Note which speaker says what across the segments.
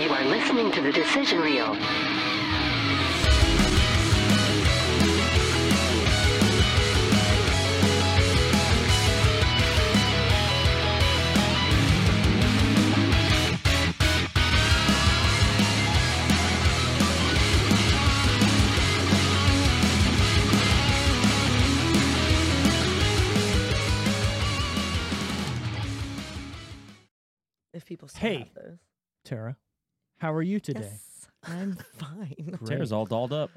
Speaker 1: You are listening to the decision reel.
Speaker 2: If people still
Speaker 3: Hey,
Speaker 2: have those.
Speaker 3: Tara, how are you today?
Speaker 2: Yes, I'm fine.
Speaker 4: Tara's all dolled up.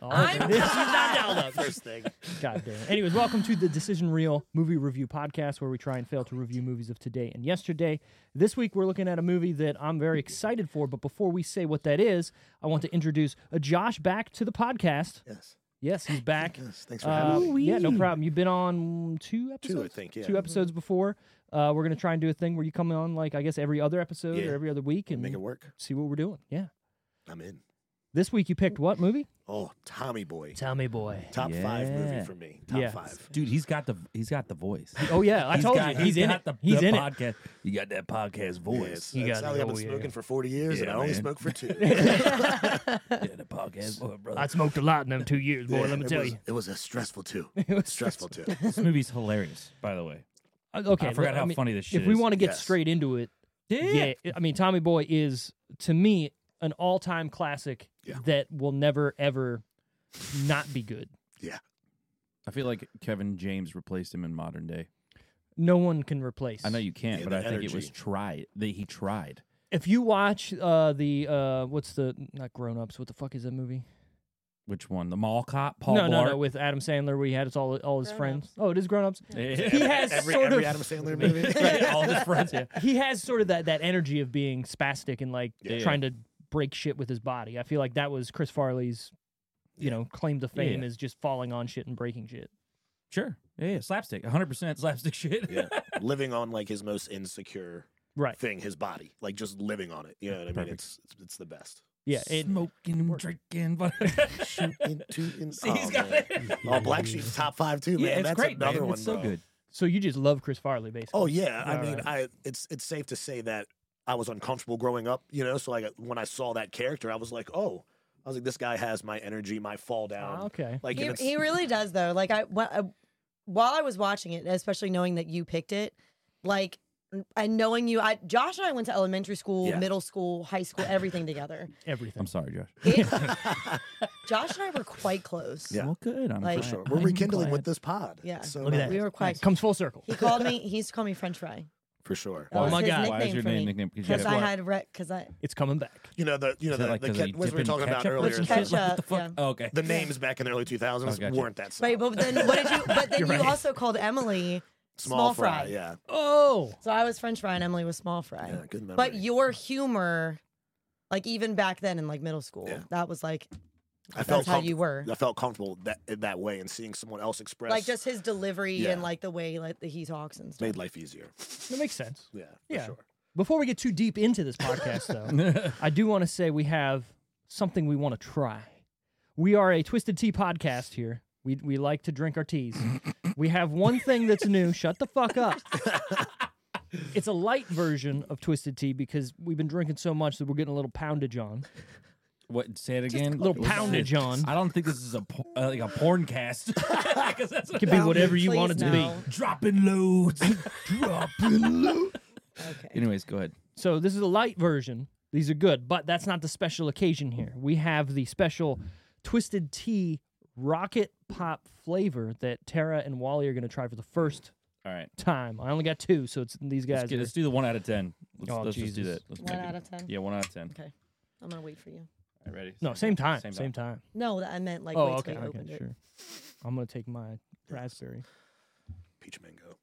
Speaker 2: I'm
Speaker 3: This is
Speaker 2: fine.
Speaker 5: first thing.
Speaker 3: God damn it. Anyways, welcome to the Decision Reel Movie Review Podcast, where we try and fail to review movies of today and yesterday. This week, we're looking at a movie that I'm very excited for, but before we say what that is, I want to introduce uh, Josh back to the podcast.
Speaker 5: Yes.
Speaker 3: Yes, he's back.
Speaker 5: Yes. Thanks for
Speaker 3: Uh,
Speaker 5: having
Speaker 4: Um,
Speaker 5: me.
Speaker 3: yeah, no problem. You've been on two episodes?
Speaker 5: Two, I think. Yeah. Mm-hmm.
Speaker 3: two episodes before. Uh, we're gonna try and do a thing where you come on like I guess every other episode
Speaker 5: Yeah.
Speaker 3: or every other week and
Speaker 5: Make it work.
Speaker 3: see what we're doing. Yeah.
Speaker 5: I'm in.
Speaker 3: This week you picked what movie?
Speaker 5: Oh, Tommy Boy.
Speaker 3: Tommy Boy.
Speaker 5: Top five
Speaker 4: Yeah.
Speaker 5: movie for me. Top
Speaker 3: Yeah.
Speaker 5: five.
Speaker 4: Dude, he's got the he's got the voice.
Speaker 3: Oh yeah, I
Speaker 4: He's
Speaker 3: told
Speaker 4: got-
Speaker 3: you he's, in
Speaker 4: got
Speaker 3: it.
Speaker 4: The,
Speaker 3: he's
Speaker 4: the
Speaker 3: in it.
Speaker 4: podcast. You got that podcast voice.
Speaker 3: You
Speaker 5: Yeah, it's
Speaker 3: got
Speaker 5: not
Speaker 3: it.
Speaker 5: like I've been
Speaker 3: Oh, yeah.
Speaker 5: smoking for 40 years and
Speaker 4: Yeah,
Speaker 5: I only
Speaker 4: man.
Speaker 5: smoke for two.
Speaker 4: Yeah, the podcast voice, brother.
Speaker 3: I smoked a lot in them two years, boy.
Speaker 5: Yeah,
Speaker 3: let me
Speaker 5: it
Speaker 3: tell
Speaker 5: was,
Speaker 3: you.
Speaker 5: It was a stressful two.
Speaker 3: It was
Speaker 5: stressful two.
Speaker 4: this movie's hilarious, by the way.
Speaker 3: Uh, Okay,
Speaker 4: I forgot
Speaker 3: let-
Speaker 4: how
Speaker 3: mean,
Speaker 4: funny this shit
Speaker 3: If we
Speaker 4: is.
Speaker 3: want to get
Speaker 5: Yes.
Speaker 3: straight into it, yeah. I mean, Tommy Boy is to me an all-time classic
Speaker 5: Yeah.
Speaker 3: that will never ever not be good.
Speaker 4: I feel like Kevin James replaced him in modern day.
Speaker 3: No one can replace.
Speaker 4: I know you can't,
Speaker 5: Yeah,
Speaker 4: but
Speaker 5: the
Speaker 4: I think it was
Speaker 5: energy.
Speaker 4: tried. That he tried.
Speaker 3: If you watch uh, the uh, what's the not Grown Ups? What the fuck is that movie?
Speaker 4: Which one? The mall cop? Paul
Speaker 3: no, no,
Speaker 4: Blart?
Speaker 3: no. With Adam Sandler, where he had his, all all his
Speaker 2: Grown
Speaker 3: friends.
Speaker 2: Ups.
Speaker 3: Oh, it is Grown Ups.
Speaker 4: Yeah.
Speaker 3: He has
Speaker 5: every,
Speaker 3: sort
Speaker 5: every
Speaker 3: of
Speaker 5: Adam Sandler movie.
Speaker 4: Right, all his friends. Yeah.
Speaker 3: he has sort of that that energy of being spastic and like
Speaker 4: Yeah.
Speaker 3: trying to break shit with his body. I feel like that was Chris Farley's, you know, claim to fame
Speaker 4: Yeah.
Speaker 3: is just falling on shit and breaking shit.
Speaker 4: Sure. Yeah, yeah. Slapstick. 100% slapstick shit.
Speaker 5: yeah. Living on like his most insecure
Speaker 3: Right.
Speaker 5: thing, his body. Like just living on it. You know what I mean?
Speaker 4: Perfect.
Speaker 5: It's, it's it's the best.
Speaker 3: Yeah. It,
Speaker 4: Smoking, drinking. But
Speaker 5: In, two, in,
Speaker 4: See,
Speaker 5: oh,
Speaker 4: he's got
Speaker 5: man.
Speaker 4: it.
Speaker 5: Oh, Black Sheep's top five too, man.
Speaker 4: yeah, it's
Speaker 5: That's
Speaker 4: great.
Speaker 5: another
Speaker 4: man.
Speaker 5: one.
Speaker 4: It's so
Speaker 5: bro.
Speaker 4: good.
Speaker 3: so you just love Chris Farley, basically.
Speaker 5: Oh yeah, I
Speaker 3: All
Speaker 5: mean,
Speaker 3: right.
Speaker 5: I it's it's safe to say that I was uncomfortable growing up, you know. So like when I saw that character, I was like, oh, I was like, this guy has my energy, my fall down.
Speaker 3: Ah, okay.
Speaker 5: Like and
Speaker 2: He,
Speaker 5: it's,
Speaker 2: he really does though. Like I, wh- I- while I was watching it, especially knowing that you picked it, like and knowing you, I Josh and I went to elementary school,
Speaker 5: Yeah.
Speaker 2: middle school, high school, everything together.
Speaker 3: Everything.
Speaker 4: I'm sorry, Josh.
Speaker 2: It, Josh and I were quite close.
Speaker 5: Yeah.
Speaker 4: Well, good. I'm
Speaker 2: Like-
Speaker 4: glad-
Speaker 5: for sure. We're
Speaker 4: I'm
Speaker 5: rekindling
Speaker 4: glad.
Speaker 5: with this pod.
Speaker 2: Yeah.
Speaker 5: So
Speaker 3: Look at
Speaker 5: nice.
Speaker 3: that.
Speaker 2: We were quite.
Speaker 3: Comes full circle.
Speaker 2: He called me. He used to call me French fry.
Speaker 5: for sure.
Speaker 3: Oh
Speaker 2: was
Speaker 3: my
Speaker 2: his
Speaker 3: God.
Speaker 4: Why is your
Speaker 2: nickname for
Speaker 4: name
Speaker 2: me.
Speaker 4: nickname? Because you
Speaker 2: Because
Speaker 4: have
Speaker 2: I
Speaker 4: what?
Speaker 2: had wreck. Because I
Speaker 3: It's coming back.
Speaker 5: You know the you know
Speaker 4: Is it
Speaker 5: the,
Speaker 4: like
Speaker 5: the
Speaker 4: does
Speaker 5: cat,
Speaker 4: he
Speaker 5: what
Speaker 4: dip
Speaker 5: we were
Speaker 4: in
Speaker 5: talking about
Speaker 4: ketchup or
Speaker 5: earlier.
Speaker 2: Let's
Speaker 4: some
Speaker 5: is
Speaker 4: shit? Like,
Speaker 5: that
Speaker 4: what the
Speaker 2: Ketchup,
Speaker 4: fuck?
Speaker 2: yeah.
Speaker 4: Oh, okay.
Speaker 5: The names back in the early 2000s
Speaker 4: Oh, gotcha.
Speaker 5: weren't that solid.
Speaker 2: Wait, but then what did you? But then you
Speaker 3: right.
Speaker 2: also called Emily
Speaker 5: small, fry. Yeah.
Speaker 3: Oh.
Speaker 2: So I was French fry and Emily was small fry.
Speaker 5: Yeah, good memory.
Speaker 2: but your humor, like even back then in like middle school,
Speaker 5: Yeah.
Speaker 2: that was like
Speaker 5: I
Speaker 2: that's
Speaker 5: felt
Speaker 2: how
Speaker 5: comf-
Speaker 2: you were.
Speaker 5: I felt comfortable that in that way and seeing someone else express
Speaker 2: Like just his delivery
Speaker 5: Yeah.
Speaker 2: and like the way like that he talks and stuff.
Speaker 5: made life easier.
Speaker 3: That makes sense.
Speaker 5: Yeah. for
Speaker 3: Yeah.
Speaker 5: sure.
Speaker 3: Before we get too deep into this podcast, though, I do want to say we have something we want to try. We are a Twisted Tea podcast here. We, we like to drink our teas. we have one thing that's new. Shut the fuck up. It's a light version of Twisted Tea because we've been drinking so much that we're getting a little poundage on.
Speaker 4: What? Say it again.
Speaker 3: little
Speaker 4: What was
Speaker 3: poundage
Speaker 4: it?
Speaker 3: on.
Speaker 4: I don't think this is a por- uh, like a porn cast. 'Cause that's
Speaker 3: It
Speaker 4: what
Speaker 3: can be whatever you
Speaker 2: Please
Speaker 3: want it to be.
Speaker 2: no.
Speaker 4: dropping loads. dropping loads.
Speaker 2: Okay.
Speaker 4: Anyways, go ahead.
Speaker 3: So this is a light version. These are good, but that's not the special occasion here. We have the special Twisted Tea Rocket Pop flavor that Tara and Wally are going to try for the first
Speaker 4: All right.
Speaker 3: time. I only got two, so it's these guys.
Speaker 4: Let's, get,
Speaker 3: are-
Speaker 4: let's do the one out of ten. Let's,
Speaker 3: Oh,
Speaker 4: let's just do
Speaker 3: Jesus.
Speaker 4: that. Let's
Speaker 2: One
Speaker 4: make it-
Speaker 2: out of ten.
Speaker 4: Yeah, one out of ten.
Speaker 2: Okay. I'm gonna wait for you.
Speaker 4: All right, ready?
Speaker 3: no, same time,
Speaker 4: Same
Speaker 3: same,
Speaker 4: time.
Speaker 3: time.
Speaker 2: No, that I meant like
Speaker 3: oh,
Speaker 2: wait
Speaker 3: okay,
Speaker 2: till you
Speaker 3: okay,
Speaker 2: opened it.
Speaker 3: sure. I'm going to take my raspberry.
Speaker 5: Peach mango.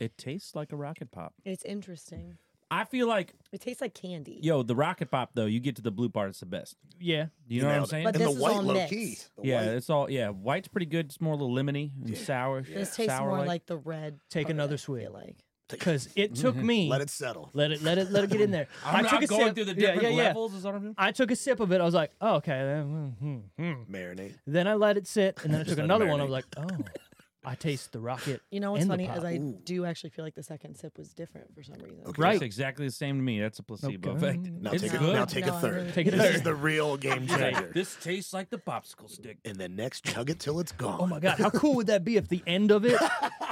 Speaker 4: It tastes like a rocket pop.
Speaker 2: It's interesting.
Speaker 4: I feel like,
Speaker 2: It tastes like candy.
Speaker 4: yo, the rocket pop though. You get to the blue part, it's the best.
Speaker 3: Yeah,
Speaker 4: You know what I'm
Speaker 5: nailed it.
Speaker 4: saying?
Speaker 2: But
Speaker 5: And
Speaker 2: this
Speaker 5: the
Speaker 2: is
Speaker 5: white
Speaker 2: all
Speaker 5: low
Speaker 2: mixed.
Speaker 5: key. The
Speaker 4: yeah,
Speaker 5: white-
Speaker 4: it's all yeah. White's pretty good. It's more a little lemony and sour.
Speaker 2: This tastes
Speaker 4: sour
Speaker 2: more like the red.
Speaker 3: Take
Speaker 2: part,
Speaker 3: another
Speaker 2: I feel
Speaker 3: swig.
Speaker 2: Like
Speaker 3: because it took me.
Speaker 5: Let it settle.
Speaker 3: let it let it let it get in there.
Speaker 4: I'm
Speaker 3: took
Speaker 4: not
Speaker 3: a
Speaker 4: going
Speaker 3: sip.
Speaker 4: through the
Speaker 3: Yeah,
Speaker 4: different
Speaker 3: yeah, yeah.
Speaker 4: levels. Is what I'm doing.
Speaker 3: I took a sip of it. I was like, oh, okay. then, mm, mm, mm.
Speaker 5: Marinate.
Speaker 3: Then I let it sit, and then I took
Speaker 4: let it
Speaker 3: another one. I
Speaker 4: marinate.
Speaker 3: was like, oh, I taste the rocket.
Speaker 2: You know what's
Speaker 3: and the
Speaker 2: funny is
Speaker 3: pop.
Speaker 2: I
Speaker 5: Ooh.
Speaker 2: do actually feel like the second sip was different for some reason.
Speaker 5: Okay.
Speaker 3: Right.
Speaker 4: It's exactly the same to me. That's a placebo
Speaker 3: Okay.
Speaker 4: effect.
Speaker 5: Now
Speaker 4: it's
Speaker 5: take a,
Speaker 4: good.
Speaker 5: now take
Speaker 2: No,
Speaker 5: a
Speaker 2: I
Speaker 5: third.
Speaker 2: really-
Speaker 3: Take a
Speaker 5: this is
Speaker 3: third.
Speaker 5: the real game
Speaker 4: He's like,
Speaker 5: changer.
Speaker 4: this tastes like the popsicle stick.
Speaker 5: and then next, chug it till it's gone.
Speaker 3: Oh my god, how cool would that be if the end of it,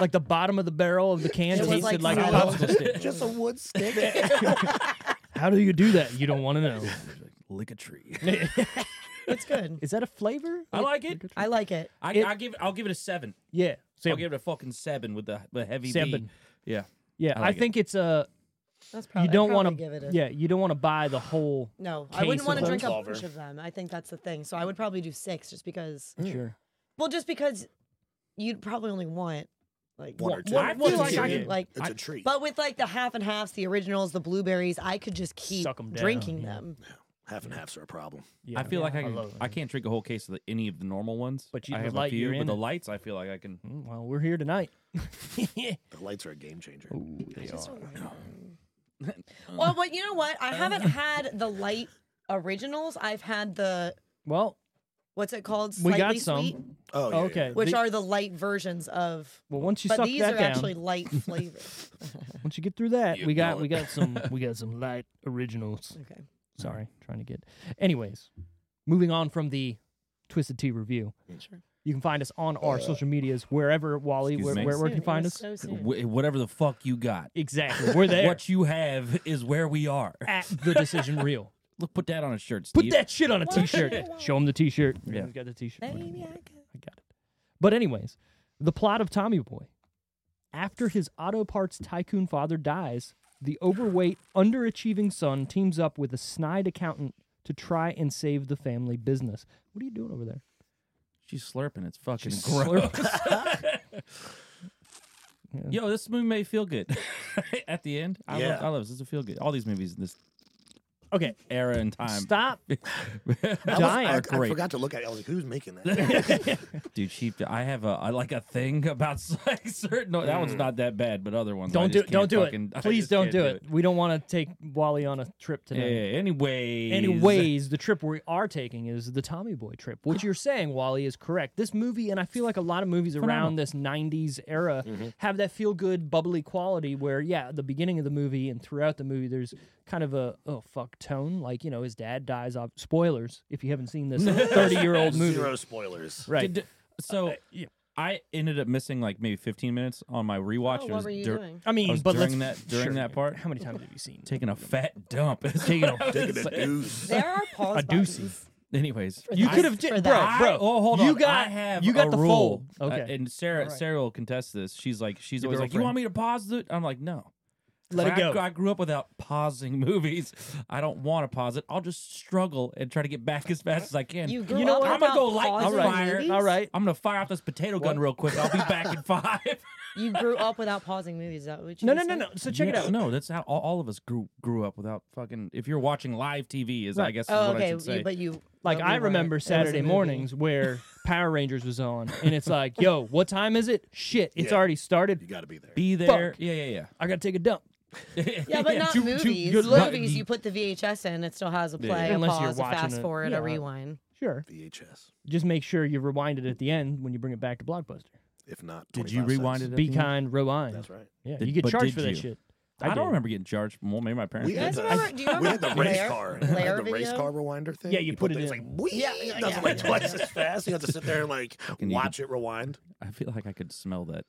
Speaker 3: like the bottom of the barrel of the can,
Speaker 2: It was
Speaker 3: tasted like,
Speaker 2: like
Speaker 3: a
Speaker 2: solid.
Speaker 3: popsicle stick?
Speaker 5: Just a wood stick.
Speaker 3: How do you do that? You don't want to know.
Speaker 4: Lick a tree.
Speaker 2: It's good.
Speaker 3: Is that a flavor?
Speaker 4: I like it.
Speaker 2: I like it.
Speaker 4: I,
Speaker 3: It-
Speaker 4: I give. I'll give it a seven.
Speaker 3: Yeah,
Speaker 4: I'll
Speaker 3: Sam.
Speaker 4: give it a fucking seven with the, the heavy B.
Speaker 3: Seven.
Speaker 4: Yeah.
Speaker 3: yeah, I,
Speaker 4: like it.
Speaker 3: think it's a.
Speaker 2: That's
Speaker 3: You
Speaker 2: probably
Speaker 3: don't
Speaker 2: want
Speaker 3: want
Speaker 2: to
Speaker 3: to.
Speaker 2: give it a
Speaker 3: Yeah, you don't want to buy the whole.
Speaker 2: No, I
Speaker 3: case
Speaker 2: wouldn't want
Speaker 3: of
Speaker 2: to drink
Speaker 5: those.
Speaker 2: a bunch of them. I think that's the thing. So I would probably do six, just because.
Speaker 4: Mm.
Speaker 3: Sure.
Speaker 2: Well, just because you'd probably only want like
Speaker 5: One or
Speaker 2: one-
Speaker 5: two.
Speaker 2: one-
Speaker 4: I
Speaker 2: feel
Speaker 4: feel
Speaker 2: like I
Speaker 4: yeah.
Speaker 2: could like.
Speaker 5: It's a treat.
Speaker 2: But with like the half and halves, the originals, the blueberries, I could just keep
Speaker 3: Suck 'em down,
Speaker 2: drinking
Speaker 3: yeah.
Speaker 2: them.
Speaker 5: Half and halves are a problem.
Speaker 3: Yeah. Mm,
Speaker 4: I feel like I, can,
Speaker 3: love
Speaker 4: I
Speaker 3: it.
Speaker 4: can't drink a whole case of the, any of the normal ones.
Speaker 3: But you
Speaker 4: I
Speaker 3: would
Speaker 4: have
Speaker 3: like-
Speaker 4: a few,
Speaker 3: you're
Speaker 4: but
Speaker 3: in
Speaker 4: the
Speaker 3: it.
Speaker 4: lights, I feel like I can.
Speaker 3: Mm, Well, we're here tonight.
Speaker 5: The lights are a game changer.
Speaker 2: Just a random- well, but you know what? I haven't had the light originals. I've had the
Speaker 3: well,
Speaker 2: what's it called?
Speaker 3: we
Speaker 2: Slightly
Speaker 3: got some.
Speaker 2: sweet,
Speaker 5: Oh, yeah, yeah,
Speaker 3: okay.
Speaker 2: which
Speaker 3: the-
Speaker 2: are the light versions of.
Speaker 3: well, once you
Speaker 2: but
Speaker 3: suck
Speaker 2: these
Speaker 3: that
Speaker 2: are
Speaker 3: down,
Speaker 2: actually light flavors.
Speaker 3: once you get through that, we got
Speaker 4: know
Speaker 3: we got some we got some light originals.
Speaker 2: okay.
Speaker 3: Sorry, trying to get. Anyways, moving on from the Twisted Tea review.
Speaker 2: Sure.
Speaker 3: You can find us on our social medias wherever Wally,
Speaker 4: Excuse
Speaker 3: where,
Speaker 4: me?
Speaker 3: where, where can you
Speaker 2: Soon, it
Speaker 3: find
Speaker 2: was
Speaker 3: us?
Speaker 2: so soon.
Speaker 4: Wh- whatever the fuck you got.
Speaker 3: exactly, we're there
Speaker 4: What you have is where we are.
Speaker 3: at the decision reel.
Speaker 4: Look, put that on a shirt,
Speaker 3: Put
Speaker 4: Steve.
Speaker 3: that shit on a
Speaker 2: What?
Speaker 3: t-shirt. Show him the t-shirt.
Speaker 4: Yeah.
Speaker 3: Everyone's got the t-shirt.
Speaker 2: Baby, I can-
Speaker 3: I got it. But anyways, the plot of Tommy Boy. After his auto parts tycoon father dies, the overweight, underachieving son teams up with a snide accountant to try and save the family business. What are you doing over there?
Speaker 4: She's slurping. It's fucking
Speaker 3: Just
Speaker 4: gross.
Speaker 3: slurp.
Speaker 4: Yo, this movie made feel good. At the end, I love,
Speaker 5: Yeah.
Speaker 4: I love this. This is feel good. All these movies in this
Speaker 3: okay,
Speaker 4: era and time.
Speaker 3: stop.
Speaker 5: I, was-
Speaker 3: Dying
Speaker 5: I-
Speaker 3: are
Speaker 5: I
Speaker 4: great.
Speaker 5: forgot to look at it. I was like, who's making that?
Speaker 4: Dude, she. I have a. I like a thing about like certain. No, that one's not that bad, but other ones. I
Speaker 3: Mm. Don't do
Speaker 4: just
Speaker 3: it. Don't
Speaker 4: can't
Speaker 3: do
Speaker 4: fucking-
Speaker 3: it.
Speaker 4: I
Speaker 3: Please
Speaker 4: just
Speaker 3: don't
Speaker 4: can't
Speaker 3: do it. We don't want to take Wally on a trip
Speaker 4: Yeah,
Speaker 3: today.
Speaker 4: anyways.
Speaker 3: Anyways, the trip we are taking is the Tommy Boy trip, which you're saying, Wally, is correct. This movie, and I feel like a lot of movies around this 90s era have that feel good, bubbly quality where, yeah, at the beginning of the movie and throughout the movie, there's kind of a, oh, fuck tone. Like, you know, his dad dies off. Spoilers if you haven't seen this 30 year old movie.
Speaker 5: Zero spoilers.
Speaker 3: Right. Uh,
Speaker 4: Did- did- so I ended up missing like maybe 15 minutes on my rewatch.
Speaker 2: Oh,
Speaker 4: It
Speaker 2: what
Speaker 4: was
Speaker 2: were you
Speaker 4: dur-
Speaker 2: doing?
Speaker 3: I mean,
Speaker 4: was
Speaker 3: but
Speaker 4: during
Speaker 3: let's-
Speaker 4: that- during
Speaker 3: sure.
Speaker 4: that part?
Speaker 3: How many times have you seen?
Speaker 4: Taking a fat dump.
Speaker 3: Taking a-
Speaker 5: Taking a deuce.
Speaker 2: There are pause
Speaker 3: A doozy.
Speaker 2: buttons.
Speaker 4: Anyways,
Speaker 3: You
Speaker 2: I-
Speaker 3: could have,
Speaker 2: for
Speaker 3: bro,
Speaker 2: that.
Speaker 3: bro.
Speaker 4: I, oh, hold on.
Speaker 3: You got,
Speaker 4: I have
Speaker 3: you got
Speaker 4: a
Speaker 3: the
Speaker 4: rule.
Speaker 3: fold.
Speaker 4: Uh,
Speaker 3: Okay,
Speaker 4: and Sarah,
Speaker 3: Alright.
Speaker 4: Sarah will contest this. She's like, she's
Speaker 3: Your
Speaker 4: always like, "You
Speaker 3: girlfriend.
Speaker 4: want me to pause it?" I'm like, "No."
Speaker 3: let
Speaker 4: Like,
Speaker 3: it go.
Speaker 4: I, I grew up without pausing movies. I don't want to pause it. I'll just struggle and try to get back as fast as I can.
Speaker 2: You grew
Speaker 4: know
Speaker 2: up
Speaker 4: what? I'm gonna
Speaker 2: without
Speaker 4: go light
Speaker 2: pausing
Speaker 4: the fire.
Speaker 2: movies?
Speaker 3: All right.
Speaker 4: I'm gonna fire off this potato gun real quick. I'll be back in five.
Speaker 2: You grew up without pausing movies. Is that what you
Speaker 3: No, no,
Speaker 2: just
Speaker 3: no,
Speaker 2: said?
Speaker 3: no. So check it
Speaker 4: Yeah,
Speaker 3: out.
Speaker 4: No, that's how all, all of us grew grew up without fucking. If you're watching live TV, is I
Speaker 3: Right.
Speaker 4: guess is
Speaker 2: Oh,
Speaker 4: what I
Speaker 2: okay.
Speaker 4: should say.
Speaker 2: you- but you
Speaker 3: Like
Speaker 2: but
Speaker 3: I
Speaker 2: we were- it
Speaker 3: remember
Speaker 2: was a
Speaker 3: Saturday
Speaker 2: movie.
Speaker 3: mornings where Power Rangers was on, and it's like, yo, what time is it? Shit, it's
Speaker 5: Yeah.
Speaker 3: already
Speaker 5: You
Speaker 3: started.
Speaker 5: got to be there.
Speaker 4: be there. Yeah, yeah,
Speaker 3: I gotta take a dump.
Speaker 4: yeah.
Speaker 2: Yeah, but not
Speaker 3: Choo- choo,
Speaker 2: movies.
Speaker 3: good luck.
Speaker 2: movies, you put the VHS in, it still has a
Speaker 4: Yeah.
Speaker 2: play, a
Speaker 3: Unless you're
Speaker 2: pause, a
Speaker 3: watching
Speaker 2: fast
Speaker 3: it.
Speaker 2: forward,
Speaker 3: Yeah.
Speaker 2: a rewind.
Speaker 3: Sure.
Speaker 5: VHS.
Speaker 3: Just make sure you rewind it at the end when you bring it back to Blockbuster.
Speaker 5: If not,
Speaker 4: Did you
Speaker 5: 25
Speaker 4: rewind
Speaker 5: cents.
Speaker 4: it?
Speaker 3: Be kind, rewind.
Speaker 5: That's right.
Speaker 3: Yeah,
Speaker 4: Did-
Speaker 3: you get
Speaker 4: but
Speaker 3: charged
Speaker 4: did
Speaker 3: for that
Speaker 4: you?
Speaker 3: shit.
Speaker 4: I,
Speaker 3: did.
Speaker 4: don't remember getting charged. Well, maybe my parents.
Speaker 5: We
Speaker 4: did.
Speaker 5: had,
Speaker 2: guys
Speaker 5: the,
Speaker 2: remember- do you
Speaker 5: we
Speaker 2: remember
Speaker 5: had the race
Speaker 2: Lair-
Speaker 5: car. we
Speaker 2: Lair
Speaker 5: had the race
Speaker 2: video?
Speaker 5: car rewinder thing.
Speaker 3: Yeah, you put it
Speaker 5: the- It's
Speaker 3: in.
Speaker 5: like, whee!
Speaker 2: Yeah, yeah,
Speaker 5: it doesn't
Speaker 2: yeah.
Speaker 5: like twice as fast. You have to sit there and like
Speaker 4: you
Speaker 5: watch it rewind.
Speaker 4: I feel like I could smell that.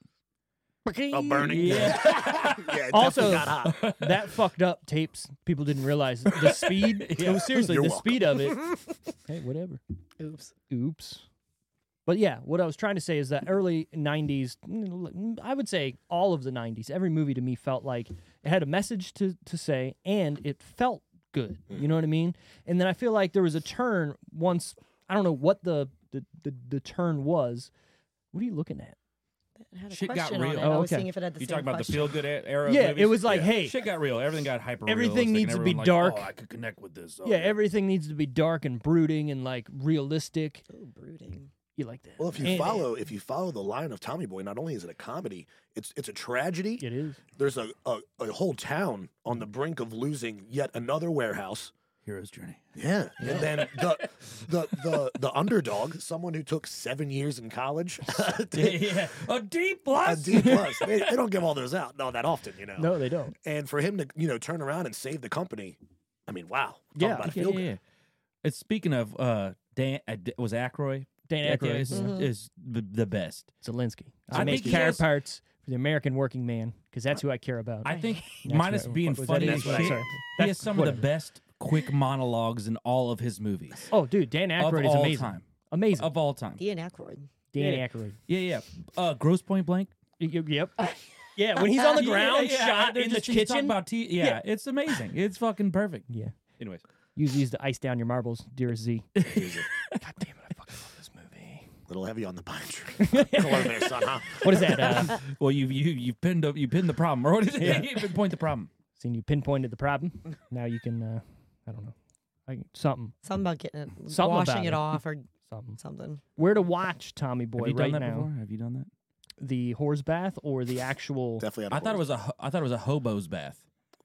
Speaker 5: A burning.
Speaker 3: Yeah.
Speaker 5: yeah, it
Speaker 3: Also-
Speaker 5: definitely got hot.
Speaker 3: that fucked up tapes. People didn't realize the speed. No, seriously,
Speaker 5: You're
Speaker 3: the
Speaker 5: welcome.
Speaker 3: speed of it. hey, whatever.
Speaker 2: Oops.
Speaker 3: Oops. But yeah, what I was trying to say is that early 90s, mm, I would say all of the 90s, every movie to me felt like it had a message to, to say and it felt good. You know what I mean? And then I feel like there was a turn once, I don't know what the, the, the, the turn was. What are you looking at?
Speaker 2: It had a
Speaker 4: Shit got
Speaker 2: question on
Speaker 4: real.
Speaker 2: it.
Speaker 3: Oh,
Speaker 2: I was
Speaker 3: okay.
Speaker 2: seeing if it had the
Speaker 4: You
Speaker 2: same
Speaker 4: talk about the
Speaker 2: question.
Speaker 4: feel good era. of
Speaker 3: Yeah,
Speaker 4: movies?
Speaker 3: it was like, hey-
Speaker 4: shit got real. Everything got hyper.
Speaker 3: Everything needs to be dark.
Speaker 4: "Oh, I could connect with this. Oh,
Speaker 3: Yeah, everything needs to be dark and brooding and like realistic.
Speaker 2: Ooh, brooding.
Speaker 3: You like that?
Speaker 5: Well, if you
Speaker 3: And-
Speaker 5: follow, if you follow the line of Tommy Boy, not only is it a comedy, it's it's a tragedy.
Speaker 3: It is.
Speaker 5: There's a, a a whole town on the brink of losing yet another warehouse.
Speaker 4: Hero's journey.
Speaker 5: Yeah. And then the the the the underdog, someone who took seven years in college, did
Speaker 4: yeah. A D
Speaker 5: a
Speaker 4: plus.
Speaker 5: D plus. They, they don't give all those out, no, that often, you know.
Speaker 3: No, they don't.
Speaker 5: And for him to you know turn around and save the company, I mean, wow. Talk
Speaker 3: Yeah.
Speaker 5: about a
Speaker 4: Yeah,
Speaker 5: feel
Speaker 4: yeah,
Speaker 5: good.
Speaker 4: yeah. It's speaking of uh Dan uh, D- was Aykroyd. Aykroyd
Speaker 3: Dan
Speaker 4: Mm-hmm.
Speaker 3: Aykroyd,
Speaker 4: is,
Speaker 3: yeah.
Speaker 4: is the, the best.
Speaker 3: Zelensky.
Speaker 4: I
Speaker 3: I make
Speaker 4: think he
Speaker 3: car
Speaker 4: has-
Speaker 3: parts for the American working man because that's who I care about.
Speaker 4: I think
Speaker 3: That's
Speaker 4: minus
Speaker 3: right.
Speaker 4: being
Speaker 3: Fuck, was
Speaker 4: funny
Speaker 3: that
Speaker 4: as
Speaker 3: it? Sorry.
Speaker 4: shit,
Speaker 3: Sorry.
Speaker 4: he
Speaker 3: That's-
Speaker 4: has some of
Speaker 3: whatever.
Speaker 4: the best quick monologues in all of his movies
Speaker 3: Oh, dude, Dan
Speaker 4: of
Speaker 3: Aykroyd is
Speaker 4: all
Speaker 3: amazing.
Speaker 4: time.
Speaker 3: Amazing.
Speaker 4: Of all time.
Speaker 2: Ian Aykroyd.
Speaker 3: Dan
Speaker 4: Yeah.
Speaker 3: Aykroyd.
Speaker 4: Yeah, yeah. Uh, Gross Point Blank.
Speaker 3: Y- y- Yep. Yeah, when he's on the
Speaker 4: Yeah,
Speaker 3: ground,
Speaker 4: yeah,
Speaker 3: shot
Speaker 4: they're
Speaker 3: in the
Speaker 4: just- he's talking
Speaker 3: kitchen.
Speaker 4: About tea. Yeah, it's amazing. It's fucking perfect.
Speaker 3: Yeah.
Speaker 4: Anyways,
Speaker 3: Use these to ice down your marbles, dearest Z. God damn it, I fucking love this movie.
Speaker 5: little heavy on the pine tree. Hello there, son, huh?
Speaker 3: What is that? Uh,
Speaker 4: well, you you you pinned up you pinned the problem, or what is it? you pinpoint the problem.
Speaker 3: seeing you pinpointed the problem. Now you can, uh, I don't know, I, something,
Speaker 2: Something about getting it,
Speaker 3: Something
Speaker 2: washing
Speaker 3: about
Speaker 2: it
Speaker 3: it.
Speaker 2: off or
Speaker 3: something.
Speaker 2: something.
Speaker 3: Where to watch Tommy Boy
Speaker 4: Have you
Speaker 3: right
Speaker 4: done that
Speaker 3: now?
Speaker 4: before? Have you done that?
Speaker 3: The horse bath or the actual?
Speaker 5: Definitely. on a
Speaker 4: I thought it
Speaker 5: horse.
Speaker 4: was a ho- I thought it was a hobo's bath.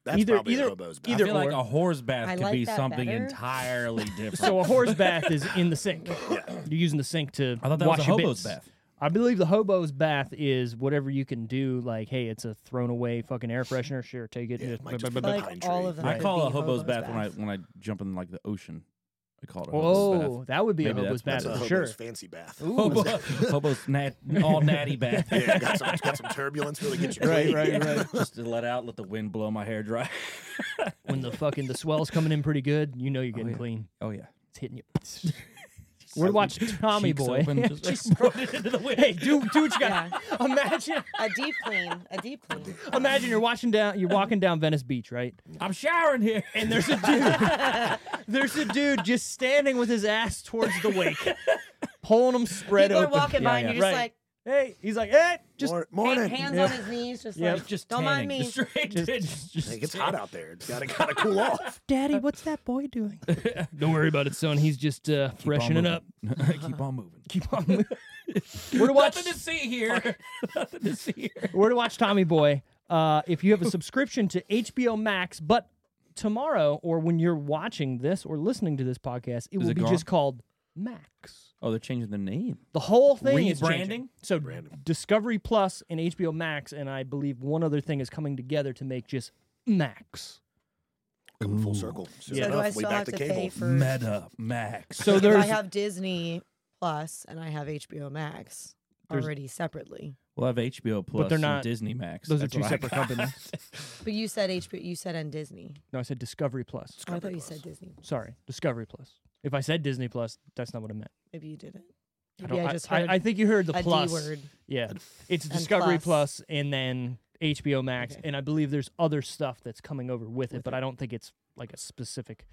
Speaker 5: That's
Speaker 3: either-
Speaker 5: probably a
Speaker 3: either-
Speaker 5: hobo's
Speaker 4: I
Speaker 5: bath.
Speaker 3: either-
Speaker 4: feel like
Speaker 3: or.
Speaker 4: a horse bath
Speaker 2: I
Speaker 4: could
Speaker 2: like
Speaker 4: be
Speaker 2: that
Speaker 4: something
Speaker 2: better.
Speaker 4: entirely different.
Speaker 3: so a horse bath is in the sink.
Speaker 5: Yeah.
Speaker 3: You're using the sink to
Speaker 4: I thought that
Speaker 3: wash
Speaker 4: was a
Speaker 3: your
Speaker 4: hobo's
Speaker 3: bits.
Speaker 4: bath.
Speaker 3: I believe the hobo's bath is whatever you can do. Like, hey, it's a thrown away fucking air freshener. Sure, take it.
Speaker 5: Yeah,
Speaker 3: Just
Speaker 5: might just
Speaker 3: blah, blah,
Speaker 5: The
Speaker 3: blah,
Speaker 2: Like
Speaker 3: blah.
Speaker 5: pine
Speaker 2: all
Speaker 5: tree.
Speaker 2: of them.
Speaker 4: I
Speaker 2: could
Speaker 4: call
Speaker 2: be
Speaker 4: it a hobo's bath, when I when I jump in like the ocean. I call it a hobo's
Speaker 3: Whoa,
Speaker 4: bath.
Speaker 3: oh, that would be
Speaker 4: Maybe
Speaker 3: a hobo's
Speaker 4: that's
Speaker 3: bath
Speaker 5: That's
Speaker 4: what
Speaker 5: a
Speaker 3: for
Speaker 5: hobo's
Speaker 3: sure.
Speaker 5: fancy bath.
Speaker 4: Hobo, hobo's nat, all natty bath.
Speaker 5: Yeah, got some, got some turbulence, really get you clean.
Speaker 4: right. Just to let out, let the wind blow my hair dry.
Speaker 3: When the fucking the swell's coming in pretty good, you know you're getting
Speaker 4: yeah.
Speaker 3: clean.
Speaker 4: Oh yeah.
Speaker 3: It's hitting you. We're watching Tommy
Speaker 4: Cheeks
Speaker 3: Boy.
Speaker 4: open, just, throw it into the wind.
Speaker 3: hey, do do what you got. Imagine,
Speaker 2: A deep clean. A deep clean.
Speaker 3: imagine you're watching down, you're walking down Venice Beach, right?
Speaker 4: I'm showering here.
Speaker 3: And there's a dude, there's a dude just standing with his ass towards the wake, pulling him spread
Speaker 2: People are
Speaker 3: open.
Speaker 2: walking by
Speaker 4: Yeah,
Speaker 2: and
Speaker 4: yeah.
Speaker 2: you're just
Speaker 3: Right. hey, he's like, hey, just
Speaker 5: Just Mor-
Speaker 2: like
Speaker 5: morning.
Speaker 2: hand- hands on his knees, just
Speaker 3: Yeah,
Speaker 2: like
Speaker 4: Just
Speaker 2: don't mind
Speaker 4: tanning.
Speaker 2: me.
Speaker 4: Straight- just- just
Speaker 5: Hey, it's hot out there. It's gotta gotta cool off.
Speaker 3: Daddy, what's that boy doing? Don't worry about it, son. He's just uh, freshening up.
Speaker 4: Keep on moving.
Speaker 3: Keep on. moving. Where to watch?
Speaker 4: Nothing to see here. Nothing to see here.
Speaker 3: Where to watch Tommy Boy? Uh, if you have a subscription to HBO Max, but tomorrow or when you're watching this or listening to this podcast, it will
Speaker 4: it
Speaker 3: be
Speaker 4: gone?
Speaker 3: just called Max.
Speaker 4: Oh, they're changing the name.
Speaker 3: The whole thing is changing.
Speaker 4: Rebranding?
Speaker 3: So Discovery Plus and HBO Max, and I believe one other thing is coming together to make just Max.
Speaker 5: Come full circle. Soon
Speaker 3: Yeah.
Speaker 2: So do
Speaker 5: enough,
Speaker 2: I
Speaker 5: we
Speaker 2: still
Speaker 5: back
Speaker 2: have
Speaker 5: to
Speaker 2: to
Speaker 5: cable.
Speaker 2: pay for?
Speaker 4: Meta Max.
Speaker 3: So
Speaker 2: if I
Speaker 3: there's
Speaker 2: have Disney Plus and I have HBO Max
Speaker 3: There's-
Speaker 2: already separately.
Speaker 4: We'll have HBO Plus
Speaker 3: they're
Speaker 4: and
Speaker 3: not-
Speaker 4: Disney Max.
Speaker 3: those are
Speaker 4: That's
Speaker 3: two
Speaker 4: what I
Speaker 3: separate
Speaker 4: got.
Speaker 3: companies.
Speaker 2: But you said HBO. You said and Disney.
Speaker 3: No, I said Discovery Plus.
Speaker 2: Oh, I thought you said Disney.
Speaker 3: Sorry, Discovery Plus. If I said Disney Plus, that's not what I meant.
Speaker 2: Maybe you didn't.
Speaker 3: I,
Speaker 2: Maybe
Speaker 3: don't-
Speaker 2: I,
Speaker 3: I-
Speaker 2: just
Speaker 3: I-
Speaker 2: heard
Speaker 3: I think you heard the
Speaker 2: a D
Speaker 3: plus
Speaker 2: word.
Speaker 3: Yeah, it's Discovery
Speaker 2: plus.
Speaker 3: Plus and then HBO Max,
Speaker 2: Okay.
Speaker 3: and I believe there's other stuff that's coming over with it, but I don't think it's like a specific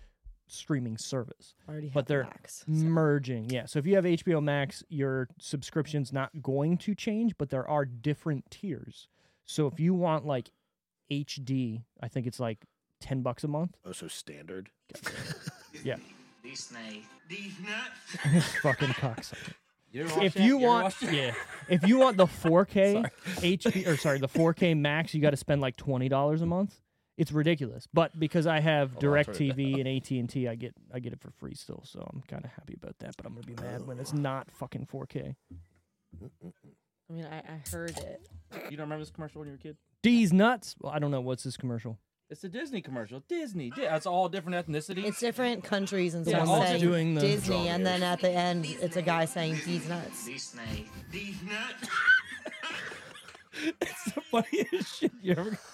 Speaker 3: streaming service.
Speaker 2: already.
Speaker 3: but
Speaker 2: have
Speaker 3: they're
Speaker 2: Max.
Speaker 3: merging. Yeah. So if you have HBO Max, your subscription's not going to change, but there are different tiers. So if you want like HD, I think it's like 10 bucks a month.
Speaker 5: Oh, so standard.
Speaker 3: Yeah.
Speaker 6: Disney. Disney.
Speaker 3: Fucking cocksucker. If you want yeah, if you want the 4K HD or sorry, the 4K Max, you got to spend like $20 a month. It's ridiculous. But because I
Speaker 4: Oh,
Speaker 3: have DirecTV and AT&T, I get I get it for free still, so I'm kind of happy about that, but I'm going to be mad when it's not fucking 4K.
Speaker 2: I mean, I, I heard it.
Speaker 4: You don't remember this commercial when you were a kid?
Speaker 3: D's nuts. Well, I don't know what's this commercial.
Speaker 4: It's a Disney commercial. Disney. Di- That's all different ethnicities.
Speaker 2: It's different countries and
Speaker 4: Yeah,
Speaker 2: someone
Speaker 4: also
Speaker 2: saying
Speaker 3: doing the-
Speaker 2: Disney, and then at the end, it's a guy saying these nuts.
Speaker 6: Disney. Disney.
Speaker 4: the funniest shit you ever.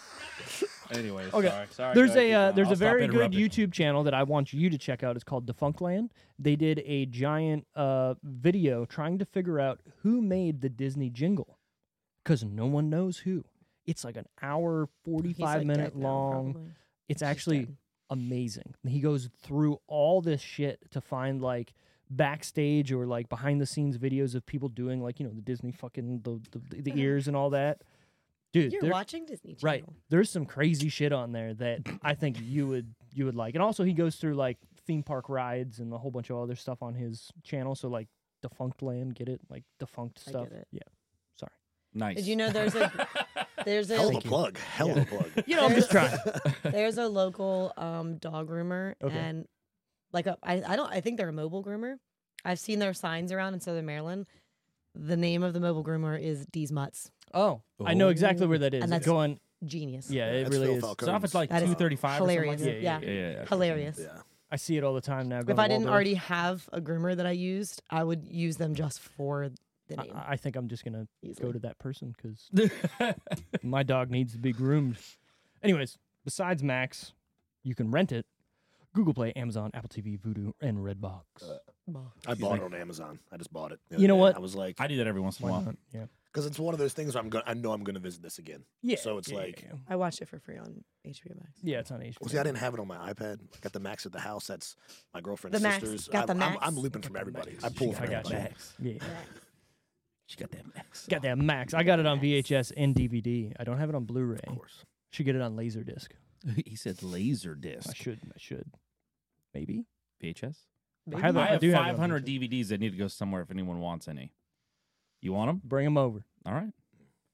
Speaker 4: Anyway,
Speaker 3: Okay.
Speaker 4: sorry, sorry.
Speaker 3: There's
Speaker 4: go ahead,
Speaker 3: a
Speaker 4: keep
Speaker 3: uh,
Speaker 4: going.
Speaker 3: there's
Speaker 4: I'll
Speaker 3: a
Speaker 4: stop
Speaker 3: very good
Speaker 4: interrupting.
Speaker 3: YouTube channel that I want you to check out. It's called Defunctland. They did a giant uh, video trying to figure out who made the Disney jingle, because no one knows who. It's like an hour forty
Speaker 2: He's,
Speaker 3: five
Speaker 2: like,
Speaker 3: minute
Speaker 2: dead now,
Speaker 3: long.
Speaker 2: probably.
Speaker 3: it's actually
Speaker 2: dead.
Speaker 3: amazing. He goes through all this shit to find like backstage or like behind the scenes videos of people doing like you know the Disney fucking the the, the ears and all that. Dude,
Speaker 2: You're
Speaker 3: they're-
Speaker 2: watching Disney Channel.
Speaker 3: Right. There's some crazy shit on there that I think you would you would like. And also he goes through like theme park rides and a whole bunch of other stuff on his channel. So like defunct land, get it? Like defunct
Speaker 2: I
Speaker 3: stuff.
Speaker 2: get it.
Speaker 3: Yeah. Sorry.
Speaker 4: Nice.
Speaker 2: Did you know there's a there's
Speaker 5: Hell of a
Speaker 2: a
Speaker 5: plug. Hell of a plug.
Speaker 3: You know, I'm just trying.
Speaker 2: there's a local um, dog groomer,
Speaker 3: Okay.
Speaker 2: and like a, I, I don't I think they're a mobile groomer. I've seen their signs around in Southern Maryland. The name of the mobile groomer is Dee's Mutts.
Speaker 3: Oh, I know exactly
Speaker 2: Ooh.
Speaker 3: where that is.
Speaker 2: And
Speaker 3: It's
Speaker 2: that's-
Speaker 3: going.
Speaker 2: Genius.
Speaker 3: Yeah, it
Speaker 5: That's
Speaker 3: really
Speaker 5: Phil
Speaker 3: is.
Speaker 4: It's
Speaker 5: Falcone's.
Speaker 4: off at like
Speaker 2: That is
Speaker 4: two thirty five. Like
Speaker 2: hilarious.
Speaker 4: that.
Speaker 2: Yeah.
Speaker 4: yeah, yeah, yeah.
Speaker 2: Hilarious.
Speaker 5: Yeah.
Speaker 3: I see it all the time now.
Speaker 2: If
Speaker 3: going to
Speaker 2: I didn't
Speaker 3: Waldorf.
Speaker 2: already have a groomer that I used, I would use them just for the name.
Speaker 3: I, I think I'm just gonna go
Speaker 2: Easily.
Speaker 3: Uh, to that person because my dog needs to be groomed. Anyways, besides Max, you can rent it. Google Play, Amazon, Apple TV, Vudu, and Redbox.
Speaker 5: Uh, I bought it on Amazon. I just bought it. the
Speaker 3: You
Speaker 5: other
Speaker 3: know
Speaker 5: day.
Speaker 3: what?
Speaker 5: I was like,
Speaker 4: I do that every once in a
Speaker 3: Why
Speaker 4: while.
Speaker 3: not? Yeah.
Speaker 5: because it's one of those things where I'm going. I know I'm going to visit this again.
Speaker 3: Yeah.
Speaker 5: So it's
Speaker 3: yeah,
Speaker 5: like-
Speaker 3: yeah, yeah.
Speaker 2: I watched it for free on HBO Max.
Speaker 3: yeah, it's on HBO.
Speaker 5: Well, see, I didn't have it on my iPad. I got the Max at the house. That's my girlfriend's
Speaker 2: The Max.
Speaker 5: sisters.
Speaker 2: Got the
Speaker 5: I'm, I'm-
Speaker 2: Max.
Speaker 5: I'm, looping from everybody. I pull from
Speaker 3: I got
Speaker 5: everybody.
Speaker 3: that. Yeah.
Speaker 4: She got that max.
Speaker 3: Got that Max. I got it on VHS and DVD. I don't have it on Blu-ray.
Speaker 5: Of course.
Speaker 3: Should get it on Laserdisc.
Speaker 4: he said laser
Speaker 3: I
Speaker 4: disc.
Speaker 3: should. I should. Maybe.
Speaker 4: VHS.
Speaker 3: I have, it-
Speaker 4: I have
Speaker 3: do it on
Speaker 4: five hundred
Speaker 3: VHS.
Speaker 4: DVDs that need to go somewhere if anyone wants any. You want them?
Speaker 3: Bring them over.
Speaker 4: All right.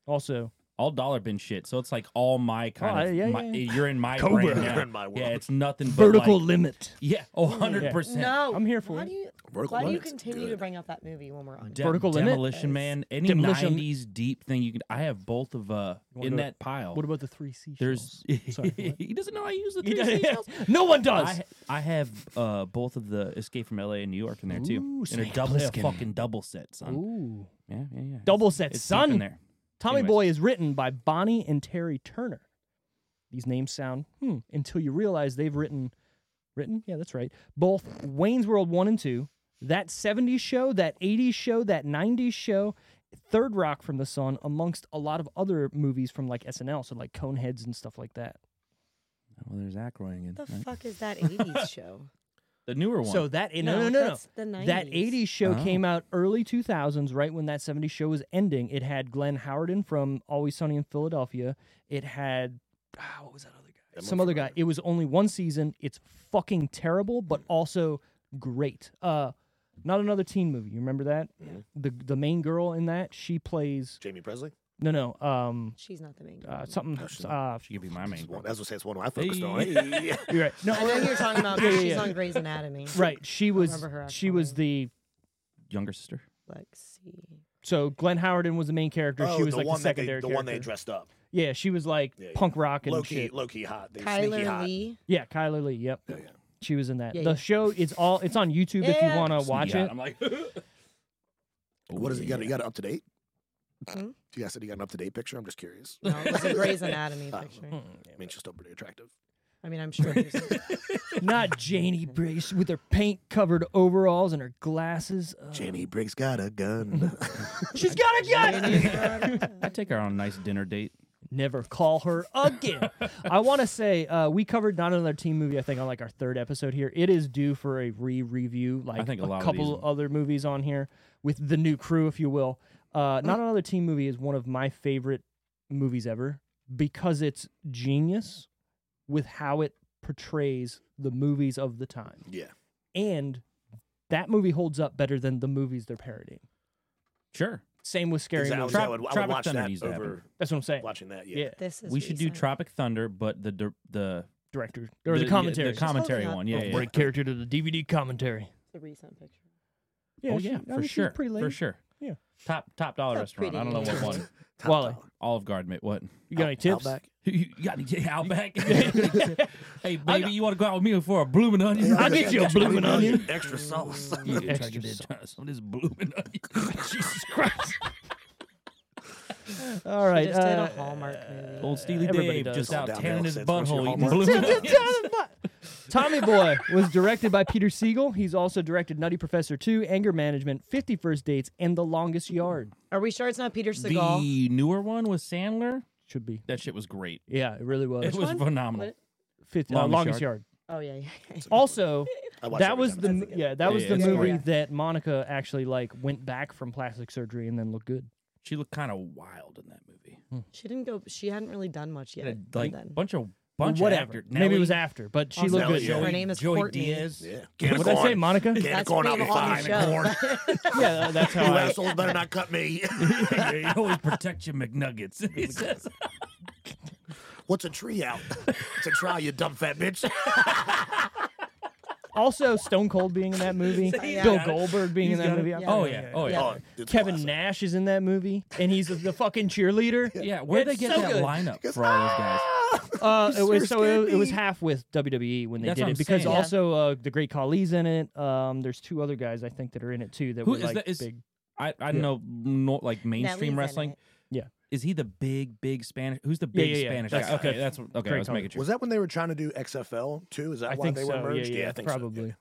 Speaker 3: Also,
Speaker 4: All dollar bin shit. So it's like all my kind
Speaker 3: Oh,
Speaker 4: of.
Speaker 3: yeah, yeah,
Speaker 4: my-
Speaker 3: yeah.
Speaker 4: You're in my
Speaker 5: Cobra.
Speaker 4: brain now.
Speaker 5: You're in my world.
Speaker 4: Yeah, it's nothing but
Speaker 3: vertical
Speaker 4: like-
Speaker 3: limit.
Speaker 4: yeah, oh, 100 percent.
Speaker 2: No,
Speaker 3: I'm here for
Speaker 2: why
Speaker 3: it.
Speaker 2: Do you,
Speaker 5: Vertical
Speaker 2: why do you
Speaker 5: Limit's
Speaker 2: continue to
Speaker 5: good.
Speaker 2: bring up that movie when we're on?
Speaker 4: De-
Speaker 3: Vertical Limit?
Speaker 4: Demolition Man. Any
Speaker 3: Demolition-
Speaker 4: nineties deep thing you can. I have both of uh
Speaker 3: You wanna
Speaker 4: in
Speaker 3: go-
Speaker 4: that pile.
Speaker 3: What about the three C?
Speaker 4: There's.
Speaker 3: Sorry, what?
Speaker 4: he doesn't know I use the
Speaker 3: He
Speaker 4: three
Speaker 3: does-
Speaker 4: seashells.
Speaker 3: no one does.
Speaker 4: I, I have uh, both of the Escape from LA and New York in there too,
Speaker 3: Ooh,
Speaker 4: in a
Speaker 3: Snake
Speaker 4: double, a
Speaker 3: Plissken.
Speaker 4: fucking double set, son.
Speaker 3: Ooh,
Speaker 4: Yeah, yeah, yeah.
Speaker 3: double set,
Speaker 4: it's deep
Speaker 3: son.
Speaker 4: in there.
Speaker 3: Tommy
Speaker 4: Anyways.
Speaker 3: Boy is written by Bonnie and Terry Turner. These names sound hmm until you realize they've written, written. Yeah, that's right. Both Wayne's World one and two, that '70s show, that '80s show, that '90s show, Third Rock from the Sun, amongst a lot of other movies from like SNL, so like Coneheads and stuff like that.
Speaker 4: Well, there's Ackroyd again.
Speaker 2: the
Speaker 4: right?
Speaker 2: fuck is that '80s show?
Speaker 4: The newer one.
Speaker 3: So that no no no,
Speaker 2: No,
Speaker 3: no.
Speaker 2: that's the
Speaker 3: that
Speaker 2: 90s.
Speaker 3: '80s show
Speaker 4: Oh.
Speaker 3: came out early 2000s, right when that '70s show was ending. It had Glenn Howerton from Always Sunny in Philadelphia. It had ah, what was that other guy?
Speaker 5: That
Speaker 3: Some other guy. It was only one season. It's fucking terrible, but also great. Uh, not another teen movie. You remember that? The the main girl in that she plays
Speaker 5: Jamie Presley.
Speaker 3: no no um
Speaker 2: She's not the main. girl.
Speaker 3: uh, something uh
Speaker 4: she could be my main.
Speaker 5: That's
Speaker 4: girl.
Speaker 5: what I say. It's one I focused on.
Speaker 4: Hey.
Speaker 5: Hey.
Speaker 3: you're right no
Speaker 2: I know Oh, you're talking about.
Speaker 3: Yeah, yeah,
Speaker 2: She's
Speaker 3: yeah.
Speaker 2: on Grey's Anatomy.
Speaker 3: right she was
Speaker 2: remember her
Speaker 3: she was
Speaker 2: actual
Speaker 3: the
Speaker 4: Younger sister.
Speaker 2: Let's see.
Speaker 3: so Glenn Howerton was the main character.
Speaker 5: Oh,
Speaker 3: she was
Speaker 5: the
Speaker 3: like
Speaker 5: one
Speaker 3: the
Speaker 5: that they,
Speaker 3: secondary
Speaker 5: the one they
Speaker 3: character.
Speaker 5: dressed up.
Speaker 3: Yeah, she was like
Speaker 5: Yeah, yeah.
Speaker 3: punk rock and
Speaker 5: Low key,
Speaker 3: shit.
Speaker 5: low key hot. They sneaky
Speaker 2: Tyler
Speaker 5: hot.
Speaker 2: Lee.
Speaker 3: Yeah, Kyler Lee. Yep. She was in that.
Speaker 2: Yeah,
Speaker 3: the
Speaker 2: yeah.
Speaker 3: show is all it's on YouTube if you
Speaker 2: Yeah.
Speaker 3: want to watch
Speaker 4: Yeah,
Speaker 3: it.
Speaker 4: I'm like,
Speaker 5: What is it? You got, you got it up to date?
Speaker 2: Hmm?
Speaker 5: Yeah, I said you got an up to date picture. I'm just curious.
Speaker 2: No, it was a Grey's Anatomy
Speaker 5: Oh.
Speaker 2: picture.
Speaker 5: I mean, she's still pretty attractive.
Speaker 2: I mean, I'm sure. there's-
Speaker 3: Not Janie Brace with her paint covered overalls and her glasses. Uh,
Speaker 5: Jenny Briggs got a gun.
Speaker 3: She's got a gun.
Speaker 4: I take her on a nice dinner date.
Speaker 3: Never call her again. I want to say uh, we covered not another team movie. I think on like our third episode here. It is due for a re-review. Like
Speaker 4: think a lot of
Speaker 3: couple
Speaker 4: these-
Speaker 3: other movies on here with the new crew, if you will. Uh, not another team movie is one of my favorite movies ever because it's genius with how it portrays the movies of the time.
Speaker 5: yeah.
Speaker 3: And that movie holds up better than the movies they're parodying.
Speaker 4: Sure.
Speaker 3: Same with Scary
Speaker 5: Exactly. I,
Speaker 3: Movie.
Speaker 5: would, I would
Speaker 4: Tropic
Speaker 5: watch
Speaker 4: Thunder
Speaker 5: that
Speaker 4: needs to
Speaker 5: over
Speaker 3: That's what I'm saying.
Speaker 5: watching that. Yeah.
Speaker 3: Yeah.
Speaker 2: this is.
Speaker 4: we should do
Speaker 2: recent.
Speaker 4: Tropic Thunder, but the dir- the
Speaker 3: Director. Or
Speaker 4: yeah,
Speaker 3: the, commentary.
Speaker 4: the
Speaker 2: com-
Speaker 4: commentary
Speaker 2: Totally.
Speaker 4: one. Yeah, yeah.
Speaker 3: Break character to the DVD commentary.
Speaker 2: The recent picture.
Speaker 4: oh yeah, for sure,
Speaker 3: Pretty late.
Speaker 4: for sure.
Speaker 3: Yeah.
Speaker 4: Top top dollar
Speaker 2: That's
Speaker 4: restaurant. I don't know
Speaker 2: pretty
Speaker 4: what one.
Speaker 5: Top
Speaker 3: Wally.
Speaker 5: dollar.
Speaker 4: Olive Garden, mate. What?
Speaker 3: You got any tips?
Speaker 5: Outback.
Speaker 4: You got any Jay Outback? hey, baby, you want to go out with me for a blooming onion?
Speaker 3: I'll get you a blooming onion.
Speaker 5: Extra sauce.
Speaker 4: You try to
Speaker 3: Extra
Speaker 4: get
Speaker 3: sauce.
Speaker 4: that- Some of this blooming onion. Jesus Christ.
Speaker 3: All right.
Speaker 2: Just did a
Speaker 3: uh,
Speaker 2: Hallmark movie.
Speaker 4: Old Steely
Speaker 3: Everybody
Speaker 4: Dave
Speaker 3: does.
Speaker 4: just
Speaker 5: All
Speaker 4: out
Speaker 5: downhill
Speaker 4: tanning his
Speaker 5: since once you're
Speaker 4: butthole eating
Speaker 5: Hallmark.
Speaker 4: blooming onions.
Speaker 3: Tommy Boy was directed by Peter Siegel. He's also directed Nutty Professor 2, Anger Management, 50 First Dates, and The Longest Yard.
Speaker 2: Are we sure it's not Peter Seagal?
Speaker 4: The newer one with Sandler,
Speaker 3: Should be.
Speaker 4: that shit was great.
Speaker 3: Yeah, it really was.
Speaker 4: It was phenomenal.
Speaker 2: What?
Speaker 3: 50,
Speaker 4: Longest
Speaker 3: uh, longest
Speaker 4: Yard.
Speaker 3: yard.
Speaker 2: Oh yeah, yeah, yeah.
Speaker 3: Also,
Speaker 5: I watched
Speaker 3: that
Speaker 5: every
Speaker 3: was
Speaker 5: time.
Speaker 3: the m- yeah that was
Speaker 4: Yeah,
Speaker 3: the
Speaker 4: it's
Speaker 3: movie
Speaker 2: great.
Speaker 3: that Monica actually like went back from plastic surgery and then looked good.
Speaker 4: She looked kind of wild in that movie.
Speaker 2: She didn't go. She hadn't really done much yet. by
Speaker 4: Like
Speaker 2: then.
Speaker 4: bunch of bunch
Speaker 3: Whatever.
Speaker 4: of actors.
Speaker 3: Maybe it was after, but she
Speaker 2: Also,
Speaker 3: looked good.
Speaker 5: Nelly, yeah.
Speaker 2: Her name is
Speaker 4: Joey
Speaker 2: Courtney.
Speaker 4: Diaz.
Speaker 5: Yeah.
Speaker 3: What did I say, Monica?
Speaker 5: Can
Speaker 2: That's
Speaker 5: corn, I'll
Speaker 2: being
Speaker 5: be
Speaker 2: on the
Speaker 5: fine.
Speaker 2: show.
Speaker 5: Corn.
Speaker 3: yeah, uh, that's
Speaker 5: You
Speaker 3: how. I,
Speaker 5: assholes better not cut me.
Speaker 4: Yeah, you always protect your McNuggets. He says.
Speaker 5: What's a tree out? It's a trial, you dumb fat bitch.
Speaker 3: Also, Stone Cold being in that movie,
Speaker 2: Yeah.
Speaker 3: Bill Goldberg being
Speaker 4: He's
Speaker 3: in that
Speaker 4: got it.
Speaker 3: movie. I'm
Speaker 2: Yeah.
Speaker 3: fucking
Speaker 4: Oh
Speaker 3: with
Speaker 4: yeah.
Speaker 3: it.
Speaker 4: Oh yeah.
Speaker 2: Yeah.
Speaker 4: Yeah.
Speaker 5: Oh, it's
Speaker 3: Kevin
Speaker 5: classic.
Speaker 3: Nash is in that movie, and he's the fucking cheerleader.
Speaker 4: Where'd
Speaker 3: It's
Speaker 4: they get
Speaker 3: so
Speaker 4: that
Speaker 3: good.
Speaker 4: lineup for all those guys?
Speaker 2: "Ah!"
Speaker 3: Uh, it was so it, it was
Speaker 5: Skinny.
Speaker 3: half with WWE when they
Speaker 4: That's
Speaker 3: did
Speaker 4: what
Speaker 3: it
Speaker 4: I'm
Speaker 3: because
Speaker 4: saying.
Speaker 2: Yeah.
Speaker 3: also uh, the Great Khali's in it. Um, there's two other guys I think that are in it too that
Speaker 4: Who
Speaker 3: were
Speaker 4: is
Speaker 3: like
Speaker 4: that- is-
Speaker 3: big.
Speaker 4: I I
Speaker 3: Yeah.
Speaker 4: know no, like
Speaker 2: Nelly's
Speaker 4: mainstream
Speaker 2: in
Speaker 4: wrestling.
Speaker 2: it.
Speaker 4: Is he the big big Spanish? Who's the big
Speaker 3: yeah, yeah.
Speaker 4: Spanish
Speaker 3: That's-
Speaker 4: guy? Okay,
Speaker 3: that's
Speaker 4: that's okay. I
Speaker 3: great
Speaker 4: was making sure.
Speaker 5: Was that when they were trying to do XFL too? Is that
Speaker 3: I
Speaker 5: why
Speaker 3: think
Speaker 5: they
Speaker 3: so.
Speaker 5: were merged?
Speaker 3: Yeah, yeah,
Speaker 5: I think so,
Speaker 3: probably.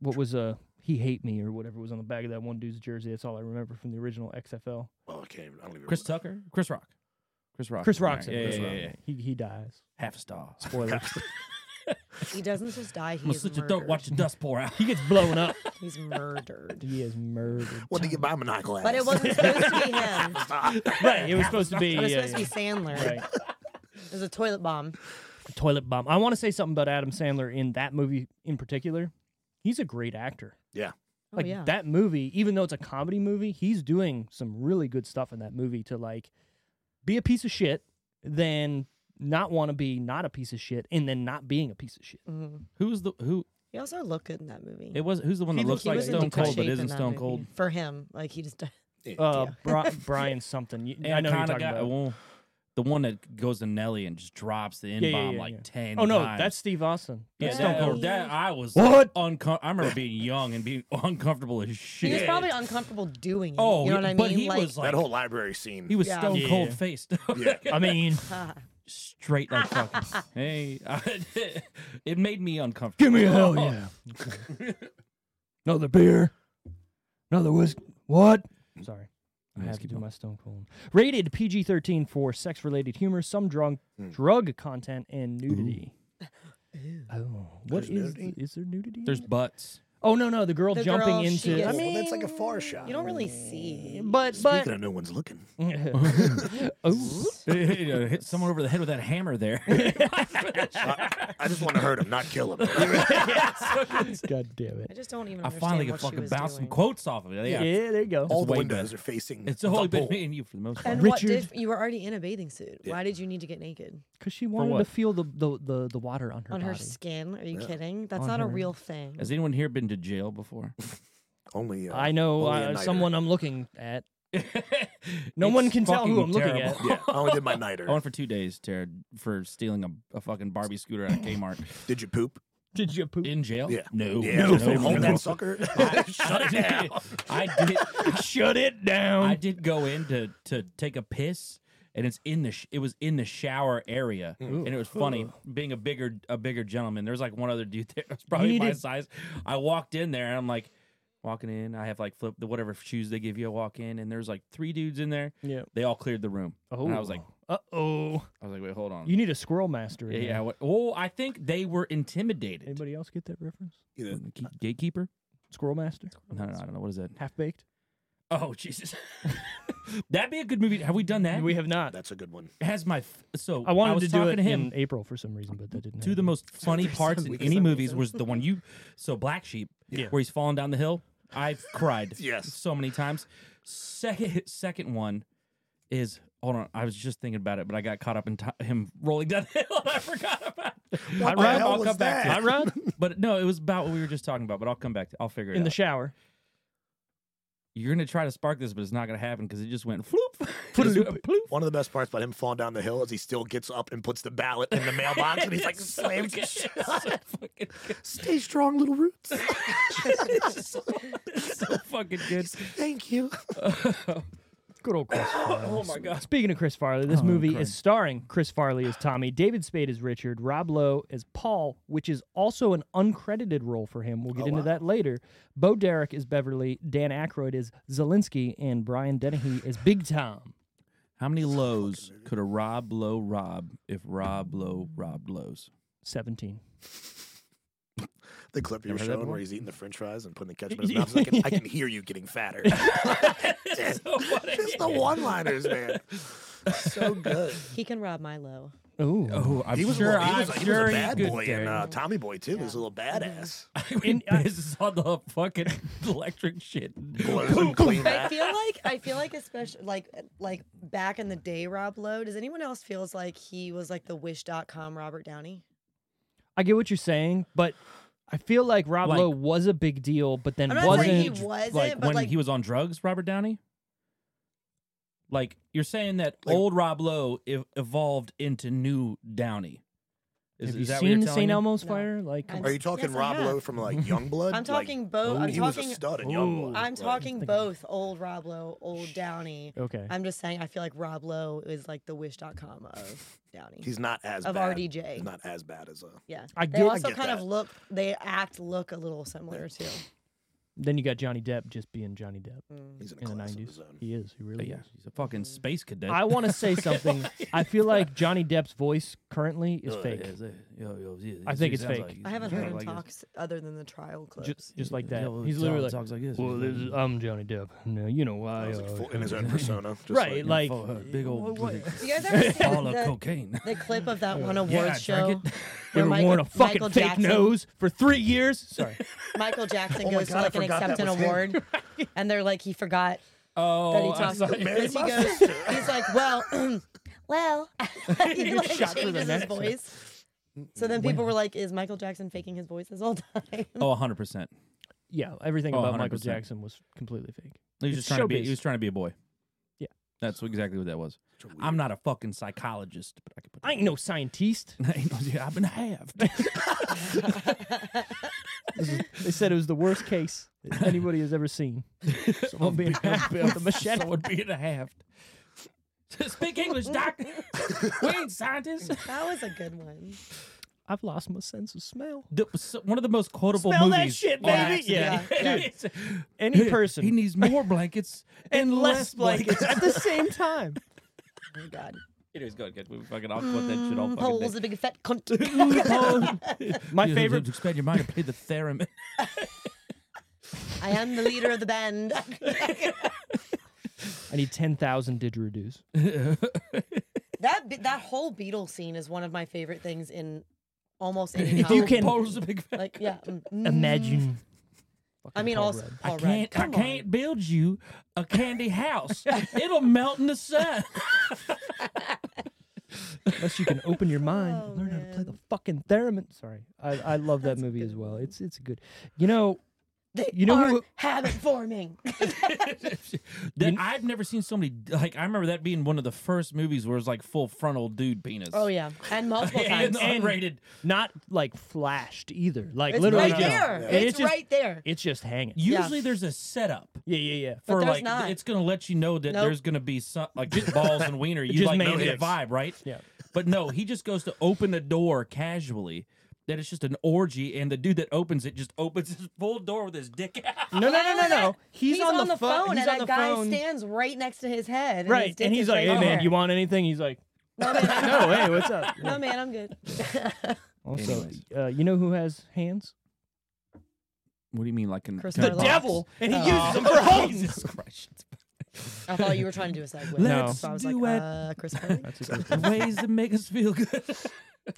Speaker 3: What was uh he hate me or whatever was on the back of that one dude's jersey? That's all I remember from the original XFL.
Speaker 5: Well, Oh, I can't. Even, I don't even.
Speaker 4: Chris
Speaker 5: remember.
Speaker 4: Tucker? Chris Rock. Chris Rock.
Speaker 3: Chris
Speaker 4: Yeah,
Speaker 3: Rock's in
Speaker 4: Yeah,
Speaker 3: it.
Speaker 4: yeah,
Speaker 3: Chris
Speaker 4: yeah,
Speaker 3: Rock.
Speaker 4: yeah.
Speaker 3: He he dies.
Speaker 4: Half a star.
Speaker 3: Spoiler.
Speaker 2: He doesn't just die.
Speaker 4: I'm
Speaker 2: He
Speaker 4: gonna
Speaker 2: is
Speaker 4: slit your throat.
Speaker 2: murdered.
Speaker 4: Watch the dust pour out.
Speaker 3: he gets blown up.
Speaker 2: He's murdered.
Speaker 3: He is murdered.
Speaker 5: What did you get my monocle ass? Ah.
Speaker 2: But it wasn't supposed to be him.
Speaker 3: Right. It was supposed to be.
Speaker 2: It was
Speaker 3: yeah,
Speaker 2: supposed to be Sandler.
Speaker 3: yeah, right.
Speaker 2: It was a toilet bomb.
Speaker 3: Toilet bomb. I want to say something about Adam Sandler in that movie in particular. He's a great actor.
Speaker 5: Yeah.
Speaker 2: Oh,
Speaker 3: Like
Speaker 2: yeah.
Speaker 3: that movie, even though it's a comedy movie, he's doing some really good stuff in that movie to like be a piece of shit, then not want to be not a piece of shit, and then not being a piece of shit.
Speaker 2: Mhm.
Speaker 4: Who's the who?
Speaker 2: He also looked good in that movie.
Speaker 4: It was who's the one that
Speaker 2: He
Speaker 4: looks
Speaker 2: he
Speaker 4: like
Speaker 2: was in
Speaker 4: Stone
Speaker 2: good
Speaker 4: Cold but
Speaker 2: shape in
Speaker 4: isn't
Speaker 2: that
Speaker 4: Stone
Speaker 2: movie.
Speaker 4: Cold?
Speaker 2: For him, like he just.
Speaker 3: Uh, Bri- Brian something. You, I know who you're
Speaker 4: Anaconda
Speaker 3: talking
Speaker 4: guy-
Speaker 3: about.
Speaker 4: well, the one that goes to Nelly and just drops the N bomb
Speaker 3: yeah, yeah,
Speaker 4: like
Speaker 3: yeah.
Speaker 4: ten.
Speaker 3: Oh no,
Speaker 4: times.
Speaker 3: that's Steve Austin.
Speaker 4: yeah,
Speaker 3: That's
Speaker 4: Stone
Speaker 3: Stone
Speaker 4: Cold.
Speaker 3: Cold.
Speaker 4: That I was
Speaker 3: What?
Speaker 4: Unco- I remember being young and being uncomfortable as
Speaker 2: He
Speaker 4: shit.
Speaker 2: was probably uncomfortable doing it.
Speaker 4: oh,
Speaker 2: you
Speaker 4: yeah,
Speaker 2: know what I mean?
Speaker 4: But he
Speaker 2: like,
Speaker 4: was like
Speaker 5: that whole library scene.
Speaker 4: he was
Speaker 2: Yeah.
Speaker 4: Stone
Speaker 3: Yeah.
Speaker 4: Cold faced.
Speaker 5: Yeah.
Speaker 3: I mean,
Speaker 4: straight like fucking. hey, I- it made me uncomfortable. Oh,
Speaker 3: give me a hell yeah. Another beer. Another whiskey. What? Sorry. I have to do my Stone Cold. Rated PG 13 for sex related humor, some drug, drug content, and nudity. Oh, what
Speaker 5: There's
Speaker 3: is,
Speaker 5: nudity?
Speaker 3: is there nudity? in
Speaker 4: There's
Speaker 3: it?
Speaker 4: butts.
Speaker 3: oh, no, no. The girl
Speaker 2: The
Speaker 3: jumping
Speaker 2: girl, she
Speaker 3: into.
Speaker 2: gets-
Speaker 3: I
Speaker 5: Well,
Speaker 3: mean,
Speaker 5: that's like a far shot.
Speaker 2: you don't really see.
Speaker 3: but. but
Speaker 5: Speaking of no one's looking.
Speaker 3: oh,
Speaker 4: You know, hit someone over the head with that hammer there.
Speaker 5: I, I just want to hurt him, not kill him.
Speaker 3: God damn
Speaker 2: I
Speaker 3: it.
Speaker 2: just don't even.
Speaker 4: I
Speaker 2: understand
Speaker 4: finally could
Speaker 2: what she
Speaker 4: fucking
Speaker 2: was
Speaker 4: bounce
Speaker 2: doing.
Speaker 4: some quotes off of it.
Speaker 3: Yeah,
Speaker 4: Yeah.
Speaker 3: there you go.
Speaker 5: All the
Speaker 4: way
Speaker 5: windows
Speaker 4: better.
Speaker 5: are facing.
Speaker 4: It's
Speaker 5: the
Speaker 4: only been
Speaker 5: bowl.
Speaker 4: me and you for the most part.
Speaker 2: And
Speaker 3: Richard.
Speaker 2: what did you were already in a bathing suit? Why did you need to get naked
Speaker 3: Because she wanted to
Speaker 4: what?
Speaker 3: feel the, the, the, the water on her
Speaker 2: on
Speaker 3: body.
Speaker 2: her skin? Are you kidding? That's not a real thing.
Speaker 4: Has anyone here been to jail before?
Speaker 5: Only uh,
Speaker 3: I know
Speaker 5: only a
Speaker 3: uh,
Speaker 5: nighter.
Speaker 3: someone I'm looking at. No one can tell who I'm looking at.
Speaker 5: Yeah, I only did my nighter.
Speaker 4: I went for two days, Tara, for stealing a, a fucking Barbie scooter out of Kmart
Speaker 5: Did you poop?
Speaker 3: Did you poop?
Speaker 4: in jail.
Speaker 5: Yeah.
Speaker 4: Oh, No,
Speaker 5: Yeah.
Speaker 4: no,
Speaker 5: so hold
Speaker 4: no.
Speaker 5: that sucker. Shut it down.
Speaker 4: I did.
Speaker 3: Shut it down.
Speaker 4: I did go in to to take a piss, and it's in the sh- it was in the shower area,
Speaker 3: Mm.
Speaker 4: and it was funny being a bigger a bigger gentleman. There was like one other dude there, it was probably my
Speaker 3: needed-
Speaker 4: size. I walked in there, and I'm like. Walking in, I have like flip the whatever shoes they give you. I walk in, and there's like three dudes in there.
Speaker 3: Yeah.
Speaker 4: They all cleared the room. And I was like,
Speaker 3: uh oh.
Speaker 4: I was like, wait, hold on.
Speaker 3: You need a squirrel master. in
Speaker 4: yeah, yeah.
Speaker 3: there.
Speaker 4: What, oh, I think they were intimidated.
Speaker 3: Anybody else get that reference?
Speaker 5: You know,
Speaker 4: Gate- gatekeeper?
Speaker 3: Squirrel master,
Speaker 4: No, no, I don't know. What is that?
Speaker 3: half baked.
Speaker 4: Oh, Jesus. That'd be a good movie. Have we done that?
Speaker 3: We have not.
Speaker 5: that's a good one.
Speaker 4: It has my f- so
Speaker 3: I wanted
Speaker 4: was
Speaker 3: to do
Speaker 4: talking
Speaker 3: it
Speaker 4: to him.
Speaker 3: in April for some reason, but that didn't.
Speaker 4: Two of the
Speaker 3: happen.
Speaker 4: most funny parts in any movies was the one you so Black Sheep,
Speaker 3: Yeah.
Speaker 4: where he's falling down the hill. I've cried
Speaker 5: Yes.
Speaker 4: so many times. Second second one is hold on. I was just thinking about it, but I got caught up in ti him rolling down the hill. and I forgot about. It.
Speaker 5: What the
Speaker 4: I'll
Speaker 5: hell
Speaker 4: come
Speaker 5: was
Speaker 4: back to
Speaker 5: that?
Speaker 4: it.
Speaker 3: I run
Speaker 4: But no, it was about what we were just talking about. But I'll come back. to I'll figure it
Speaker 3: in
Speaker 4: out.
Speaker 3: the shower.
Speaker 4: You're gonna try to spark this, but it's not gonna happen because it just went floop.
Speaker 3: Put a
Speaker 4: Just
Speaker 3: loop.
Speaker 4: went Ploop.
Speaker 5: One of the best parts about him falling down the hill is he still gets up and puts the ballot in the mailbox, and he's like, slams it shut.
Speaker 4: fucking good.
Speaker 5: "Stay strong, little roots.
Speaker 4: It's so- it's so fucking good.
Speaker 5: Thank you."
Speaker 3: Good old Chris Farley.
Speaker 4: Oh my god.
Speaker 3: Speaking of Chris Farley, this movie is starring Oh, Chris Farley as Tommy, David Spade as Richard, Rob Lowe as Paul, which is also an uncredited role for him.
Speaker 4: Oh,
Speaker 3: We'll get into that later. Bo Derek is Beverly, Dan Aykroyd is Zelinsky, and Brian Dennehy is Big Tom.
Speaker 4: How many lows could a Rob Low rob if Rob Low robbed lows?
Speaker 3: 17.
Speaker 5: The clip you were
Speaker 4: Never heard that
Speaker 5: showing
Speaker 4: before?
Speaker 5: where he's eating the French fries and putting the ketchup in his mouth. I can, I can hear you getting fatter. Just the one-liners, man. So good.
Speaker 2: He can rob Milo.
Speaker 3: Ooh.
Speaker 4: Oh, I'm
Speaker 5: He was,
Speaker 4: sure.
Speaker 5: a, little- he
Speaker 4: I'm
Speaker 5: was, a- he was
Speaker 4: sure
Speaker 5: a bad
Speaker 4: he could
Speaker 5: boy
Speaker 4: dare.
Speaker 5: in uh, Tommy Boy too. He was a little badass.
Speaker 4: in, pisses on the fucking electric shit.
Speaker 5: Blows and clean
Speaker 2: I
Speaker 5: that.
Speaker 2: feel like I feel like especially like like back in the day, Rob Lowe. Does anyone else feels like he was like the Wish.com Robert Downey?
Speaker 3: I get what you're saying, but I feel like Rob
Speaker 4: Like-
Speaker 3: Lowe was a big deal, but then
Speaker 2: I'm not
Speaker 3: wasn't.
Speaker 2: saying he
Speaker 4: Wasn't,
Speaker 2: wasn't,
Speaker 4: like
Speaker 2: but
Speaker 4: when
Speaker 2: like
Speaker 4: he was on drugs, Robert Downey. Like you're saying that
Speaker 5: Like-
Speaker 4: old Rob Lowe ev- evolved into new Downey. Is,
Speaker 3: have
Speaker 4: is
Speaker 3: you
Speaker 4: that what
Speaker 3: seen
Speaker 4: you're
Speaker 3: the
Speaker 4: telling
Speaker 3: St.
Speaker 4: me?
Speaker 3: Elmo's
Speaker 2: No.
Speaker 3: fire? Like,
Speaker 2: I-
Speaker 5: Are you talking
Speaker 2: yes, I
Speaker 5: Rob
Speaker 2: have.
Speaker 5: Low from like Youngblood?
Speaker 2: I'm talking
Speaker 5: like, oh,
Speaker 2: both. I'm
Speaker 5: he was
Speaker 2: talking.
Speaker 5: a stud in
Speaker 3: Ooh.
Speaker 5: Youngblood.
Speaker 2: I'm
Speaker 5: like-
Speaker 2: talking
Speaker 3: Thinking-
Speaker 2: both old Rob Lowe, old Downey.
Speaker 3: okay,
Speaker 2: I'm just saying. I feel like Rob Lowe is like the Wish.com of Downey.
Speaker 5: He's not as
Speaker 2: Of
Speaker 5: bad.
Speaker 2: RDJ.
Speaker 5: He's not as bad as a.
Speaker 2: yeah.
Speaker 3: I
Speaker 2: They
Speaker 3: get- I
Speaker 2: also
Speaker 5: get
Speaker 2: kind of
Speaker 5: that.
Speaker 2: look. They act, look a little similar too.
Speaker 3: then you got Johnny Depp just being Johnny Depp
Speaker 2: Mm.
Speaker 5: He's in a
Speaker 3: in the
Speaker 5: class of
Speaker 3: nineties.
Speaker 5: his own.
Speaker 3: He is. He
Speaker 4: But
Speaker 3: really
Speaker 4: yeah,
Speaker 3: is.
Speaker 4: he's a fucking space cadet.
Speaker 3: I want to say something. I feel like Johnny Depp's voice currently Oh, is
Speaker 4: Uh,
Speaker 3: fake,
Speaker 4: yeah, yeah, yeah, yeah, yeah,
Speaker 3: I
Speaker 4: he
Speaker 3: think it's
Speaker 4: sounds
Speaker 3: fake.
Speaker 4: he
Speaker 2: I haven't
Speaker 4: sounds
Speaker 2: heard him
Speaker 4: like
Speaker 2: talk
Speaker 4: this.
Speaker 2: s- other than the trial clips.
Speaker 3: just, just like that.
Speaker 4: Yeah, well,
Speaker 3: he's
Speaker 4: he
Speaker 3: literally
Speaker 4: talks-
Speaker 3: like,
Speaker 4: talks like this.
Speaker 3: "Well,
Speaker 4: He's
Speaker 3: this
Speaker 4: like-
Speaker 3: is- I'm Johnny Depp. No, you know
Speaker 5: I
Speaker 3: why?"
Speaker 5: was like
Speaker 3: uh,
Speaker 5: full, in his own persona. Just
Speaker 3: right, like,
Speaker 5: Like,
Speaker 4: Oh, uh, big old
Speaker 2: Do you guys ever see
Speaker 4: ball of
Speaker 2: the,
Speaker 4: cocaine.
Speaker 2: the clip of that one awards
Speaker 4: Yeah, I
Speaker 2: show?
Speaker 4: drank it.
Speaker 3: they
Speaker 2: where
Speaker 3: were
Speaker 2: Michael-
Speaker 3: wearing a fucking
Speaker 2: Michael
Speaker 3: fake
Speaker 2: Jackson-
Speaker 3: nose for three years. Sorry,
Speaker 2: Michael Jackson
Speaker 5: Oh my
Speaker 2: goes
Speaker 5: God, I
Speaker 2: to like an
Speaker 5: forgot that
Speaker 2: acceptance
Speaker 5: was him.
Speaker 2: award, and they're like, he forgot
Speaker 4: Oh,
Speaker 2: that he
Speaker 4: I
Speaker 2: talks.
Speaker 4: saw it.
Speaker 5: Mary
Speaker 2: Because he goes, he's like, well, well, he like
Speaker 3: shot through the
Speaker 2: changes his
Speaker 3: neck.
Speaker 2: voice. So then people were like, is Michael Jackson faking his voice this whole time?
Speaker 4: Oh, 100%.
Speaker 3: yeah, everything
Speaker 4: Oh,
Speaker 3: about Michael
Speaker 4: 100%.
Speaker 3: Jackson was completely fake.
Speaker 4: He was
Speaker 3: It's
Speaker 4: just trying to be.
Speaker 3: showbiz.
Speaker 4: He was trying to be a boy.
Speaker 3: Yeah.
Speaker 4: that's exactly what that was. I'm not a fucking psychologist, but I can put.
Speaker 3: I ain't no scientist.
Speaker 4: I ain't no- yeah, I've been halved.
Speaker 3: They said it was the worst case that anybody has ever seen. Someone being half with a machete.
Speaker 4: Someone being halved. Speak English, doc. we ain't scientists.
Speaker 2: that was a good one.
Speaker 3: I've lost my sense of smell.
Speaker 4: The- so- one of the most quotable
Speaker 3: Smell that
Speaker 4: movies.
Speaker 3: shit,
Speaker 4: on
Speaker 3: baby.
Speaker 4: accident.
Speaker 3: Yeah.
Speaker 4: It's-
Speaker 3: Any
Speaker 4: He
Speaker 3: person
Speaker 4: needs more blankets
Speaker 3: and less blankets at the same time.
Speaker 2: Oh my God.
Speaker 4: it is good. good. We fucking all quote that shit
Speaker 3: Oh,
Speaker 4: all fucking
Speaker 2: Paul's
Speaker 4: day.
Speaker 2: a big fat cunt.
Speaker 3: My
Speaker 4: You
Speaker 3: favorite.
Speaker 4: Expand your mind and play the theremin.
Speaker 2: I am the leader of the band.
Speaker 3: I need ten thousand didgeridoos.
Speaker 2: that bi- that whole Beatles scene is one of my favorite things in almost any
Speaker 3: you
Speaker 2: comedy.
Speaker 3: can
Speaker 4: Paul's a big fan.
Speaker 2: like yeah. mm, mm.
Speaker 3: imagine.
Speaker 2: I mean,
Speaker 3: Paul
Speaker 2: also
Speaker 3: Rudd.
Speaker 2: Paul
Speaker 4: I
Speaker 2: Rudd.
Speaker 4: can't. I
Speaker 2: Come on.
Speaker 4: can't build you a candy house. It'll melt in the sun.
Speaker 3: unless you can open your mind
Speaker 2: Oh,
Speaker 3: and learn how to play the fucking theremin. Sorry, I, I love that movie as well. It's it's good. You know,
Speaker 2: They
Speaker 3: You know
Speaker 2: are
Speaker 3: who-
Speaker 2: habit forming.
Speaker 4: That I've never seen so many. Like I remember that being one of the first movies where it was like full frontal dude penis.
Speaker 2: oh yeah, and multiple
Speaker 4: and
Speaker 2: times.
Speaker 4: unrated.
Speaker 3: not like flashed either. Like
Speaker 2: It's
Speaker 3: literally
Speaker 2: right
Speaker 3: just,
Speaker 2: there.
Speaker 3: and
Speaker 2: It's,
Speaker 3: just,
Speaker 2: right there.
Speaker 3: It's just hanging.
Speaker 4: Usually there's a setup
Speaker 3: yeah, yeah, yeah.
Speaker 4: for
Speaker 2: there's
Speaker 4: like
Speaker 2: not.
Speaker 4: it's gonna let you know that
Speaker 2: Nope.
Speaker 4: there's gonna be some like just balls and wiener. You
Speaker 3: Just
Speaker 4: like
Speaker 3: made
Speaker 4: know the
Speaker 3: it.
Speaker 4: vibe, right?
Speaker 3: Yeah.
Speaker 4: But no, he just goes to open a door casually. That it's just an orgy, and the dude that opens it just opens his full door with his dick out.
Speaker 3: No, no, no, no, no. He's,
Speaker 2: on,
Speaker 3: pho-
Speaker 2: the, phone,
Speaker 3: He's
Speaker 2: and
Speaker 3: on
Speaker 2: that
Speaker 3: the
Speaker 2: guy
Speaker 3: phone.
Speaker 2: stands right next to his head. And
Speaker 3: right,
Speaker 2: his dick
Speaker 3: and he's
Speaker 2: is
Speaker 3: like,
Speaker 2: right
Speaker 3: "Hey man,
Speaker 2: there.
Speaker 3: you want anything?" He's like,
Speaker 2: No man, I'm-
Speaker 3: "No, hey, what's up?"
Speaker 2: no man, I'm good.
Speaker 3: Also,
Speaker 4: Anyways.
Speaker 3: uh, you know who has hands?
Speaker 4: What do you mean, like in
Speaker 2: Chris The Farley. devil,
Speaker 3: and he uses them for homes.
Speaker 4: Jesus Christ.
Speaker 2: I thought you were trying to do a segue.
Speaker 3: No.
Speaker 2: So I was like,
Speaker 4: do it.
Speaker 2: uh, Chris Farley?
Speaker 4: Ways to make us feel good.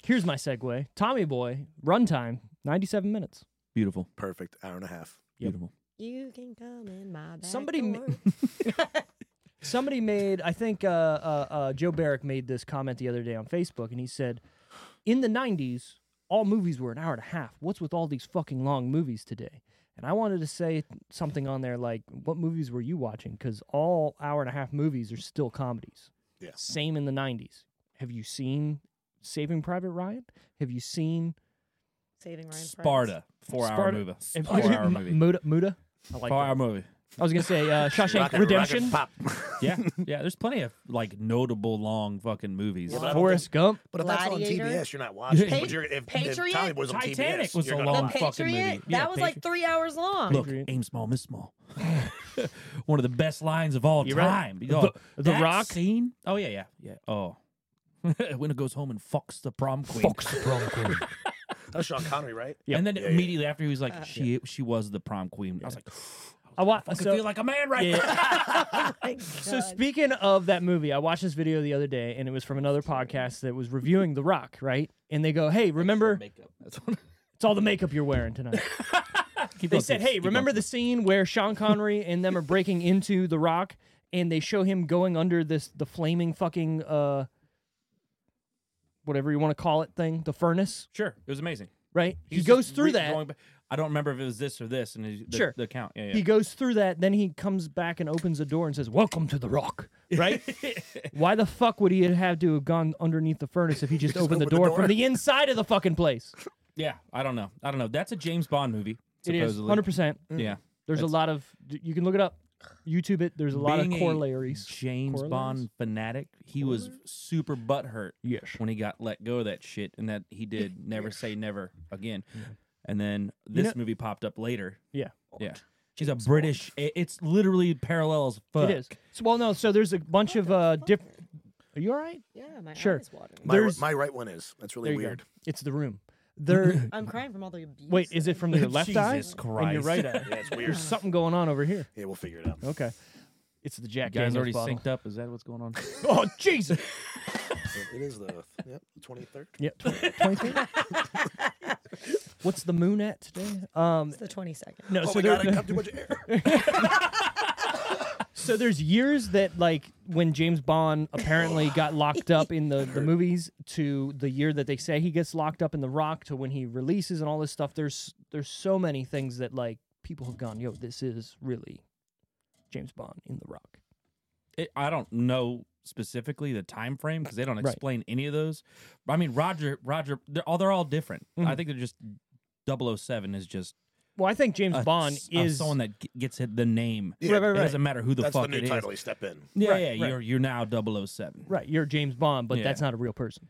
Speaker 3: Here's my segue. Tommy Boy runtime, ninety-seven minutes.
Speaker 4: Beautiful.
Speaker 5: perfect. Hour and a half.
Speaker 4: Beautiful.
Speaker 2: You can come in my back
Speaker 3: Somebody ma-
Speaker 2: door.
Speaker 3: Somebody made, I think uh, uh, uh, Joe Barrick made this comment the other day on Facebook, and he said, "In the '90s, all movies were an hour and a half. What's with all these fucking long movies today?" And I wanted to say something on there like, "What movies were you watching?" Because all hour and a half movies are still comedies.
Speaker 5: Yeah.
Speaker 3: Same in the '90s. Have you seen Saving Private Ryan? Have you seen
Speaker 2: Saving Ryan
Speaker 4: Sparta. Four hour
Speaker 3: Sparta-
Speaker 4: movie.
Speaker 3: Have-
Speaker 4: Four hour
Speaker 3: M-
Speaker 4: movie.
Speaker 3: Muda, Muda. I like.
Speaker 4: Four
Speaker 3: that.
Speaker 4: hour movie.
Speaker 3: I was gonna say uh, Shawshank
Speaker 5: Rocket,
Speaker 3: Redemption.
Speaker 5: Rocket, pop.
Speaker 4: Yeah. Yeah. There's plenty of like notable long fucking movies.
Speaker 5: Yeah, but I don't
Speaker 3: Forrest Gump.
Speaker 5: But if that's on
Speaker 2: Gladiator.
Speaker 5: TBS, you're not watching.
Speaker 4: Pa-
Speaker 5: But you're, if,
Speaker 2: Patriot?
Speaker 5: if Tommy Boy's on
Speaker 4: Titanic
Speaker 5: TBS,
Speaker 4: was
Speaker 5: you're
Speaker 4: a
Speaker 5: gonna
Speaker 3: Oh,
Speaker 4: long
Speaker 2: The
Speaker 5: watch it.
Speaker 4: fucking
Speaker 2: Patriot?
Speaker 4: movie.
Speaker 2: That
Speaker 4: Yeah,
Speaker 2: was like
Speaker 4: Patriot.
Speaker 2: three hours long.
Speaker 4: Look,
Speaker 3: Patriot.
Speaker 4: aim small, miss small. One of the best lines of all
Speaker 3: You're right.
Speaker 4: time. You
Speaker 3: The-
Speaker 4: know,
Speaker 3: The
Speaker 4: that
Speaker 3: Rock?
Speaker 4: scene. Oh yeah, yeah, yeah. Oh, when it goes home and fucks the prom queen.
Speaker 5: That's Sean Connery, right?
Speaker 3: Yep.
Speaker 4: And then
Speaker 5: yeah.
Speaker 4: immediately after, he was like, "She, she was the prom queen." I was like,
Speaker 3: I wa-
Speaker 4: "I
Speaker 3: so-
Speaker 4: feel like a man right
Speaker 3: Yeah.
Speaker 4: now."
Speaker 3: So speaking of that movie, I watched this video the other day, and it was from another podcast that was reviewing The Rock, right? And they go, "Hey, remember?
Speaker 4: Makeup. That's what.
Speaker 3: It's all the makeup you're wearing tonight."
Speaker 4: Keep
Speaker 3: they
Speaker 4: up,
Speaker 3: said,
Speaker 4: dudes.
Speaker 3: "Hey,
Speaker 4: Keep
Speaker 3: remember
Speaker 4: up."
Speaker 3: the scene where Sean Connery and them are breaking into The Rock, and they show him going under this the flaming fucking uh, whatever you want to call it thing, the furnace."
Speaker 4: Sure, it was amazing.
Speaker 3: right? He
Speaker 4: He's
Speaker 3: goes
Speaker 4: just
Speaker 3: through
Speaker 4: re-
Speaker 3: that.
Speaker 4: going back- I don't remember if it was this or this, and his, the,
Speaker 3: Sure.
Speaker 4: the count. Yeah, yeah.
Speaker 3: He goes through that, then he comes back and opens the door and says, "Welcome to the Rock." Right? Why the fuck would he have to have gone underneath the furnace if he just, opened the
Speaker 5: opened the
Speaker 3: door,
Speaker 5: door.
Speaker 3: from the inside of the fucking place?
Speaker 4: yeah, I don't know. I don't know. That's a James Bond movie.
Speaker 3: It is Mm.
Speaker 4: Supposedly.
Speaker 3: hundred percent.
Speaker 4: Yeah.
Speaker 3: There's a lot of you can look it up, YouTube it. There's a lot of
Speaker 4: Being
Speaker 3: corollaries.
Speaker 4: James
Speaker 3: Corollaries?
Speaker 4: Bond fanatic. He was super butthurt.
Speaker 3: Yes.
Speaker 4: When he got let go of that shit, and that he did never say never again. And then this
Speaker 3: You know-
Speaker 4: movie popped up later.
Speaker 3: Yeah.
Speaker 4: Yeah. She's a British. i- It's literally parallel as fuck.
Speaker 3: It is. So, well, no. So there's a bunch of uh, different. Are you all right?
Speaker 2: Yeah, my
Speaker 3: Sure.
Speaker 2: eyes watering.
Speaker 5: My,
Speaker 3: There's-
Speaker 5: my right one is. That's really
Speaker 3: There you go.
Speaker 5: weird.
Speaker 3: It's the room. There.
Speaker 2: I'm crying from all the abuse.
Speaker 3: Wait, is it from your left eye?
Speaker 4: Jesus
Speaker 3: And your
Speaker 4: Christ.
Speaker 3: right eye.
Speaker 5: Yeah, it's weird.
Speaker 3: There's something going on over here.
Speaker 5: yeah, we'll figure it out.
Speaker 3: Okay. It's the Jack
Speaker 4: You guys
Speaker 3: Daniels
Speaker 4: already
Speaker 3: bottle.
Speaker 4: synced up. Is that what's going on?
Speaker 3: Oh Jesus!
Speaker 5: It is the yep, 23rd.
Speaker 3: yeah, twenty three. What's the moon at today? Um,
Speaker 2: It's the 22nd.
Speaker 3: no.
Speaker 5: Oh
Speaker 3: so
Speaker 5: my
Speaker 3: there-
Speaker 5: god, I got too much air.
Speaker 3: So there's years that like when James Bond apparently got locked up in the, the movies to the year that they say he gets locked up in the rock to when he releases and all this stuff. There's there's so many things that like people have gone, yo, this is really James Bond in the rock.
Speaker 4: it, I don't know specifically the time frame because they don't
Speaker 3: Right.
Speaker 4: explain any of those. But, I mean, Roger, Roger, they're all they're all different.
Speaker 3: Mm-hmm.
Speaker 4: I think they're just 007 is just
Speaker 3: Well, I think James
Speaker 4: a-
Speaker 3: Bond
Speaker 4: a-
Speaker 3: is
Speaker 4: Uh, someone that g- gets hit the name.
Speaker 5: Yeah, Right,
Speaker 4: It
Speaker 5: right,
Speaker 3: right.
Speaker 4: doesn't matter who the
Speaker 5: That's
Speaker 4: fuck
Speaker 5: the new
Speaker 4: it is.
Speaker 5: title. He step in.
Speaker 4: Yeah,
Speaker 3: Right,
Speaker 4: yeah,
Speaker 3: right.
Speaker 4: you're you're now 007.
Speaker 3: right. You're James Bond, but
Speaker 4: Yeah.
Speaker 3: that's not a real person.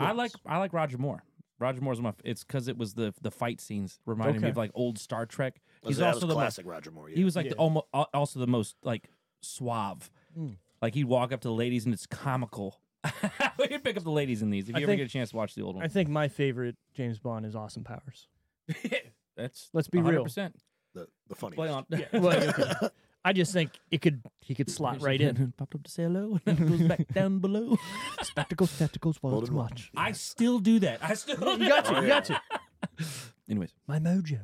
Speaker 4: I like I like Roger Moore. Roger Moore's my f- it's because it was the the fight scenes reminded me
Speaker 3: Okay.
Speaker 4: of like old Star Trek. He's
Speaker 5: that
Speaker 4: also
Speaker 5: was
Speaker 4: the most
Speaker 5: classic Roger Moore. Yeah.
Speaker 4: He was like the, almost also the most like suave.
Speaker 3: Hmm.
Speaker 4: Like he'd walk up to the ladies and it's comical. we can pick up the ladies in these if you
Speaker 3: I
Speaker 4: ever
Speaker 3: think-
Speaker 4: get a chance to watch the old one.
Speaker 3: I think my favorite James Bond is Awesome Powers.
Speaker 4: That's
Speaker 3: Let's be real.
Speaker 4: 100%.
Speaker 5: the, the funny.
Speaker 4: Play on.
Speaker 3: I just think it could he could slot right in.
Speaker 4: Popped up to say hello and then goes back down below.
Speaker 3: Spectacles, spectacles,
Speaker 5: Golden
Speaker 3: world
Speaker 5: Watch.
Speaker 3: watch.
Speaker 4: I still do that. I still
Speaker 3: You got you, you got you.
Speaker 4: Anyways,
Speaker 3: My mojo.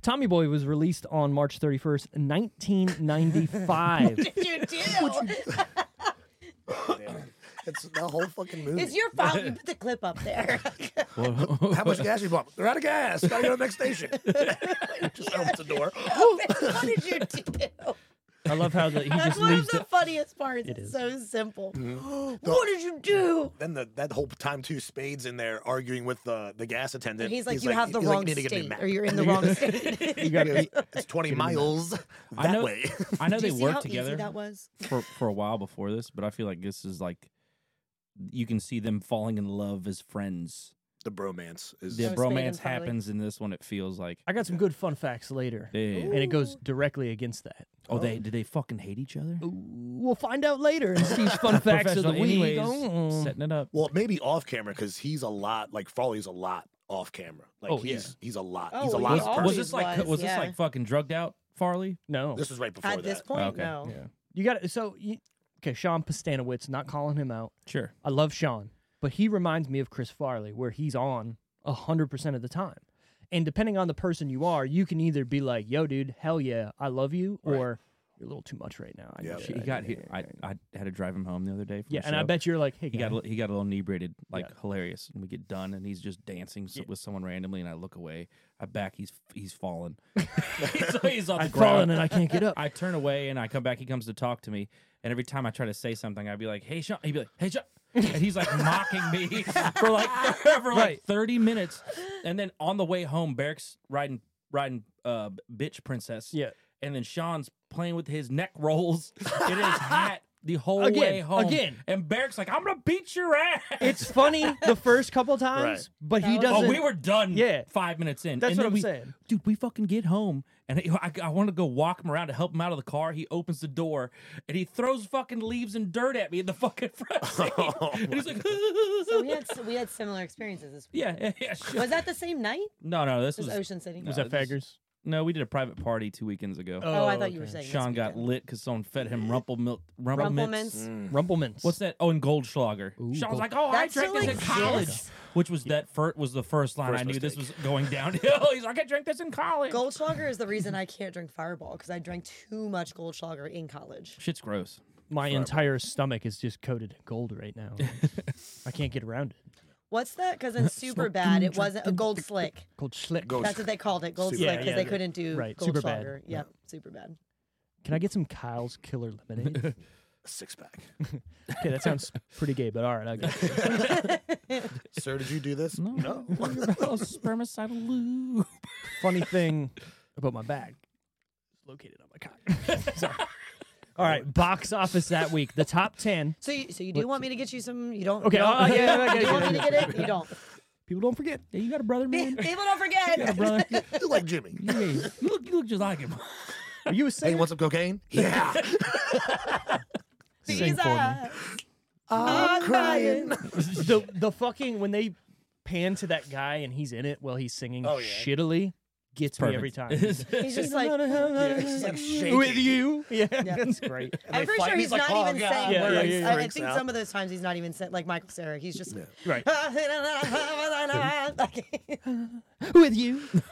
Speaker 3: Tommy Boy was released on March 31st, 1995.
Speaker 2: You do.
Speaker 5: It's the whole fucking movie.
Speaker 2: it's your fault. You put the clip up there.
Speaker 5: How much gas you pump? They're out of gas. Gotta go to the next station. Just opens the door.
Speaker 2: what did you do?
Speaker 3: I love how the, he
Speaker 2: That's
Speaker 3: just
Speaker 2: one of
Speaker 3: leaves
Speaker 2: the
Speaker 3: the.
Speaker 2: funniest parts. it's
Speaker 3: is.
Speaker 2: so simple.
Speaker 5: Mm.
Speaker 2: what did you do?
Speaker 5: Then the, that whole time two spades in there arguing with the, the gas attendant.
Speaker 2: And he's like, you have the
Speaker 5: he's like,
Speaker 2: wrong
Speaker 5: "You need to get me a
Speaker 2: state,
Speaker 5: map."
Speaker 2: or you're in the wrong state.
Speaker 3: You got
Speaker 5: It was- It's 20 miles
Speaker 4: I
Speaker 5: that
Speaker 4: know,
Speaker 5: way.
Speaker 4: I know
Speaker 2: Do
Speaker 4: they
Speaker 2: you see how
Speaker 4: worked
Speaker 2: easy
Speaker 4: together
Speaker 2: that was?
Speaker 4: for, for a while before this, but I feel like this is like you can see them falling in love as friends.
Speaker 5: The bromance is
Speaker 4: The
Speaker 2: That was Spade and
Speaker 4: bromance
Speaker 2: Farley.
Speaker 4: happens in this one. It feels like
Speaker 3: I got some good fun facts later,
Speaker 4: Yeah.
Speaker 3: and it goes directly against that.
Speaker 4: oh, they did they fucking hate each other?
Speaker 3: We'll find out later. And Steve's fun facts of
Speaker 4: Professional
Speaker 3: the week.
Speaker 4: anyways,
Speaker 3: Oh.
Speaker 4: setting it up.
Speaker 5: well, maybe off camera because he's a lot like Farley's a lot off camera. Like
Speaker 3: Oh,
Speaker 5: he's he's a lot.
Speaker 2: Oh,
Speaker 5: he's a
Speaker 2: well,
Speaker 5: lot.
Speaker 2: he
Speaker 4: was,
Speaker 5: of
Speaker 2: always
Speaker 5: person.
Speaker 4: was this like
Speaker 2: was,
Speaker 4: was
Speaker 2: yeah.
Speaker 4: this like fucking drugged out Farley?
Speaker 3: No,
Speaker 5: This was right before
Speaker 2: At
Speaker 5: that.
Speaker 2: this point,
Speaker 4: Okay.
Speaker 2: no.
Speaker 4: Yeah.
Speaker 3: you got it. So, you, okay, Sean Pastanowitz. Not calling him out.
Speaker 4: Sure.
Speaker 3: I love Sean, but he reminds me of Chris Farley, where he's on hundred percent of the time. And depending on the person you are, you can either be like, "Yo, dude, hell yeah, I love you," or "You're a little too much right now." I
Speaker 5: Yeah.
Speaker 3: need
Speaker 5: He
Speaker 3: you
Speaker 4: He
Speaker 3: to-
Speaker 4: got here. I, I had to drive him home the other day. From
Speaker 3: Yeah,
Speaker 4: the
Speaker 3: and I
Speaker 4: show.
Speaker 3: bet you're like, "Hey,
Speaker 4: he got
Speaker 3: guy,
Speaker 4: a, li- he got a little inebriated, like hilarious. And we get done, and he's just dancing s- with someone randomly, and I look away. I back. He's he's fallen. he's, he's on the
Speaker 3: I've fallen
Speaker 4: ground.
Speaker 3: and I can't get up."
Speaker 4: I turn away and I come back. He comes to talk to me, and every time I try to say something, I'd be like, "Hey, Sean," he'd be like, "Hey, Sean," and he's like mocking me for like for like
Speaker 3: Right.
Speaker 4: thirty minutes, and then on the way home, Beric's riding riding uh, bitch princess,
Speaker 3: Yeah.
Speaker 4: and then Sean's playing with his neck rolls in his hat. The whole
Speaker 3: Again,
Speaker 4: way home,
Speaker 3: again.
Speaker 4: and Beric's like, "I'm gonna beat your ass."
Speaker 3: it's funny the first couple times,
Speaker 5: Right.
Speaker 3: but he
Speaker 2: That was-
Speaker 3: doesn't.
Speaker 4: Oh, we were done.
Speaker 3: Yeah.
Speaker 4: five minutes in. And
Speaker 3: That's what
Speaker 4: then
Speaker 3: I'm
Speaker 4: we-
Speaker 3: saying.
Speaker 4: dude. We fucking get home, and I, I, I want to go walk him around to help him out of the car. He opens the door, and he throws fucking leaves and dirt at me in the fucking front seat.
Speaker 5: Oh
Speaker 4: and he's like,
Speaker 2: So we had we had similar experiences this week.
Speaker 4: yeah, yeah, yeah. sure.
Speaker 2: Was that the same night?
Speaker 4: no, no, this
Speaker 2: It
Speaker 4: was,
Speaker 2: was Ocean City.
Speaker 4: Was that Faggers? no. We did a private party two weekends ago.
Speaker 2: Oh, I thought you were saying this
Speaker 4: Sean got
Speaker 2: weekend.
Speaker 4: lit because someone fed him rumple milk. Rumple, mints.
Speaker 2: Rumplemans.
Speaker 5: Mm.
Speaker 3: Rumplements.
Speaker 4: Mm. What's that? Oh, and Goldschlager.
Speaker 3: Ooh,
Speaker 4: Sean
Speaker 3: Gold-
Speaker 4: was like, "Oh,
Speaker 2: That
Speaker 4: I drank
Speaker 2: still
Speaker 4: this in college,"
Speaker 2: exists?
Speaker 4: which was that first was the first line
Speaker 5: First
Speaker 4: I knew this was
Speaker 5: mistake.
Speaker 4: going downhill. He's like, "I drank this in college."
Speaker 2: Goldschlager is the reason I can't drink Fireball because I drank too much Goldschlager in college.
Speaker 4: Shit's gross.
Speaker 3: My entire stomach is just coated in gold right now. I can't get around it.
Speaker 2: What's that? Because in super bad, it wasn't a gold slick.
Speaker 3: Called Schlick.
Speaker 5: Gold-
Speaker 2: That's what they called it, gold
Speaker 5: Super-
Speaker 2: slick,
Speaker 3: Yeah,
Speaker 2: because
Speaker 3: yeah,
Speaker 2: they
Speaker 3: the-
Speaker 2: couldn't do
Speaker 3: right,
Speaker 2: gold
Speaker 3: Superbad.
Speaker 2: Schlager.
Speaker 3: Yeah.
Speaker 2: Yep, super bad.
Speaker 3: Can I get some Kyle's Killer Lemonade?
Speaker 5: Six pack.
Speaker 3: okay, that sounds pretty gay, but all right, I get it.
Speaker 5: Sir, did you do this?
Speaker 4: No. Oh, spermicidal lube.
Speaker 3: Funny thing about my bag, it's located on my cock. Sorry. All right, box office that week. The top 10.
Speaker 2: So, you, so you do want me to get you some? You don't?
Speaker 3: Okay,
Speaker 2: You don't,
Speaker 3: oh, yeah, yeah,
Speaker 2: you
Speaker 3: yeah,
Speaker 2: want
Speaker 3: yeah,
Speaker 2: me to get it? You don't.
Speaker 3: People don't forget. Yeah, you got a brother, man.
Speaker 2: People don't forget.
Speaker 3: brother. Yeah,
Speaker 5: You like Jimmy.
Speaker 3: you
Speaker 4: You look, you look just like him.
Speaker 3: Are you a
Speaker 5: Hey,
Speaker 3: singer?
Speaker 5: want some cocaine? Yeah.
Speaker 3: Sing for
Speaker 2: uh,
Speaker 3: me.
Speaker 5: I'm crying.
Speaker 3: the the fucking when they pan to that guy and he's in it while he's singing
Speaker 5: Oh, yeah.
Speaker 3: shittily gets me every time.
Speaker 2: He's just like,
Speaker 5: It's like shaking.
Speaker 3: with you, yeah, that's great.
Speaker 5: And they
Speaker 2: I'm pretty
Speaker 5: fight,
Speaker 2: sure
Speaker 5: and
Speaker 2: he's,
Speaker 5: like,
Speaker 2: not
Speaker 5: "Oh,
Speaker 2: even
Speaker 5: God."
Speaker 2: saying
Speaker 3: Yeah,
Speaker 2: words.
Speaker 3: yeah, yeah, yeah.
Speaker 2: I- I,
Speaker 5: Freaks
Speaker 2: think
Speaker 5: out.
Speaker 2: some of those times he's not even saying, like Michael Sarah, he's just.
Speaker 3: Right,
Speaker 2: Like-
Speaker 3: with you.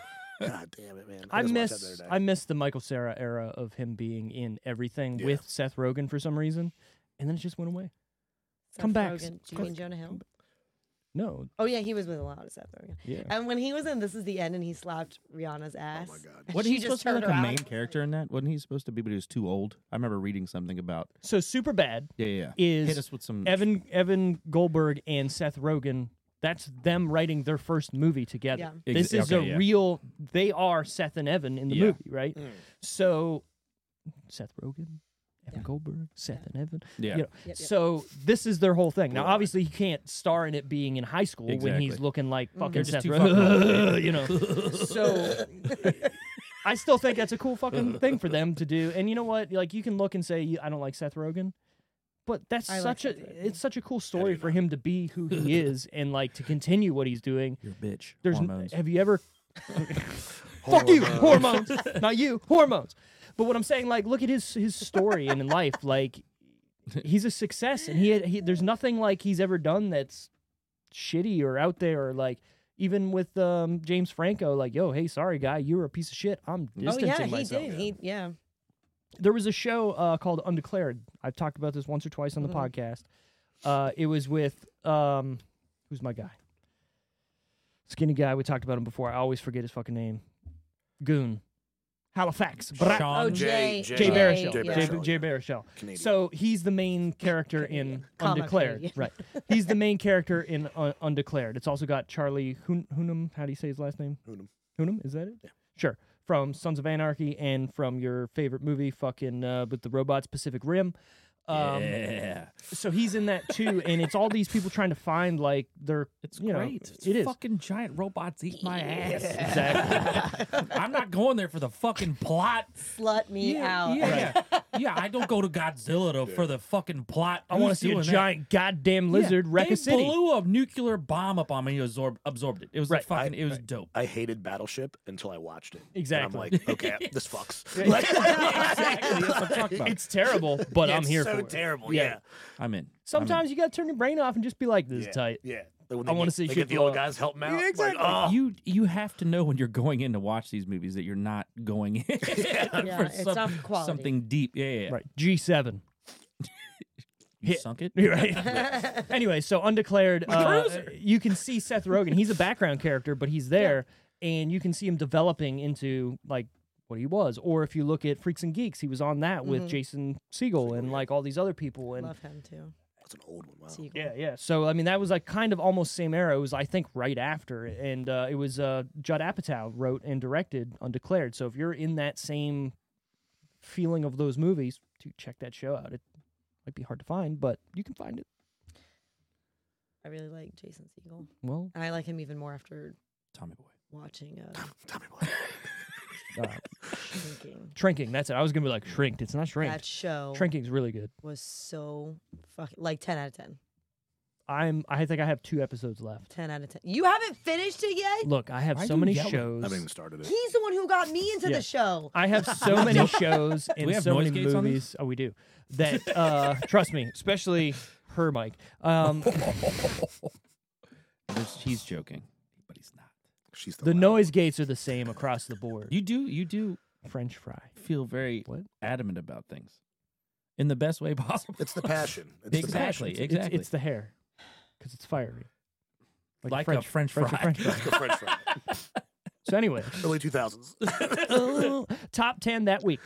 Speaker 5: God damn it, man.
Speaker 3: I
Speaker 5: just watched that
Speaker 3: miss
Speaker 5: the other day.
Speaker 3: I miss the Michael Sarah era of him being in everything with Seth Rogen for some reason, and then it just went away. Come
Speaker 2: Seth
Speaker 3: back.
Speaker 2: Rogen. Do you mean Jonah Hill?
Speaker 3: No,
Speaker 2: Oh, yeah, he was with a lot of Seth Rogen.
Speaker 3: Yeah.
Speaker 2: And when he was in This Is the End and he slapped Rihanna's ass.
Speaker 5: Oh my God.
Speaker 4: What
Speaker 2: she
Speaker 4: he
Speaker 2: just
Speaker 4: supposed to be
Speaker 2: turned
Speaker 4: like a
Speaker 2: around.
Speaker 4: main character in that? Wasn't he supposed to be? But he was too old. I remember reading something about.
Speaker 3: so Superbad
Speaker 4: Yeah, yeah. yeah.
Speaker 3: Is
Speaker 4: hit us with some.
Speaker 3: Evan Evan Goldberg and Seth Rogen. That's them writing their first movie together.
Speaker 4: Yeah.
Speaker 3: This
Speaker 4: Ex-
Speaker 3: is
Speaker 4: okay,
Speaker 3: a
Speaker 4: yeah.
Speaker 3: real. They are Seth and Evan in the
Speaker 4: Yeah.
Speaker 3: movie, right?
Speaker 2: Mm.
Speaker 3: So, Seth Rogen, Evan
Speaker 2: Yeah.
Speaker 3: Goldberg, Seth and Evan.
Speaker 4: Yeah.
Speaker 3: you know,
Speaker 2: Yep, yep.
Speaker 3: So this is their whole thing. Now, obviously, he can't star in it being in high school when he's
Speaker 4: Exactly.
Speaker 3: looking like
Speaker 2: Mm.
Speaker 3: fucking
Speaker 4: They're just
Speaker 3: Seth
Speaker 4: too fucking old,
Speaker 3: Rogen, you know. so. I still think that's a cool fucking thing for them to do. And you know what? Like you can look and say I don't like Seth Rogen, but that's
Speaker 2: I like
Speaker 3: such
Speaker 2: Seth
Speaker 3: a it's such a cool story for him to be who he is and like to continue what he's doing.
Speaker 4: You're a bitch.
Speaker 3: There's n-
Speaker 4: hormones.
Speaker 3: have you ever Fuck you, hormones. Not you, hormones. But what I'm saying like look at his his story and in life like he's a success and he, he there's nothing like he's ever done that's shitty or out there or like even with um, James Franco, like, yo, hey, sorry, guy, you were a piece of shit. I'm
Speaker 2: Oh,
Speaker 3: distancing
Speaker 2: yeah, he
Speaker 3: myself
Speaker 2: did. He, yeah.
Speaker 3: there was a show uh, called Undeclared. I've talked about this once or twice on the podcast. Uh, it was with um, who's my guy? Skinny guy. We talked about him before. I always forget his fucking name. Goon. Halifax. Bra-
Speaker 4: Sean
Speaker 2: Oh,
Speaker 4: Jay.
Speaker 2: Jay.
Speaker 5: Jay-
Speaker 3: Jay
Speaker 5: Uh,
Speaker 3: Baruchel.
Speaker 5: Jay
Speaker 2: yeah.
Speaker 3: Jay,
Speaker 5: Baruchel,
Speaker 3: Jay Baruchel.
Speaker 5: Canadian.
Speaker 3: So he's the main character in
Speaker 2: Comma
Speaker 3: Undeclared.
Speaker 2: Canadian.
Speaker 3: Right. He's the main character in uh, Undeclared. It's also got Charlie Hun- Hunnam. How do you say his last name?
Speaker 5: Hunnam.
Speaker 3: Hunnam, is that it? Yeah. Sure. From Sons of Anarchy and from your favorite movie, fucking uh, with the robots, Pacific Rim. Um,
Speaker 4: yeah.
Speaker 3: So he's in that too, and it's all these people trying to find like their.
Speaker 4: It's
Speaker 3: you know,
Speaker 4: great. it's
Speaker 3: it is.
Speaker 4: fucking giant robots eat my ass.
Speaker 3: Exactly.
Speaker 4: I'm not going there for the fucking plot.
Speaker 2: Slut me out.
Speaker 4: yeah, yeah. Yeah, I don't go to Godzilla to, for the fucking plot.
Speaker 3: I want to
Speaker 4: Who's
Speaker 3: see a
Speaker 4: doing that?
Speaker 3: giant goddamn
Speaker 4: Yeah,
Speaker 3: lizard wreck
Speaker 4: they
Speaker 3: a city.
Speaker 4: blew a nuclear bomb up on me. and Absorbed, absorbed it. It was
Speaker 3: Right.
Speaker 4: fucking. it was dope.
Speaker 5: I hated Battleship until I watched it.
Speaker 3: Exactly.
Speaker 5: And I'm like, okay, this fucks. Like,
Speaker 4: Exactly, that's what I'm talking about.
Speaker 3: It's terrible, but I'm
Speaker 5: it's
Speaker 3: here
Speaker 5: so
Speaker 3: for it.
Speaker 5: terrible. Yeah.
Speaker 4: I'm in.
Speaker 3: Sometimes you gotta turn your brain off and just be like, "This
Speaker 5: Yeah.
Speaker 3: is tight."
Speaker 5: Yeah. They- when
Speaker 3: I
Speaker 5: they
Speaker 3: wanna
Speaker 5: get-
Speaker 3: see
Speaker 5: they
Speaker 3: shit
Speaker 5: get the
Speaker 3: blow
Speaker 5: old
Speaker 3: up.
Speaker 5: guys help them out.
Speaker 3: Yeah,
Speaker 5: Like,
Speaker 3: exactly.
Speaker 5: oh,
Speaker 4: you you have to know when you're going in to watch these movies that you're not going in
Speaker 2: Yeah,
Speaker 4: for
Speaker 2: it's not quality.
Speaker 4: something deep. Yeah, yeah, yeah.
Speaker 3: Right. G seven.
Speaker 4: You
Speaker 3: Hit.
Speaker 4: sunk it.
Speaker 3: You're right. anyway, so undeclared. Uh, you can see Seth Rogen. He's a background character, but he's there, and you can see him developing into like what he was. Or if you look at Freaks and Geeks, he was on that
Speaker 5: Mm-hmm.
Speaker 3: with Jason Siegel and like all these other people. And
Speaker 2: Love him too.
Speaker 5: that's an old one. Wow.
Speaker 2: Siegel.
Speaker 3: yeah, yeah. So I mean, that was like kind of almost same era. It was I think right after, and uh, it was uh, Judd Apatow wrote and directed Undeclared. So if you're in that same feeling of those movies, to check that show out. It might be hard to find, but you can find it.
Speaker 2: I really like Jason Siegel.
Speaker 3: Well,
Speaker 2: And I like him even more after
Speaker 4: Tommy boy.
Speaker 2: watching uh,
Speaker 5: Tommy Boy.
Speaker 2: Shrinking.
Speaker 3: uh, Shrinking. That's it. I was gonna be like shrinked. It's not
Speaker 2: That
Speaker 3: shrinked.
Speaker 2: show
Speaker 3: Shrinking's really good.
Speaker 2: was so fucking like 10 out of 10.
Speaker 3: I'm. I think I have two episodes left.
Speaker 2: 10 out of 10. You haven't finished it yet?
Speaker 3: Look, I have
Speaker 4: Why
Speaker 3: so
Speaker 4: do you
Speaker 3: many
Speaker 4: yell at-
Speaker 5: I
Speaker 3: shows.
Speaker 5: haven't even started it.
Speaker 2: He's the one who got me into
Speaker 3: Yeah.
Speaker 2: the show.
Speaker 3: I have so many shows and
Speaker 4: have
Speaker 3: so
Speaker 4: noise
Speaker 3: many
Speaker 4: gates on this?
Speaker 3: movies. Oh, we do. That uh, trust me, especially her mic. Um,
Speaker 4: There's- he's joking, but he's not.
Speaker 5: She's the,
Speaker 3: the noise gates are the same across the board.
Speaker 4: You do you do
Speaker 3: French fry.
Speaker 4: feel very
Speaker 3: What?
Speaker 4: adamant about things in the best way possible.
Speaker 5: It's the passion. It's
Speaker 4: Exactly.
Speaker 5: The passion.
Speaker 3: It's-
Speaker 4: Exactly.
Speaker 3: It's, the hair because it's fiery. Like,
Speaker 4: Like a French fry.
Speaker 3: French fry.
Speaker 5: Like a French fry.
Speaker 3: so anyway,
Speaker 5: Early 2000s.
Speaker 3: top ten that week.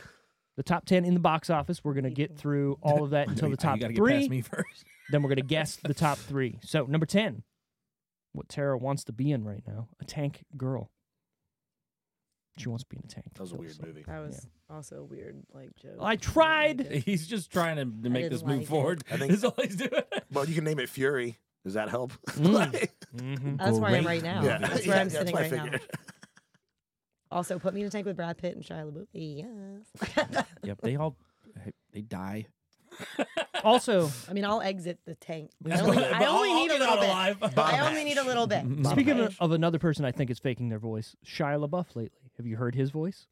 Speaker 3: The top ten in the box office. We're gonna get through all of that until the
Speaker 4: Oh,
Speaker 3: top
Speaker 4: you gotta Get
Speaker 3: three.
Speaker 4: past me first.
Speaker 3: Then we're gonna guess the top three. So number ten, what Tara wants to be in right now? A tank girl. She wants to be in a tank.
Speaker 5: That was a weird movie.
Speaker 7: That was also a weird, like joke.
Speaker 3: I tried.
Speaker 4: He's just trying to, to make
Speaker 2: didn't
Speaker 4: this move
Speaker 2: like it.
Speaker 4: forward.
Speaker 5: I think-
Speaker 4: That's all he's doing.
Speaker 5: Well, you can name it Fury. Does that help?
Speaker 3: Mm.
Speaker 5: Like-
Speaker 3: Mhm.
Speaker 2: That's where I am
Speaker 4: Great
Speaker 2: right now.
Speaker 5: Yeah,
Speaker 2: Oh, That's
Speaker 5: yeah,
Speaker 2: where I'm
Speaker 5: that's
Speaker 2: sitting
Speaker 5: what I
Speaker 2: right now.
Speaker 5: figured.
Speaker 2: Also, put me in a tank with Brad Pitt and Shia LaBeouf. Yes.
Speaker 4: Yep, they all they die.
Speaker 3: Also,
Speaker 2: I mean, I'll exit the tank. I
Speaker 3: But-
Speaker 2: only, I
Speaker 4: But
Speaker 2: only
Speaker 4: I'll- I'll
Speaker 2: need
Speaker 4: get
Speaker 2: a
Speaker 4: out
Speaker 2: little bit.
Speaker 4: alive.
Speaker 2: I only need a little bit.
Speaker 3: speaking of, of another person I think is faking their voice, Shia LaBeouf lately. Have you heard his voice?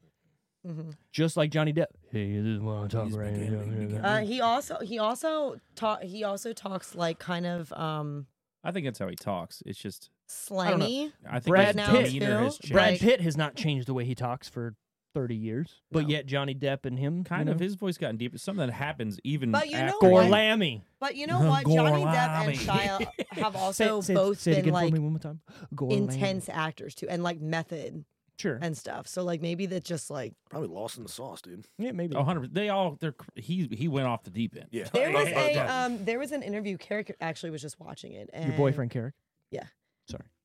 Speaker 2: Mhm.
Speaker 3: Just like Johnny Depp. Hey, this is what I'm talking
Speaker 4: He's
Speaker 3: right
Speaker 4: beginning,
Speaker 3: now.
Speaker 4: beginning.
Speaker 2: Uh, he also he also talk he also talks like kind of um
Speaker 4: I think that's how he talks. It's just
Speaker 2: slimy.
Speaker 4: I think
Speaker 3: Brad
Speaker 4: his
Speaker 2: Pitt.
Speaker 4: demeanor has changed.
Speaker 3: Brad
Speaker 2: Like-
Speaker 3: Pitt has not changed the way he talks for 30 years, but
Speaker 2: No.
Speaker 3: yet Johnny Depp and him
Speaker 4: kind
Speaker 3: you
Speaker 4: of
Speaker 3: know,
Speaker 4: his voice gotten deep. It's something that happens even.
Speaker 2: But you know
Speaker 4: after
Speaker 2: what?
Speaker 4: he-
Speaker 3: Gorlammy.
Speaker 2: But you know what? Johnny Depp and
Speaker 4: Gorlami.
Speaker 2: Shia have also both
Speaker 3: say it
Speaker 2: been
Speaker 3: again
Speaker 2: like
Speaker 3: for me one more time. Gorlammy.
Speaker 2: intense actors too, and like method
Speaker 3: Sure.
Speaker 2: and stuff. So like maybe that just like
Speaker 5: Probably lost in the sauce, dude.
Speaker 3: yeah, maybe.
Speaker 4: Oh, 100%. They all they're he he went off the deep end.
Speaker 3: Oh,
Speaker 5: Yeah.
Speaker 2: there was a
Speaker 5: Yeah.
Speaker 2: um there was an interview. Carrie actually was just watching it. And
Speaker 3: Your boyfriend, Carrick.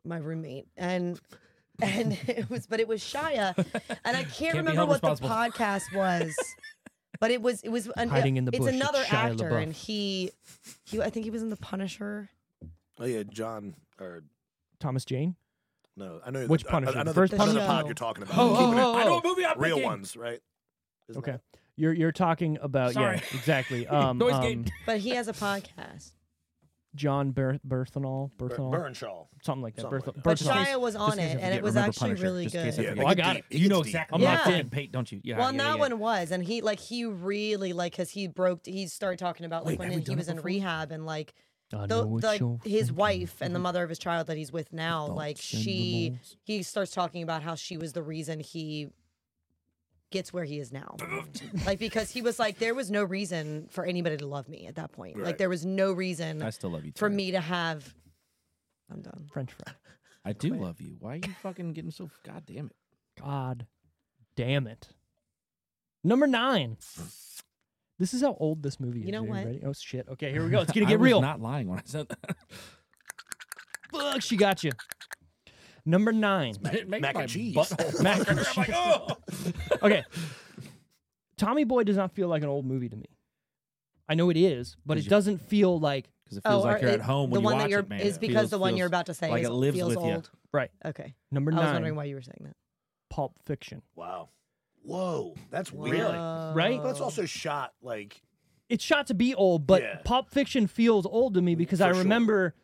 Speaker 2: my roommate and and it was but it was Shia and I can't,
Speaker 4: be
Speaker 2: remember
Speaker 4: held
Speaker 2: what the
Speaker 4: responsible.
Speaker 2: podcast was but it was it was an,
Speaker 3: Hiding in the
Speaker 2: it's
Speaker 3: bush, it's
Speaker 2: another
Speaker 3: Shia
Speaker 2: actor
Speaker 3: LaBeouf.
Speaker 2: and he he I think he was in The Punisher
Speaker 5: Oh, yeah, John, or
Speaker 3: Thomas Jane.
Speaker 5: no, I know.
Speaker 3: Which
Speaker 5: I- I-
Speaker 3: Punisher? The
Speaker 5: I know
Speaker 3: first
Speaker 5: another
Speaker 2: Punisher?
Speaker 5: pod you're talking about.
Speaker 3: Oh,
Speaker 5: Keeping it
Speaker 3: oh,
Speaker 4: I know a movie I'm
Speaker 5: real
Speaker 4: thinking.
Speaker 5: ones, right? Isn't
Speaker 3: Okay.
Speaker 5: that-
Speaker 3: You're you're talking about
Speaker 4: Sorry.
Speaker 3: yeah, exactly. Um,
Speaker 4: Noise
Speaker 3: um,
Speaker 4: gate.
Speaker 2: but he has a podcast
Speaker 3: John Ber- Berthenol,
Speaker 5: Ber-
Speaker 3: Berthenol,
Speaker 5: Burnshaw.
Speaker 3: something like that.
Speaker 5: Something
Speaker 3: Berthenol.
Speaker 5: like that.
Speaker 2: but
Speaker 3: Berthenol.
Speaker 2: Shia was
Speaker 4: in
Speaker 2: on it
Speaker 4: case I
Speaker 2: and
Speaker 4: forget,
Speaker 2: it was
Speaker 4: remember
Speaker 2: actually
Speaker 4: Punisher,
Speaker 2: really
Speaker 4: just in case
Speaker 2: good
Speaker 4: forget.
Speaker 5: Yeah,
Speaker 4: Oh,
Speaker 5: it
Speaker 4: I
Speaker 5: gets
Speaker 4: got
Speaker 5: deep.
Speaker 4: it.
Speaker 5: It
Speaker 4: You know
Speaker 5: gets deep.
Speaker 4: exactly.
Speaker 2: Yeah.
Speaker 4: Locked in, Pate, don't you? Yeah.
Speaker 2: well, and
Speaker 4: yeah,
Speaker 2: that
Speaker 4: yeah.
Speaker 2: one was, and he like he really like because he broke. He started talking about like
Speaker 4: Wait, have
Speaker 2: when
Speaker 4: we
Speaker 2: he
Speaker 4: done
Speaker 2: was
Speaker 4: it
Speaker 2: in
Speaker 4: before?
Speaker 2: rehab and like
Speaker 3: I
Speaker 2: the,
Speaker 3: know it's
Speaker 2: like
Speaker 3: your
Speaker 2: his
Speaker 3: freaking
Speaker 2: wife and the mother of his child that he's with now like
Speaker 4: thoughts and
Speaker 2: she
Speaker 4: remorse.
Speaker 2: he starts talking about how she was the reason he gets where he is now like because he was like there was no reason for anybody to love me at that point like
Speaker 5: Right.
Speaker 2: there was no reason
Speaker 4: I still love you.
Speaker 2: for
Speaker 4: Tara.
Speaker 2: me to have i'm done
Speaker 3: French fry.
Speaker 4: I do love you. Why are you fucking getting so? God damn it!
Speaker 3: God damn it. Number nine. This is how old this movie is.
Speaker 2: You know
Speaker 3: Are
Speaker 2: what?
Speaker 3: Ready? Oh shit. Okay, here we go. It's gonna
Speaker 4: I
Speaker 3: get
Speaker 4: was
Speaker 3: real.
Speaker 4: Not lying when I said that.
Speaker 3: Fuck, she got you. Number nine.
Speaker 4: It makes
Speaker 5: mac and
Speaker 4: my
Speaker 5: cheese.
Speaker 4: butthole
Speaker 3: Mac
Speaker 4: pucker.
Speaker 3: and
Speaker 4: I'm like, oh.
Speaker 3: Okay. Tommy Boy does not feel like an old movie to me. I know it is, but it doesn't feel like
Speaker 4: Because it
Speaker 2: Oh,
Speaker 4: feels
Speaker 2: or
Speaker 4: like you're
Speaker 2: it-
Speaker 4: at home
Speaker 2: the
Speaker 4: when
Speaker 2: one
Speaker 4: you
Speaker 2: that
Speaker 4: watch
Speaker 2: you're
Speaker 4: it, man.
Speaker 2: is
Speaker 4: It
Speaker 2: because
Speaker 4: feels-
Speaker 2: the one
Speaker 4: feels
Speaker 2: you're about to say
Speaker 4: like
Speaker 2: is,
Speaker 4: it lives
Speaker 2: feels
Speaker 4: with you.
Speaker 2: old
Speaker 3: right.
Speaker 2: okay
Speaker 3: Number
Speaker 2: i was
Speaker 3: nine.
Speaker 2: wondering why you were saying that
Speaker 3: Pulp Fiction.
Speaker 5: Wow. Whoa. That's weird.
Speaker 3: Really? Right?
Speaker 5: But That's also shot like
Speaker 3: It's shot to be old, but
Speaker 5: Yeah. Mm,
Speaker 3: Pulp Fiction feels old to me because
Speaker 5: For
Speaker 3: I
Speaker 5: sure.
Speaker 3: remember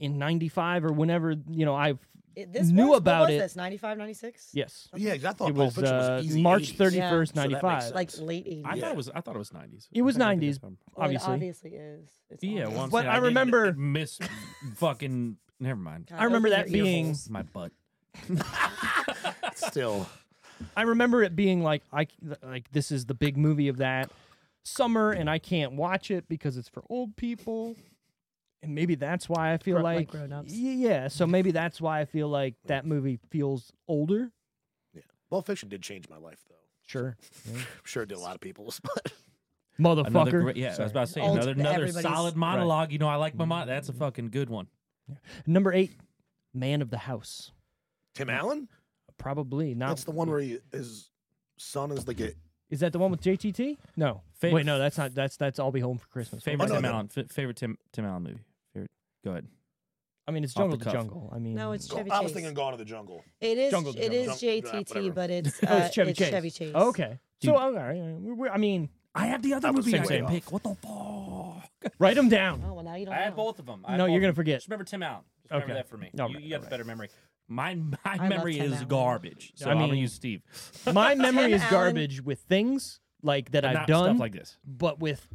Speaker 3: in '95 or whenever you know I've
Speaker 2: It- this
Speaker 3: Knew
Speaker 2: was, what
Speaker 3: about
Speaker 2: was
Speaker 3: it.
Speaker 2: this 95 96
Speaker 3: yes.
Speaker 5: yeah. 'cause I thought
Speaker 3: it
Speaker 5: Oh, Pulp
Speaker 3: was,
Speaker 5: Fiction
Speaker 3: uh,
Speaker 5: easy
Speaker 3: March
Speaker 5: 80s.
Speaker 3: 31st,
Speaker 5: Yeah. So that makes
Speaker 3: 95.
Speaker 5: sense.
Speaker 2: like late 80s
Speaker 4: I thought
Speaker 5: Yeah.
Speaker 4: it was. I thought it was 90s.
Speaker 3: It was
Speaker 4: I think
Speaker 3: 90s.
Speaker 4: that's what I'm-
Speaker 2: Well,
Speaker 3: obviously.
Speaker 2: It obviously is. It's
Speaker 4: Yeah,
Speaker 2: obvious.
Speaker 4: well, I'm
Speaker 3: But
Speaker 4: saying
Speaker 3: I
Speaker 4: didn't
Speaker 3: remember-
Speaker 4: miss fucking. Never mind.
Speaker 2: God,
Speaker 3: I remember
Speaker 2: open
Speaker 3: that
Speaker 2: your ear
Speaker 3: being-
Speaker 2: holes.
Speaker 4: My butt.
Speaker 5: Still.
Speaker 3: I remember it being like I like this is the big movie of that summer, and I can't watch it because it's for old people, and maybe that's why I feel
Speaker 2: Gro- like
Speaker 3: like,
Speaker 2: grown-ups.
Speaker 3: Y- Yeah, so maybe that's why I feel like that movie feels older.
Speaker 5: Pulp Fiction did change my life though.
Speaker 3: Sure,
Speaker 5: I'm sure it did a lot of people's. But
Speaker 4: Another
Speaker 3: motherfucker.
Speaker 4: great, yeah, I
Speaker 3: Sorry.
Speaker 4: was about to say
Speaker 2: Old-
Speaker 4: another another
Speaker 2: everybody's-
Speaker 4: solid monologue. You know, I like my mon- That's a fucking good one.
Speaker 3: Number eight, Man of the House.
Speaker 5: Tim Allen?
Speaker 3: Probably not.
Speaker 5: That's the one where he, his son is like a
Speaker 3: Is that the one with JTT? No.
Speaker 4: Fa-
Speaker 3: Wait, no, that's not. That's that's I'll be home for Christmas.
Speaker 4: Favorite
Speaker 5: no,
Speaker 4: Tim
Speaker 5: no.
Speaker 4: Allen. F- favorite Tim Tim Allen movie. Favorite. Go ahead.
Speaker 3: I mean, it's
Speaker 4: Off the
Speaker 3: Jungle to
Speaker 4: cuff.
Speaker 3: Jungle. I mean, oh,
Speaker 2: No, it's Chevy Chase.
Speaker 5: I was thinking Gone to the Jungle.
Speaker 2: it is.
Speaker 3: Jungle
Speaker 2: it is
Speaker 5: Jungle.
Speaker 2: JTT,
Speaker 5: Whatever.
Speaker 2: but it's,
Speaker 3: Oh,
Speaker 2: uh,
Speaker 3: it's Chevy
Speaker 2: it's
Speaker 3: Chase.
Speaker 2: Chevy Chase.
Speaker 3: Okay. So, all right. we- we- I mean,
Speaker 4: I have the other
Speaker 5: was
Speaker 4: movie I
Speaker 5: thinking
Speaker 4: didn't
Speaker 5: of.
Speaker 4: pick. What the fuck?
Speaker 3: write them down.
Speaker 2: Oh well, now you don't.
Speaker 4: I had
Speaker 2: know.
Speaker 4: both of them. I had
Speaker 3: No,
Speaker 4: both
Speaker 3: you're
Speaker 4: of
Speaker 3: gonna
Speaker 4: them.
Speaker 3: forget.
Speaker 4: Just remember Tim Allen. Just remember
Speaker 3: Okay.
Speaker 4: that for me.
Speaker 3: All
Speaker 4: you
Speaker 3: right,
Speaker 4: you
Speaker 3: all
Speaker 4: have the better memory. My my
Speaker 2: love
Speaker 4: memory
Speaker 2: Tim
Speaker 4: is
Speaker 2: Allen.
Speaker 4: garbage. So I am gonna
Speaker 3: mean-
Speaker 4: use Steve.
Speaker 3: My memory
Speaker 2: Tim
Speaker 3: is
Speaker 2: Allen-
Speaker 3: garbage with things like that I've
Speaker 4: Not
Speaker 3: done,
Speaker 4: stuff like this.
Speaker 3: but with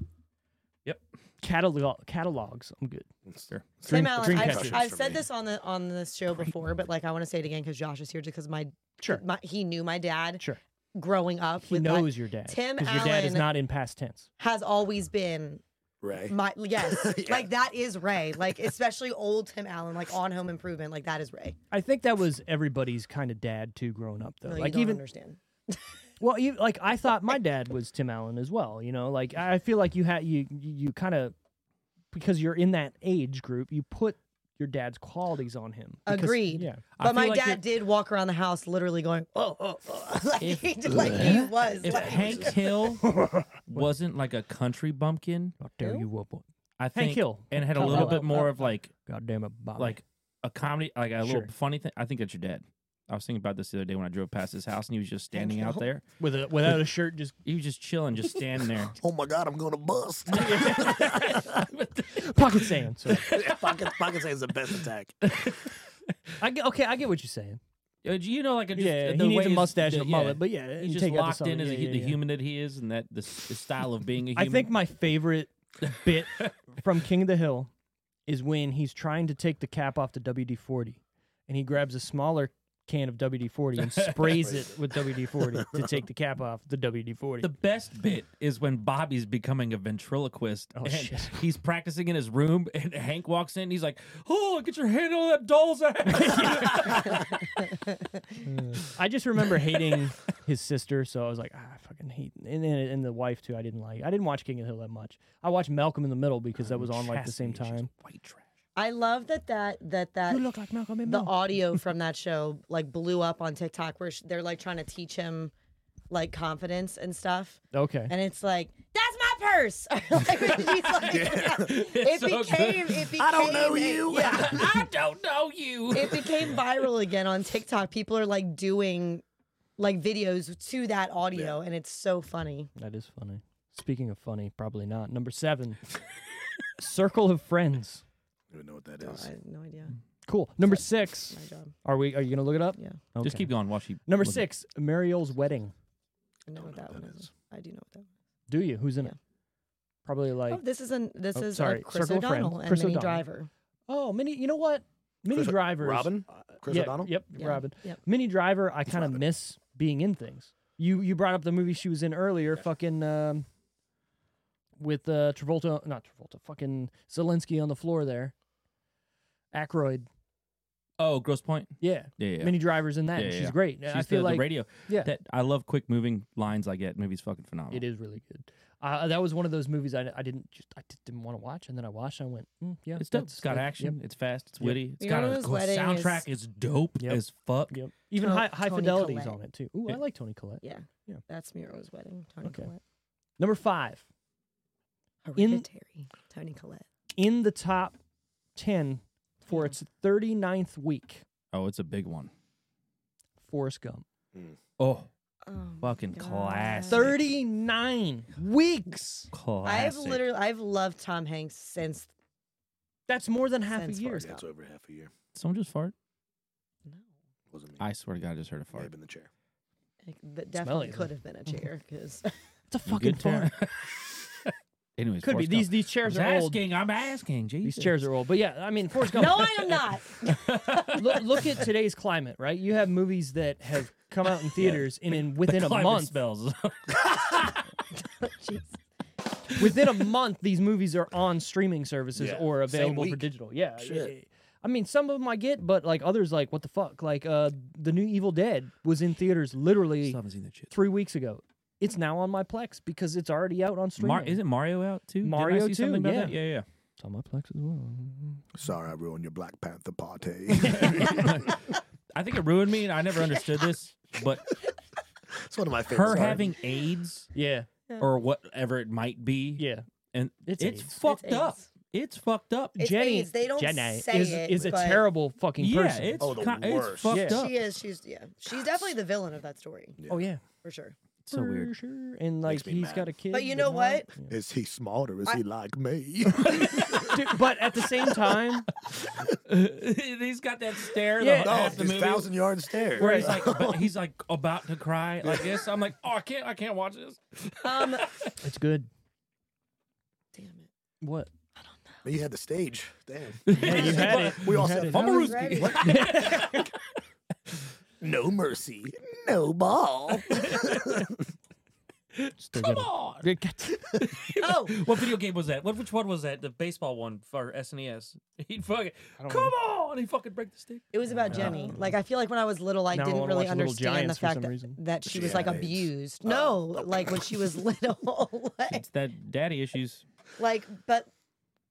Speaker 4: Yep.
Speaker 3: catalog catalogs, I'm good.
Speaker 2: Tim
Speaker 3: Dream-
Speaker 2: Allen. I've,
Speaker 3: Dreamcatchers
Speaker 2: I've
Speaker 5: for
Speaker 2: said
Speaker 5: me.
Speaker 2: this on the on this show before, but like I want to say it again because Josh is here because my
Speaker 3: Sure.
Speaker 2: my, he knew my dad
Speaker 3: Sure.
Speaker 2: growing up.
Speaker 3: He
Speaker 2: with
Speaker 3: knows
Speaker 2: that,
Speaker 3: your dad.
Speaker 2: Tim
Speaker 3: because your dad is
Speaker 2: Allen-
Speaker 3: not in past tense.
Speaker 2: has always been
Speaker 5: Ray.
Speaker 2: My yes, like that is Ray. Like especially old Tim Allen, like on Home Improvement, like that is Ray.
Speaker 3: I think that was everybody's kind of dad too growing up though.
Speaker 2: No, you
Speaker 3: like
Speaker 2: don't
Speaker 3: even
Speaker 2: understand.
Speaker 3: well, you, like I thought my dad was Tim Allen as well. You know, like I feel like you had you you kind of because you're in that age group, you put your dad's qualities on him. because-
Speaker 2: Agreed.
Speaker 3: Yeah.
Speaker 4: I
Speaker 2: But
Speaker 4: feel
Speaker 2: my
Speaker 4: like
Speaker 2: dad did walk around the house literally going, oh, oh, oh. like, he, did- like he was.
Speaker 4: If
Speaker 2: like,
Speaker 4: Hank Hill wasn't like a country bumpkin,
Speaker 3: How dare you whoop one.
Speaker 4: I think
Speaker 3: Hank Hill.
Speaker 4: and had a
Speaker 3: Oh,
Speaker 4: little
Speaker 3: oh,
Speaker 4: bit
Speaker 3: oh,
Speaker 4: more of like
Speaker 3: God damn it, Bobby.
Speaker 4: like a comedy, like a
Speaker 3: Sure.
Speaker 4: little funny thing. I think that's your dad. I was thinking about this the other day when I drove past his house and he was just standing out there.
Speaker 3: with a, without a shirt, just
Speaker 4: He was just chilling, just standing there.
Speaker 5: Oh my God, I'm gonna bust.
Speaker 3: pocket sand. So
Speaker 5: pocket, pocket say is the best attack.
Speaker 3: I get, okay, I get what you're saying.
Speaker 4: Uh, You know, like a, just,
Speaker 3: Yeah,
Speaker 4: the
Speaker 3: he needs a
Speaker 4: way his-
Speaker 3: mustache
Speaker 4: the-
Speaker 3: and a mullet, but yeah, you
Speaker 4: he's just
Speaker 3: take out the
Speaker 4: locked in
Speaker 3: something,
Speaker 4: as
Speaker 3: yeah,
Speaker 4: a, hu-
Speaker 3: yeah,
Speaker 4: the
Speaker 3: yeah.
Speaker 4: human that he is, and that the, s- the style of being a
Speaker 3: I
Speaker 4: human.
Speaker 3: think my favorite bit from King of the Hill is when he's trying to take the cap off to WD 40 and he grabs a smaller can of WD 40 and sprays it with WD 40 to take the cap off the WD 40.
Speaker 4: The best bit is when Bobby's becoming a ventriloquist and
Speaker 3: shit.
Speaker 4: he's practicing in his room and Hank walks in and he's like, Oh, get your hand on that doll's ass.
Speaker 3: I just remember hating his sister, so I was like, ah, I fucking hate. And, and, and the wife, too, I didn't like. I didn't watch King of the Hill that much. I watched Malcolm in the Middle because that was on like the same
Speaker 4: Chastity,
Speaker 3: time.
Speaker 4: she's White trash.
Speaker 2: I love that that that that
Speaker 3: You look like Malcolm in
Speaker 2: the audio from that show like blew up on TikTok where sh- they're like trying to teach him like confidence and stuff.
Speaker 3: Okay.
Speaker 2: And it's like, that's my purse. like, she's like, it
Speaker 4: so good.
Speaker 2: became, it became,
Speaker 5: I don't know
Speaker 2: a-
Speaker 5: you.
Speaker 2: Yeah.
Speaker 4: I don't know you.
Speaker 2: it became viral again on TikTok. People are like doing like videos to that audio, and it's so funny.
Speaker 3: That is funny. Speaking of funny, probably not. Number seven, Circle of Friends.
Speaker 5: I don't know what that
Speaker 2: Oh, I have no idea.
Speaker 3: Cool. Number six.
Speaker 2: My job.
Speaker 3: Are we? Are you gonna look it up?
Speaker 2: Yeah.
Speaker 3: Okay.
Speaker 4: Just keep going while she.
Speaker 3: Number
Speaker 4: look it.
Speaker 3: six, Mariel's wedding.
Speaker 2: I know what that one is. I do know what that one
Speaker 3: Do you? Who's in
Speaker 2: Yeah.
Speaker 3: it? Probably like
Speaker 2: is. Oh, this is an this
Speaker 3: Oh,
Speaker 2: is
Speaker 3: sorry.
Speaker 2: a Chris
Speaker 3: Circle of Friends.
Speaker 2: O'Donnell and
Speaker 3: Chris
Speaker 2: Minnie
Speaker 3: O'Donnell.
Speaker 2: Driver.
Speaker 3: oh, mini. You know what? Mini
Speaker 5: Chris O-
Speaker 3: drivers.
Speaker 5: Robin? Chris
Speaker 3: yeah,
Speaker 5: O'Donnell?
Speaker 3: Yep.
Speaker 2: Yeah.
Speaker 3: Robin.
Speaker 2: Yep.
Speaker 3: Mini driver. I kind of miss being in things. You you brought up the movie she was in earlier. Fucking. Um, with uh, Travolta, not Travolta, fucking Zelensky on the floor there. Aykroyd,
Speaker 4: Oh, Gross Point.
Speaker 3: yeah,
Speaker 4: Yeah, yeah.
Speaker 3: Mini drivers in that.
Speaker 4: Yeah,
Speaker 3: and
Speaker 4: yeah,
Speaker 3: she's
Speaker 4: yeah.
Speaker 3: great.
Speaker 4: She's
Speaker 3: I feel
Speaker 4: the,
Speaker 3: like
Speaker 4: the radio.
Speaker 3: yeah.
Speaker 4: That I love quick moving lines like that. Movie's fucking phenomenal.
Speaker 3: It is really good. Uh, that was one of those movies I, I didn't just I just didn't want to watch, and then I watched. and I went, mm, yeah,
Speaker 4: It's dope.
Speaker 3: that's-
Speaker 4: It's got
Speaker 3: that-
Speaker 4: action.
Speaker 3: yep,
Speaker 4: It's fast. It's witty. It's
Speaker 2: You
Speaker 4: got
Speaker 2: know
Speaker 4: a
Speaker 2: those
Speaker 4: cool
Speaker 2: wedding
Speaker 4: soundtrack. Is dope
Speaker 3: Yep.
Speaker 4: as fuck.
Speaker 3: Yep. Even
Speaker 2: To-
Speaker 3: high high
Speaker 2: Tony
Speaker 3: fidelities
Speaker 2: Collette.
Speaker 3: on it too. Ooh, I
Speaker 4: Yeah.
Speaker 3: like Tony Collette.
Speaker 2: Yeah.
Speaker 3: Yeah.
Speaker 2: That's Miro's wedding. Tony
Speaker 3: Okay.
Speaker 2: Collette.
Speaker 3: Number five In-
Speaker 2: Hereditary. Tony Collette.
Speaker 3: in the top ten for its 39th week.
Speaker 4: Oh, it's a big one.
Speaker 3: Forrest Gump.
Speaker 4: Oh,
Speaker 2: Oh, my
Speaker 4: fucking
Speaker 2: God.
Speaker 4: classic.
Speaker 3: Thirty nine weeks.
Speaker 4: classic.
Speaker 2: I've literally I've loved Tom Hanks since
Speaker 3: That's more than half
Speaker 2: Since
Speaker 3: a year.
Speaker 2: Forrest
Speaker 5: That's over half a year.
Speaker 4: Someone just fart.
Speaker 5: Wasn't me.
Speaker 4: I swear to God, I just heard a
Speaker 5: May
Speaker 4: fart.
Speaker 5: have been the chair.
Speaker 2: like, that definitely
Speaker 3: it,
Speaker 2: could
Speaker 3: though.
Speaker 2: have been a chair because
Speaker 3: It's
Speaker 4: You
Speaker 3: a fucking
Speaker 4: good, Tara?
Speaker 3: fart.
Speaker 4: Anyways,
Speaker 3: Could be
Speaker 4: Forrest
Speaker 3: these
Speaker 4: Gump.
Speaker 3: these chairs
Speaker 4: I'm
Speaker 3: are old.
Speaker 4: asking. I'm asking. Jesus.
Speaker 3: These chairs are old, but yeah, I mean Forrest Gump.
Speaker 2: no, I am not.
Speaker 3: look, look at today's climate, right? You have movies that have come out in theaters, and in within a
Speaker 4: Climate
Speaker 3: month,
Speaker 4: spells.
Speaker 3: within a month, these movies are on streaming services
Speaker 5: Yeah,
Speaker 3: or
Speaker 5: same
Speaker 3: available for
Speaker 5: week.
Speaker 3: digital. Yeah,
Speaker 5: Shit.
Speaker 3: yeah, yeah. I mean, some of them I get, but like others, like what the fuck? Like uh, the new Evil Dead was in theaters literally
Speaker 4: Still haven't seen that shit.
Speaker 3: three weeks ago. It's now on my Plex because it's already out on streaming.
Speaker 4: Mar- isn't Mario out too? Didn't I
Speaker 3: Mario
Speaker 4: see something
Speaker 3: too,
Speaker 4: about
Speaker 3: yeah.
Speaker 4: that? yeah, yeah.
Speaker 3: it's on my Plex as well.
Speaker 5: Sorry, I ruined your Black Panther party.
Speaker 4: I think it ruined me, and I never understood this. But
Speaker 5: it's one of my favorites.
Speaker 4: her having AIDS
Speaker 3: Yeah,
Speaker 4: or whatever it might be,
Speaker 3: yeah.
Speaker 4: and
Speaker 3: It's
Speaker 4: it's,
Speaker 3: AIDS.
Speaker 4: fucked
Speaker 2: It's
Speaker 4: up.
Speaker 2: AIDS.
Speaker 4: It's fucked up.
Speaker 2: It's
Speaker 3: Jenny,
Speaker 2: AIDS. They don't
Speaker 3: Jenny
Speaker 2: say
Speaker 3: is,
Speaker 2: it,
Speaker 3: is a
Speaker 2: but-
Speaker 3: terrible fucking
Speaker 4: yeah,
Speaker 3: person.
Speaker 4: it's,
Speaker 5: Oh, the
Speaker 4: ki-
Speaker 5: worst.
Speaker 4: it's fucked
Speaker 3: Yeah.
Speaker 4: up.
Speaker 2: she is. She's yeah. She's definitely the villain of that story
Speaker 3: oh yeah,
Speaker 2: for sure.
Speaker 4: so
Speaker 3: For
Speaker 4: weird.
Speaker 3: sure. And like
Speaker 5: me
Speaker 3: he's
Speaker 5: mad.
Speaker 3: got a kid.
Speaker 2: But you
Speaker 3: and
Speaker 2: know
Speaker 3: all-
Speaker 2: what?
Speaker 3: Yeah.
Speaker 5: Is he smart or is
Speaker 2: I-
Speaker 5: he like me?
Speaker 3: Dude, but at the same time,
Speaker 4: He's got that stare. Yeah,
Speaker 3: Yeah.
Speaker 4: the,
Speaker 5: no,
Speaker 4: half
Speaker 5: it's
Speaker 4: the movie.
Speaker 5: thousand yard stare.
Speaker 4: Where he's like, about- he's like about to cry like this. I'm like, oh, I can't, I can't watch this.
Speaker 2: Um,
Speaker 3: it's good.
Speaker 2: damn it.
Speaker 3: What?
Speaker 5: You had the stage. Damn.
Speaker 3: you had it.
Speaker 5: We
Speaker 3: You
Speaker 5: all
Speaker 3: had
Speaker 5: said
Speaker 3: it.
Speaker 2: I was
Speaker 5: Fumaruski.
Speaker 2: ready.
Speaker 5: No mercy. No ball.
Speaker 4: Come on.
Speaker 2: Oh,
Speaker 4: What video game was that? What which one was that? The baseball one for SNES. He'd fucking come on. He fucking break the stick.
Speaker 2: it was about Jenny.
Speaker 5: Oh.
Speaker 2: Like I feel like when I was little, I
Speaker 3: Now I
Speaker 2: didn't
Speaker 3: wanna
Speaker 2: really
Speaker 3: watch Little
Speaker 2: understand the
Speaker 3: Giants for
Speaker 2: fact
Speaker 3: some
Speaker 2: that,
Speaker 3: reason.
Speaker 2: that she was
Speaker 5: Yeah,
Speaker 2: like
Speaker 5: it's-
Speaker 2: abused.
Speaker 5: Oh.
Speaker 2: No, like when she was little, like,
Speaker 4: It's that daddy issues.
Speaker 2: like, but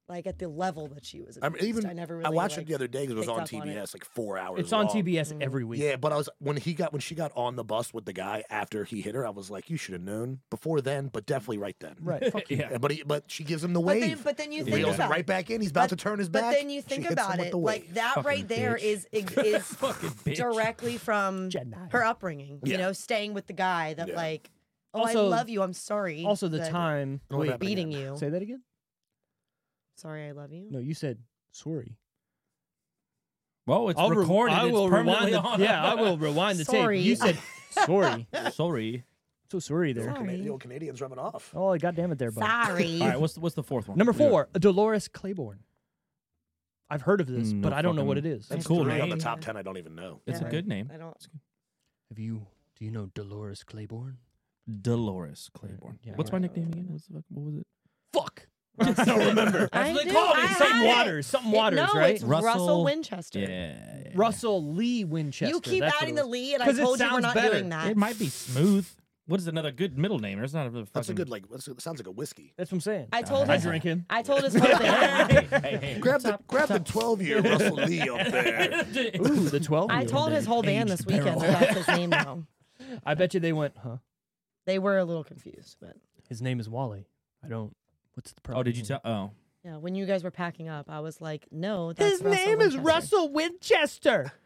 Speaker 2: like at the level that she was
Speaker 5: I
Speaker 2: abused.
Speaker 5: mean, even
Speaker 2: I never really.
Speaker 5: I watched
Speaker 2: like,
Speaker 5: it the other day because it was
Speaker 2: picked
Speaker 5: on
Speaker 2: up on it.
Speaker 5: TBS like four hours.
Speaker 3: It's on
Speaker 5: long.
Speaker 3: TBS every week.
Speaker 5: Yeah, but I was when he got when she got on the bus with the guy after he hit her. I was like, you should have known before then, but definitely right then.
Speaker 3: Right. Fuck you.
Speaker 4: Yeah.
Speaker 5: And- But he, but she gives him the
Speaker 2: But
Speaker 5: wave.
Speaker 2: then, but then
Speaker 5: He
Speaker 2: you think
Speaker 5: reels him
Speaker 2: about
Speaker 5: right
Speaker 2: it.
Speaker 5: back in. He's about to
Speaker 2: But-
Speaker 5: turn his
Speaker 2: but
Speaker 5: back.
Speaker 2: then you think
Speaker 5: she hits
Speaker 2: about
Speaker 5: him with
Speaker 2: it,
Speaker 5: the
Speaker 2: like
Speaker 5: wave.
Speaker 2: that
Speaker 4: Fucking
Speaker 2: right there
Speaker 4: bitch.
Speaker 2: is is
Speaker 4: Fucking bitch.
Speaker 2: directly from
Speaker 3: Jedi.
Speaker 2: her upbringing. You
Speaker 5: Yeah.
Speaker 2: know, staying with the guy that
Speaker 5: Yeah.
Speaker 2: like, oh, I
Speaker 3: Also-
Speaker 2: love you. I'm sorry.
Speaker 3: Also, the
Speaker 2: that
Speaker 3: time.
Speaker 4: Oh,
Speaker 5: Don't
Speaker 3: Wait,
Speaker 5: have it
Speaker 2: beating
Speaker 5: again.
Speaker 2: you.
Speaker 3: say that again.
Speaker 2: Sorry, I love you.
Speaker 3: No, you said sorry.
Speaker 4: Well, it's
Speaker 3: re-
Speaker 4: recorded.
Speaker 3: I
Speaker 4: It's
Speaker 3: will
Speaker 4: permanently
Speaker 3: rewind. The,
Speaker 4: on.
Speaker 3: yeah, I will rewind the
Speaker 2: Sorry.
Speaker 3: tape. You said sorry.
Speaker 4: Sorry.
Speaker 3: So sorry there.
Speaker 5: The old Cana- The old Canadian's rubbing off.
Speaker 3: Oh, goddamn it, there, bud.
Speaker 2: Sorry.
Speaker 4: All right. What's the, what's the fourth one?
Speaker 3: Number
Speaker 4: We were-
Speaker 3: four, Dolores Claiborne. I've heard of this,
Speaker 4: Mm,
Speaker 3: but
Speaker 4: no
Speaker 3: I don't know what it
Speaker 4: fucking-
Speaker 3: is.
Speaker 4: That's
Speaker 5: That's
Speaker 4: cool,
Speaker 5: cool. on the
Speaker 4: name.
Speaker 5: top ten. I don't even know.
Speaker 4: It's
Speaker 2: Yeah.
Speaker 4: a good name.
Speaker 2: I don't.
Speaker 3: Have you? Do you know Dolores Claiborne?
Speaker 4: Dolores Claiborne.
Speaker 3: Yeah,
Speaker 4: What's
Speaker 3: right.
Speaker 4: my nickname again? What's the fuck- what was it?
Speaker 3: Fuck. I don't remember.
Speaker 2: I
Speaker 4: what they
Speaker 2: do-
Speaker 4: call me. Something
Speaker 2: I had
Speaker 3: Something
Speaker 2: it.
Speaker 3: Waters. Something
Speaker 2: It-
Speaker 3: Waters,
Speaker 2: no,
Speaker 3: right?
Speaker 2: it's Russell,
Speaker 4: Russell-
Speaker 2: Winchester.
Speaker 4: Yeah.
Speaker 3: Russell Lee Winchester.
Speaker 2: You keep
Speaker 3: that's what
Speaker 2: adding
Speaker 3: it
Speaker 2: the
Speaker 3: was.
Speaker 2: Lee, and I
Speaker 3: 'Cause it
Speaker 2: told you we're
Speaker 3: sounds
Speaker 2: not
Speaker 3: better.
Speaker 2: doing that.
Speaker 4: It might be smooth. What is another good middle name? There's not a fucking.
Speaker 5: That's a good like. That's a, sounds like a whiskey.
Speaker 3: That's what I'm saying.
Speaker 2: I told
Speaker 3: I
Speaker 2: his-
Speaker 3: drink him.
Speaker 2: I told his whole thing.
Speaker 4: hey, hey, hey.
Speaker 5: Grab the grab the twelve year Russell Lee up there.
Speaker 3: Ooh, the 12.
Speaker 2: I told his whole band this weekend about his name. Now
Speaker 3: I bet you they went, huh?
Speaker 2: they were a little confused, but
Speaker 3: His name is Wally. I don't. What's the problem?
Speaker 4: Oh, did you tell? Oh,
Speaker 2: yeah, when you guys were packing up, I was like, "No, that's Russell Winchester.
Speaker 3: Winchester.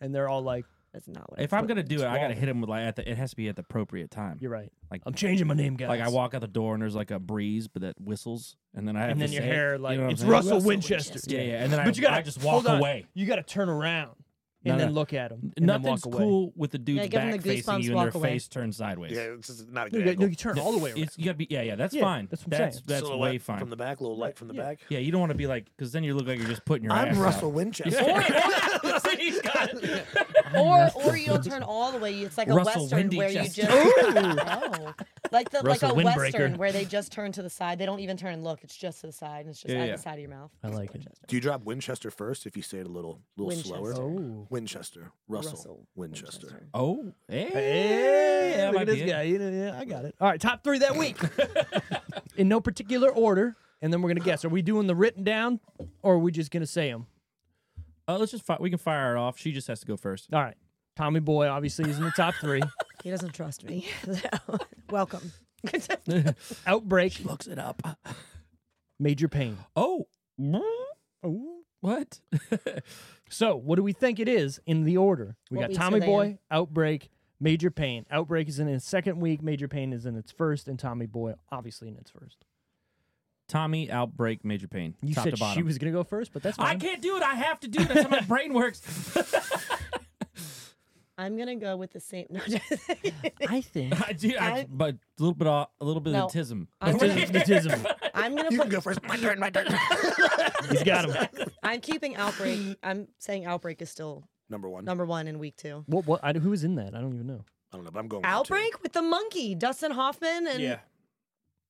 Speaker 3: And they're all like,
Speaker 2: That's not what. I
Speaker 4: if I'm
Speaker 2: thought.
Speaker 4: gonna do it, I gotta hit him with like at the. It has to be at the appropriate time.
Speaker 3: "You're right.
Speaker 4: Like-
Speaker 3: I'm changing my name, guys."
Speaker 4: Like I walk out the door and there's like a breeze, but that whistles, and then I have
Speaker 3: and
Speaker 4: to
Speaker 3: then your
Speaker 4: say it.
Speaker 3: hair
Speaker 4: You
Speaker 3: like
Speaker 4: know what I'm
Speaker 3: it's
Speaker 4: saying?
Speaker 3: Russell, Winchester.
Speaker 4: Yeah, yeah, and then I,
Speaker 3: But you gotta
Speaker 4: I just walk
Speaker 3: hold on.
Speaker 4: away.
Speaker 3: You gotta turn around
Speaker 4: No,
Speaker 3: and then
Speaker 4: no.
Speaker 3: look at him. and then
Speaker 4: Nothing's
Speaker 3: walk away.
Speaker 4: cool with the dude's
Speaker 2: Yeah, give 'em the
Speaker 4: back facing
Speaker 2: goosebumps,
Speaker 4: you and
Speaker 2: walk
Speaker 4: their
Speaker 2: away.
Speaker 4: face turned sideways.
Speaker 5: Yeah, this is not a
Speaker 3: No,
Speaker 5: good
Speaker 3: you, gotta-
Speaker 5: angle.
Speaker 3: no, you turn all the way around.
Speaker 4: It's, you gotta be yeah, yeah. That's
Speaker 3: Yeah,
Speaker 4: fine.
Speaker 3: that's
Speaker 4: That's
Speaker 3: what I'm
Speaker 4: that's,
Speaker 3: saying.
Speaker 5: Silhouette
Speaker 4: way fine.
Speaker 5: from the back, little light from the
Speaker 3: Yeah.
Speaker 5: back.
Speaker 4: yeah, you don't want to be like because then you look like you're just putting your. ass
Speaker 5: I'm
Speaker 4: out.
Speaker 5: Russell Winchester.
Speaker 4: See, he's got it.
Speaker 2: or or you don't turn all the way. It's like a
Speaker 4: Russell
Speaker 2: western where you
Speaker 4: Winchester.
Speaker 2: just oh. like the like a
Speaker 3: Russell
Speaker 2: western
Speaker 3: Windbreaker.
Speaker 2: where they just turn to the side. They don't even turn and look. It's just to the side, and it's just
Speaker 4: Yeah,
Speaker 2: at
Speaker 4: yeah.
Speaker 2: the side of your mouth.
Speaker 3: I like it.
Speaker 5: Do you drop Winchester first if you say it a little, little slower?
Speaker 2: Winchester.
Speaker 3: Oh.
Speaker 5: Winchester, Russell,
Speaker 2: Russell
Speaker 5: Winchester.
Speaker 4: Oh, hey,
Speaker 3: Hey,
Speaker 4: that
Speaker 3: look
Speaker 4: might
Speaker 3: at
Speaker 4: be
Speaker 3: this
Speaker 4: it.
Speaker 3: guy. You know, yeah, I got it. All right, top three that week, in no particular order, and then we're gonna guess. Are we doing the written down, or are we just gonna say them?
Speaker 4: Uh, let's just fi- we can fire her off. She just has to go first.
Speaker 3: All right, Tommy Boy obviously is in the top three.
Speaker 2: He doesn't trust me. So, Welcome.
Speaker 3: Outbreak. She looks it up. Major pain.
Speaker 4: Oh, Mm-hmm. what?
Speaker 3: So, what do we think it is in the order? We
Speaker 2: What
Speaker 3: got
Speaker 2: weeks
Speaker 3: Tommy
Speaker 2: are they
Speaker 3: Boy,
Speaker 2: in?
Speaker 3: Outbreak, Major Pain. Outbreak is in its second week, Major Pain is in its first, and Tommy Boy obviously in its first.
Speaker 4: Tommy outbreak major pain.
Speaker 3: You
Speaker 4: top
Speaker 3: said
Speaker 4: to bottom.
Speaker 3: she was going to go first, but that's
Speaker 4: I
Speaker 3: fine.
Speaker 4: can't do it. I have to do it. That's how my brain works.
Speaker 2: I'm gonna go with the same. No,
Speaker 3: I think.
Speaker 4: I do, I,
Speaker 2: I-
Speaker 4: but a little bit, off, a little bit
Speaker 2: No.
Speaker 4: of tism.
Speaker 2: I'm gonna, I'm gonna
Speaker 5: You
Speaker 2: put
Speaker 5: can go first. My turn. My turn.
Speaker 3: He's got him.
Speaker 2: I'm keeping outbreak. I'm saying outbreak is still
Speaker 5: Number one.
Speaker 2: number one in week two.
Speaker 3: what, what, I, who was in that? I don't even know.
Speaker 5: I don't know, but I'm going. with two.
Speaker 2: Outbreak with the monkey, Dustin Hoffman, and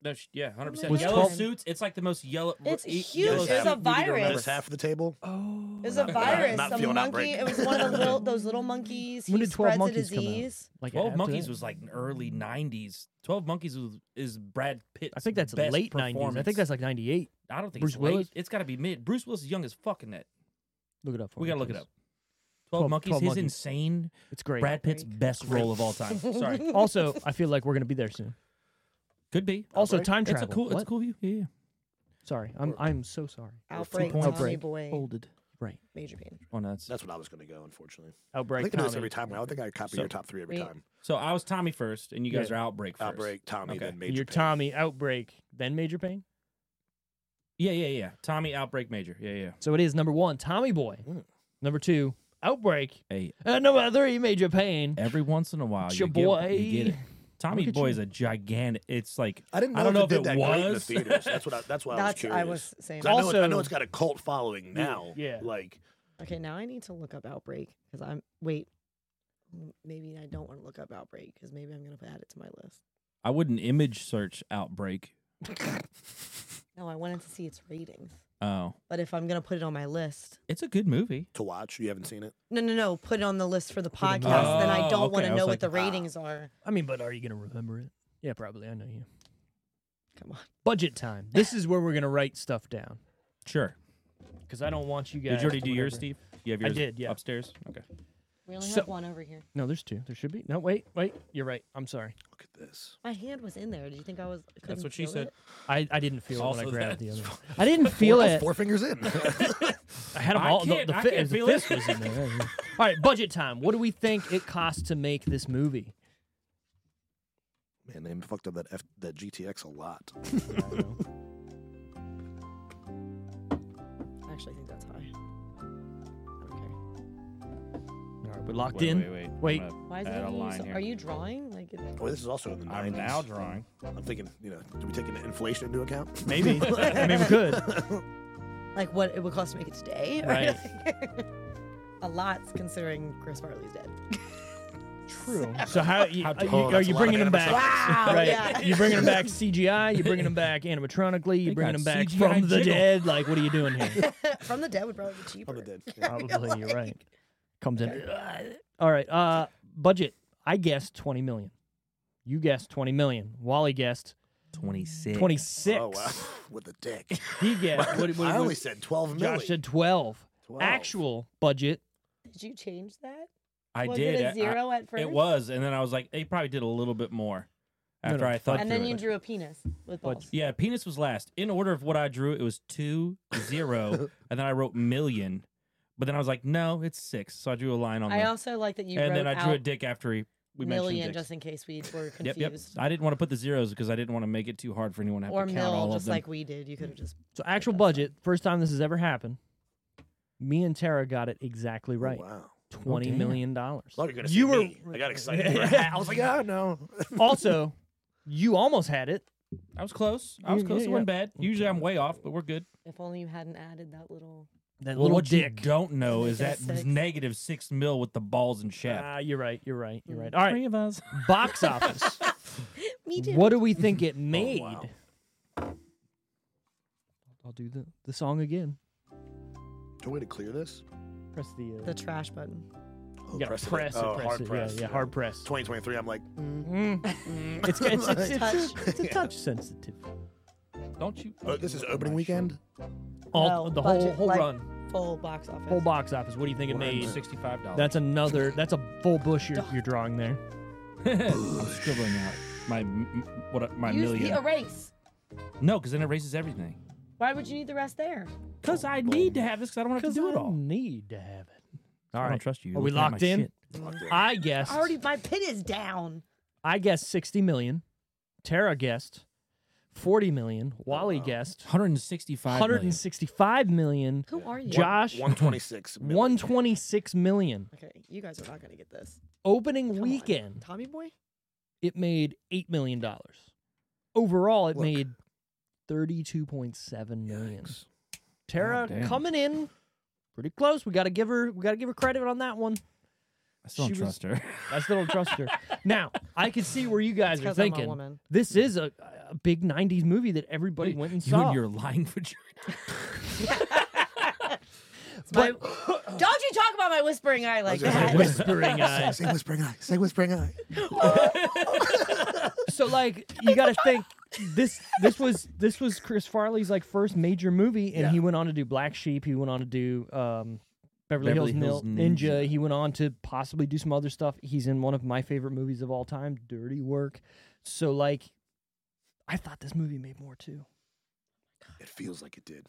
Speaker 4: No, sh- yeah, hundred
Speaker 2: Was
Speaker 4: percent. Yellow
Speaker 2: 12
Speaker 4: suits. It's like the most yellow.
Speaker 2: It's
Speaker 4: e-
Speaker 2: huge.
Speaker 4: yellow
Speaker 5: This
Speaker 2: There's
Speaker 4: suit
Speaker 2: a
Speaker 4: you need to remember.
Speaker 2: virus.
Speaker 5: This half of the table.
Speaker 3: Oh.
Speaker 2: It was a virus.
Speaker 5: not
Speaker 2: Some
Speaker 5: feeling
Speaker 2: monkey.
Speaker 5: outbreak.
Speaker 2: It was one of the little those little monkeys.
Speaker 3: When
Speaker 2: he
Speaker 3: did 12
Speaker 2: spreads a
Speaker 3: Monkeys come out?
Speaker 2: disease.
Speaker 3: Like
Speaker 4: Twelve
Speaker 3: after
Speaker 4: Monkeys
Speaker 3: that?
Speaker 4: was like an early '90s. Twelve Monkeys was, is Brad Pitt.
Speaker 3: I think that's
Speaker 4: best
Speaker 3: late 90s. I
Speaker 4: performance.
Speaker 3: think that's like 98.
Speaker 4: I don't think
Speaker 3: Bruce
Speaker 4: it's
Speaker 3: Willis?
Speaker 4: late. It's got to be mid. Bruce Willis is young as fucking that.
Speaker 3: Look it up for
Speaker 4: We
Speaker 3: me,
Speaker 4: gotta look it
Speaker 3: please.
Speaker 4: up. Twelve,
Speaker 3: 12
Speaker 4: Monkeys.
Speaker 3: 12
Speaker 4: his
Speaker 3: Monkeys.
Speaker 4: insane
Speaker 3: It's great.
Speaker 4: Brad Pitt's best role of all time. Sorry,
Speaker 3: Also, I feel like we're going to be there soon.
Speaker 4: could be.
Speaker 3: Also, time travel.
Speaker 4: It's a cool. It's a
Speaker 3: What?
Speaker 4: cool view. Yeah.
Speaker 3: Sorry, I'm I'm so sorry.
Speaker 2: Outbreak,
Speaker 4: points.
Speaker 2: Tommy
Speaker 3: Outbreak.
Speaker 2: Boy,
Speaker 4: Folded.
Speaker 3: Right.
Speaker 2: Major Pain.
Speaker 4: Oh no, that's
Speaker 5: That's what I was going to go. Unfortunately, I
Speaker 3: Outbreak.
Speaker 5: think I do this
Speaker 3: Tommy.
Speaker 5: every time. I don't think I copy
Speaker 4: So-
Speaker 5: your top three every
Speaker 2: Wait.
Speaker 5: time.
Speaker 4: so. I was Tommy first, and you guys
Speaker 3: Yeah.
Speaker 4: are outbreak first.
Speaker 5: Outbreak, Tommy,
Speaker 4: Okay.
Speaker 5: then Major.
Speaker 3: Your
Speaker 5: Pain.
Speaker 3: Tommy outbreak, then major pain.
Speaker 4: Yeah, yeah, yeah. Tommy outbreak major. Yeah, yeah.
Speaker 3: So it is number one, Tommy Boy.
Speaker 4: Hmm.
Speaker 5: Mm.
Speaker 3: Number two, outbreak.
Speaker 4: Hey,
Speaker 3: And number three, major pain.
Speaker 4: every once in a while,
Speaker 3: It's
Speaker 4: you,
Speaker 3: your
Speaker 4: get,
Speaker 3: boy.
Speaker 4: you get it. Tommy
Speaker 3: Look at
Speaker 4: Boy
Speaker 3: you.
Speaker 4: is a gigantic. It's like
Speaker 5: I didn't know
Speaker 4: I don't
Speaker 5: if
Speaker 4: know
Speaker 5: it,
Speaker 4: if
Speaker 5: did
Speaker 4: it
Speaker 5: that great in the
Speaker 4: was.
Speaker 5: theaters. That's what I, that's why I was
Speaker 2: That's
Speaker 5: curious.
Speaker 2: I was saying.
Speaker 5: 'Cause I know, it- I
Speaker 3: Also-
Speaker 5: know it's got a cult following now.
Speaker 3: yeah.
Speaker 5: Like
Speaker 2: Okay, now I need to look up outbreak because I'm wait. m- Maybe I don't want to look up outbreak because maybe I'm gonna add it to my list.
Speaker 4: I wouldn't image search outbreak.
Speaker 2: No, I wanted to see its ratings.
Speaker 4: Oh,
Speaker 2: But if I'm gonna put it on my list,
Speaker 4: it's a good movie.
Speaker 5: to watch. You haven't seen it?
Speaker 2: no, no, no, put it on the list for the podcast. then I
Speaker 4: Oh,
Speaker 2: don't want
Speaker 4: okay, I
Speaker 2: to
Speaker 4: was
Speaker 2: know
Speaker 4: like,
Speaker 2: what the ratings are.
Speaker 3: I mean, but are you gonna remember it? Yeah, probably. I know you.
Speaker 2: Come on.
Speaker 3: Budget time. This is where we're gonna write stuff down
Speaker 4: Sure.
Speaker 3: because I don't want you guys.
Speaker 4: Did you already
Speaker 3: to
Speaker 4: do yours,
Speaker 3: whatever.
Speaker 4: Steve? You have
Speaker 3: I
Speaker 4: yours
Speaker 3: did, yeah.
Speaker 4: upstairs? Okay.
Speaker 2: We only
Speaker 3: So-
Speaker 2: have one over here.
Speaker 3: No, there's two. There should be. No, wait, wait. You're right. I'm sorry.
Speaker 5: Look at this.
Speaker 2: My hand was in there. Did you think I was? couldn't
Speaker 4: what she
Speaker 2: feel
Speaker 4: said.
Speaker 2: it?
Speaker 3: I, I didn't feel it
Speaker 4: Also
Speaker 3: when I grabbed
Speaker 4: that.
Speaker 3: the other. one. I didn't feel
Speaker 5: Four-
Speaker 3: it.
Speaker 5: Oh, Four fingers in.
Speaker 3: I had them
Speaker 4: I
Speaker 3: all. the-
Speaker 4: can't-
Speaker 3: the,
Speaker 4: I
Speaker 3: fi-
Speaker 4: can't
Speaker 3: the
Speaker 4: feel
Speaker 3: fist
Speaker 4: it.
Speaker 3: was in there. all right, budget time. What do we think it costs to make this movie?
Speaker 5: Man, they fucked up that F- that GTX a lot.
Speaker 2: I actually think that's high.
Speaker 3: All right, we're locked
Speaker 4: Wait,
Speaker 3: in.
Speaker 4: wait, wait.
Speaker 3: Wait.
Speaker 4: I'm gonna
Speaker 2: Why is
Speaker 4: add
Speaker 2: it
Speaker 4: a line
Speaker 2: so,
Speaker 4: here.
Speaker 2: Are you drawing? Like, it,
Speaker 5: Boy, this is also in the 90s.
Speaker 4: I'm now drawing.
Speaker 5: I'm thinking, you know, do we take in- inflation into account?
Speaker 4: Maybe.
Speaker 3: Maybe good.
Speaker 2: like what it would cost to make it today? or,
Speaker 3: Right.
Speaker 2: like, a lot, considering Chris Farley's dead.
Speaker 3: True. So how, you, are, you,
Speaker 5: Oh,
Speaker 3: are
Speaker 5: that's
Speaker 3: you
Speaker 5: a lot of
Speaker 3: bringing them back?
Speaker 5: animatronics.
Speaker 2: Wow,
Speaker 3: Right.
Speaker 2: yeah.
Speaker 3: You're bringing them back CGI. You're bringing them back animatronically. You're
Speaker 4: They
Speaker 3: bringing
Speaker 4: got
Speaker 3: them back
Speaker 4: CGI
Speaker 3: from the
Speaker 4: jiggle.
Speaker 3: dead. Like, what are you doing here?
Speaker 2: From the dead would probably be cheaper.
Speaker 5: I'm a dead.
Speaker 3: Probably you're right. Comes in. All right. Uh, budget. I guessed 20 million. You guessed 20 million. Wally guessed
Speaker 4: 26.
Speaker 3: 26.
Speaker 5: Oh wow, with a dick.
Speaker 3: He guessed. What, what,
Speaker 5: I
Speaker 3: what-
Speaker 5: only said 12 million.
Speaker 3: Josh said 12.
Speaker 5: 12.
Speaker 3: Actual budget.
Speaker 2: Did you change that?
Speaker 4: I
Speaker 2: was
Speaker 4: did.
Speaker 2: it
Speaker 4: I-
Speaker 2: a zero at
Speaker 4: I,
Speaker 2: first?
Speaker 4: it was. And then I was like, they probably did a little bit more
Speaker 3: No, no,
Speaker 4: after I thought
Speaker 2: And
Speaker 4: through
Speaker 2: then
Speaker 4: it.
Speaker 2: you drew a penis with
Speaker 3: But-
Speaker 2: balls.
Speaker 4: Yeah, penis was last. In order of what I drew, it was two, zero, and then I wrote million. But then I was like, no, it's six. So I drew a line on
Speaker 2: I
Speaker 4: that.
Speaker 2: also like that you
Speaker 4: And
Speaker 2: wrote
Speaker 4: then I drew a
Speaker 2: out
Speaker 4: dick after he, we
Speaker 2: million
Speaker 4: mentioned dicks.
Speaker 2: just in case we were
Speaker 4: Yep, yep.
Speaker 2: confused.
Speaker 4: I didn't want to put the zeros because I didn't want to make it too hard for anyone to have
Speaker 2: Or
Speaker 4: to count all
Speaker 2: mill,
Speaker 4: of
Speaker 2: just
Speaker 4: them.
Speaker 2: like we did. You could have just.
Speaker 3: So actual
Speaker 2: that's
Speaker 3: budget, first time this has ever happened. Me and Tara got it exactly right.
Speaker 5: Oh, Wow.
Speaker 3: Twenty
Speaker 4: damn.
Speaker 3: million dollars.
Speaker 5: I thought you were gonna
Speaker 3: You
Speaker 5: say
Speaker 3: were-
Speaker 5: me. I got excited. for a hat. I was like, oh no.
Speaker 3: also, you almost had it.
Speaker 4: I was close. I was
Speaker 3: Yeah,
Speaker 4: close.
Speaker 3: yeah,
Speaker 4: it wasn't bad. Usually I'm way off, but we're good.
Speaker 2: If only you hadn't added that little.
Speaker 3: That
Speaker 4: Well, what you don't know is that
Speaker 2: That's six.
Speaker 4: negative six mil with the balls and shaft.
Speaker 3: Ah, you're right. You're right. You're right. All right.
Speaker 4: Uh, of us.
Speaker 3: Box office.
Speaker 2: Me too.
Speaker 3: what do we think it made?
Speaker 5: wow.
Speaker 3: I'll do the, the song again.
Speaker 5: Do we to clear this?
Speaker 3: Press the. Uh,
Speaker 2: The trash button.
Speaker 5: Oh,
Speaker 3: you gotta press,
Speaker 5: it.
Speaker 3: it.
Speaker 5: Oh,
Speaker 3: press
Speaker 5: hard
Speaker 3: it.
Speaker 5: press.
Speaker 3: Yeah, yeah, hard press.
Speaker 5: 2023. I'm like, "Oh,
Speaker 3: Mm. it's, it's, it's, it's,
Speaker 2: Touch.
Speaker 3: it's a touch sensitive.
Speaker 4: Don't you?
Speaker 3: Mm.
Speaker 5: oh, this is opening weekend.
Speaker 3: All,
Speaker 2: No,
Speaker 3: the whole
Speaker 2: budget,
Speaker 3: whole
Speaker 2: like,
Speaker 3: run,
Speaker 2: Full box office.
Speaker 3: whole box office. What do you think it made?
Speaker 4: Sixty-five dollars.
Speaker 3: That's another. That's a full bush you're, you're drawing there.
Speaker 4: I'm scribbling out my m- m- what I- my
Speaker 2: Use
Speaker 4: million.
Speaker 2: the erase.
Speaker 4: no, because then it erases everything.
Speaker 2: Why would you need the rest there?
Speaker 4: Because I need to have this. Because I don't want to do it all.
Speaker 3: need to have it. All
Speaker 4: I
Speaker 3: right.
Speaker 4: don't trust you. You're
Speaker 3: Are we
Speaker 4: looking at
Speaker 3: locked
Speaker 4: my
Speaker 3: in?
Speaker 4: shit.
Speaker 3: I guessed.
Speaker 2: I already. My pin is down.
Speaker 3: I guessed sixty million. Tara guessed forty million. Wally guessed
Speaker 4: 165.
Speaker 3: hundred
Speaker 4: million.
Speaker 3: and sixty-five million.
Speaker 2: Who are you?
Speaker 3: Josh
Speaker 5: 126. million.
Speaker 3: one twenty-six million.
Speaker 2: Okay, you guys are not gonna get this.
Speaker 3: Opening
Speaker 2: Come on.
Speaker 3: weekend,
Speaker 2: Tommy Boy.
Speaker 3: it made eight million dollars. Overall, it
Speaker 5: Look.
Speaker 3: made thirty-two point seven million.
Speaker 5: Yikes.
Speaker 3: Tara
Speaker 4: Goddamn.
Speaker 3: coming in pretty close. We got to give her. We got to give her credit on that one.
Speaker 4: I still don't
Speaker 3: She was-
Speaker 4: trust her.
Speaker 3: I still don't trust her. Now, I can see where you guys are
Speaker 2: 'cause I'm a
Speaker 3: thinking.
Speaker 2: woman.
Speaker 3: This is a, a big '90s movie that everybody went and
Speaker 4: you
Speaker 3: saw.
Speaker 4: and your lying vagina.
Speaker 3: but
Speaker 2: Don't you talk about my whispering eye like
Speaker 5: I was gonna
Speaker 2: that.
Speaker 5: say,
Speaker 3: whispering eyes.
Speaker 5: Say whispering eye. Say whispering eye.
Speaker 3: So, like, you got to think this. This was this was Chris Farley's like first major movie, and
Speaker 5: Yeah.
Speaker 3: he went on to do Black Sheep. He went on to do um, Beverly,
Speaker 4: Beverly Hills
Speaker 3: Hills, Ninja.
Speaker 4: Ninja.
Speaker 3: He went on to possibly do some other stuff. He's in one of my favorite movies of all time, Dirty Work. So, like, I thought this movie made more too.
Speaker 5: It feels like it did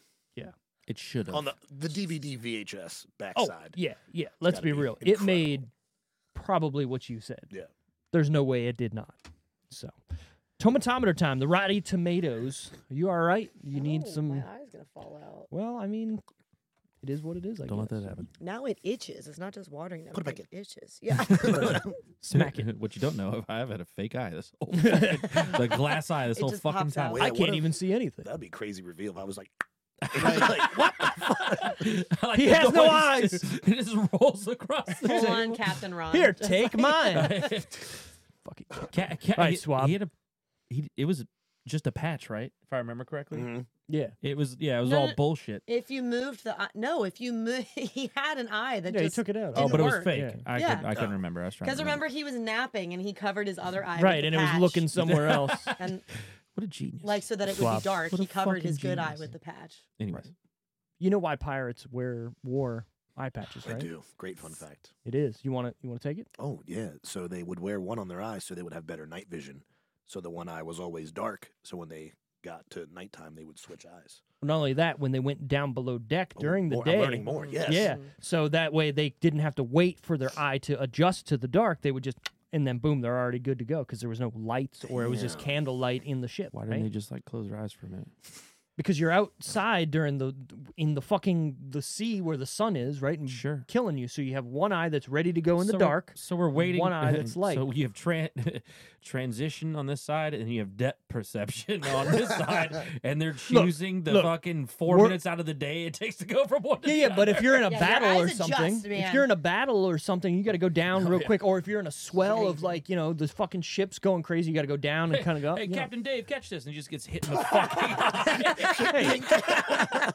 Speaker 4: It should
Speaker 5: on
Speaker 4: have.
Speaker 5: the the DVD VHS
Speaker 3: Oh,
Speaker 5: backside.
Speaker 3: yeah, yeah. Let's
Speaker 5: gotta
Speaker 3: be
Speaker 5: be
Speaker 3: real. It
Speaker 5: incredible.
Speaker 3: made probably what you said.
Speaker 5: Yeah.
Speaker 3: There's no way it did not. So, tomatometer time. The Rotten Tomatoes. You all right? You need
Speaker 2: Oh,
Speaker 3: some.
Speaker 2: My eye's gonna fall out.
Speaker 3: Well, I mean, it is what it is. I
Speaker 4: Don't let
Speaker 3: guess.
Speaker 4: that happen.
Speaker 2: Now it itches. It's not just watering them.
Speaker 5: Put it back
Speaker 2: like, itches. Yeah.
Speaker 3: Smack it.
Speaker 4: what you don't know, I've had a fake eye this whole fucking, the glass eye this
Speaker 2: It
Speaker 4: whole
Speaker 2: just
Speaker 4: fucking
Speaker 2: pops out.
Speaker 4: time.
Speaker 5: Wait,
Speaker 3: I
Speaker 5: what
Speaker 3: can't
Speaker 5: if-
Speaker 3: even see anything.
Speaker 5: That'd be a crazy reveal if I was like, like, what? the
Speaker 4: Like,
Speaker 3: He
Speaker 4: the
Speaker 3: has no
Speaker 4: noise
Speaker 3: eyes.
Speaker 4: It just rolls across. The
Speaker 2: Hold on, Captain Ron.
Speaker 3: Here, take mine.
Speaker 4: Ca- ca-
Speaker 3: All right,
Speaker 4: he-
Speaker 3: swab.
Speaker 4: He had a he it was just a patch, right? If I remember correctly,
Speaker 3: Mm-hmm.
Speaker 5: Mhm.
Speaker 3: Yeah.
Speaker 4: it was yeah, it was
Speaker 2: No,
Speaker 4: all
Speaker 2: no,
Speaker 4: bullshit.
Speaker 2: If you moved the eye, no, if you mo- he had an eye that
Speaker 3: Yeah, he
Speaker 2: just
Speaker 3: took it out.
Speaker 4: Oh,
Speaker 2: didn't
Speaker 4: but it was
Speaker 2: work.
Speaker 4: fake.
Speaker 3: Yeah.
Speaker 4: I,
Speaker 2: Yeah.
Speaker 4: could, I couldn't remember. I was trying to
Speaker 2: Because remember he was napping and he covered his other eye.
Speaker 3: Right,
Speaker 2: with
Speaker 3: and
Speaker 2: the
Speaker 3: it was
Speaker 2: patch.
Speaker 3: looking somewhere else.
Speaker 2: And
Speaker 4: What a genius!
Speaker 2: like so that it would
Speaker 3: Wow.
Speaker 2: be dark,
Speaker 4: What
Speaker 2: he
Speaker 4: a
Speaker 2: covered his
Speaker 4: fucking
Speaker 2: good eye
Speaker 4: genius.
Speaker 2: with the patch.
Speaker 4: anyways,
Speaker 3: You know why pirates wear wore eye patches,
Speaker 5: I
Speaker 3: right?
Speaker 5: do. Great fun fact.
Speaker 3: It is. You want to you want to take it?
Speaker 5: Oh yeah. So they would wear one on their eye so they would have better night vision. So the one eye was always dark. So when they got to nighttime, they would switch eyes.
Speaker 3: Not only that, when they went down below deck
Speaker 5: Oh,
Speaker 3: during the
Speaker 5: more-
Speaker 3: day,
Speaker 5: I'm learning more. Yes.
Speaker 3: yeah, so that way they didn't have to wait for their eye to adjust to the dark. They would just and then boom, they're already good to go because there was no lights or it was just candlelight in the ship.
Speaker 4: why
Speaker 3: right?
Speaker 4: didn't they just like close their eyes for a minute?
Speaker 3: because you're outside during the in the fucking the sea where the sun is right and
Speaker 4: Sure.
Speaker 3: killing you so you have one eye that's ready to go in
Speaker 4: So
Speaker 3: the
Speaker 4: we're-
Speaker 3: dark
Speaker 4: So we're waiting.
Speaker 3: one eye that's light.
Speaker 4: So you have tran transition on this side, and you have depth perception on this side, and they're choosing the
Speaker 3: look,
Speaker 4: fucking 4
Speaker 3: we're-
Speaker 4: minutes out of the day it takes to go from one. to
Speaker 3: yeah
Speaker 4: the
Speaker 3: yeah but if you're in a
Speaker 2: Yeah, your
Speaker 3: battle or
Speaker 2: eyes adjust,
Speaker 3: something if
Speaker 2: man.
Speaker 3: you're in a battle or something you got to go
Speaker 4: Oh,
Speaker 3: down real quick or if you're in a swell of like you know the fucking ships going crazy you got to go down and kind of go
Speaker 4: Hey,
Speaker 3: you know.
Speaker 4: Captain Dave, catch this, and he just gets hit in the fucking.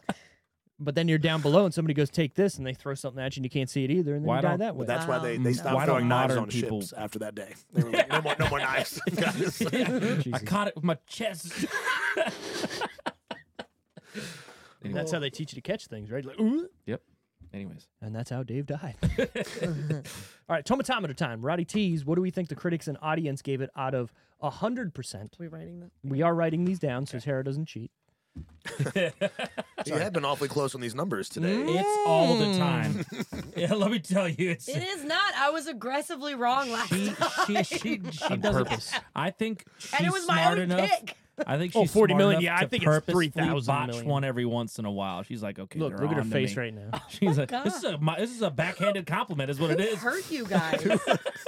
Speaker 3: but then you're down below and somebody goes take this and they throw something at you and you can't see it either and then
Speaker 4: Why
Speaker 3: you die
Speaker 4: don't-
Speaker 3: that way
Speaker 5: But that's why they,
Speaker 3: Mm,
Speaker 5: they
Speaker 4: Um,
Speaker 5: stopped
Speaker 4: why don't
Speaker 5: throwing knives
Speaker 4: modern
Speaker 5: on
Speaker 4: people-
Speaker 5: ships after that day. They were like, no more, no more knives. guys."
Speaker 4: I caught it with my chest.
Speaker 3: that's how they teach you to catch things right like ooh
Speaker 4: Yep. Anyways,
Speaker 3: And that's how Dave died. All right, tomatometer time. Roddy T's, what do we think the critics and audience gave it out of 100%?
Speaker 7: We writing that?
Speaker 3: We are writing these down so Tara doesn't cheat.
Speaker 5: You have been awfully close on these numbers today.
Speaker 4: it's all the time. yeah, let me tell you, it's
Speaker 2: It is not. I was aggressively wrong last
Speaker 4: she she
Speaker 2: time.
Speaker 4: she, she doesn't. I think she's
Speaker 2: And it was my
Speaker 4: smart
Speaker 2: own
Speaker 4: enough.
Speaker 2: pick.
Speaker 4: I think
Speaker 3: Oh,
Speaker 4: she's
Speaker 3: 40
Speaker 4: smart
Speaker 3: million,
Speaker 4: enough
Speaker 3: yeah, I
Speaker 4: to
Speaker 3: think it's
Speaker 4: purposely
Speaker 3: 3,000
Speaker 4: botch
Speaker 3: million.
Speaker 4: one every once in a while. She's like, okay,
Speaker 3: Look,
Speaker 4: they're
Speaker 3: look at her
Speaker 4: on to
Speaker 3: face
Speaker 4: me.
Speaker 3: right now.
Speaker 4: She's like, this is
Speaker 2: Oh God.
Speaker 4: a my, this is a backhanded compliment, is what it
Speaker 2: Who
Speaker 4: is.
Speaker 2: hurt you guys?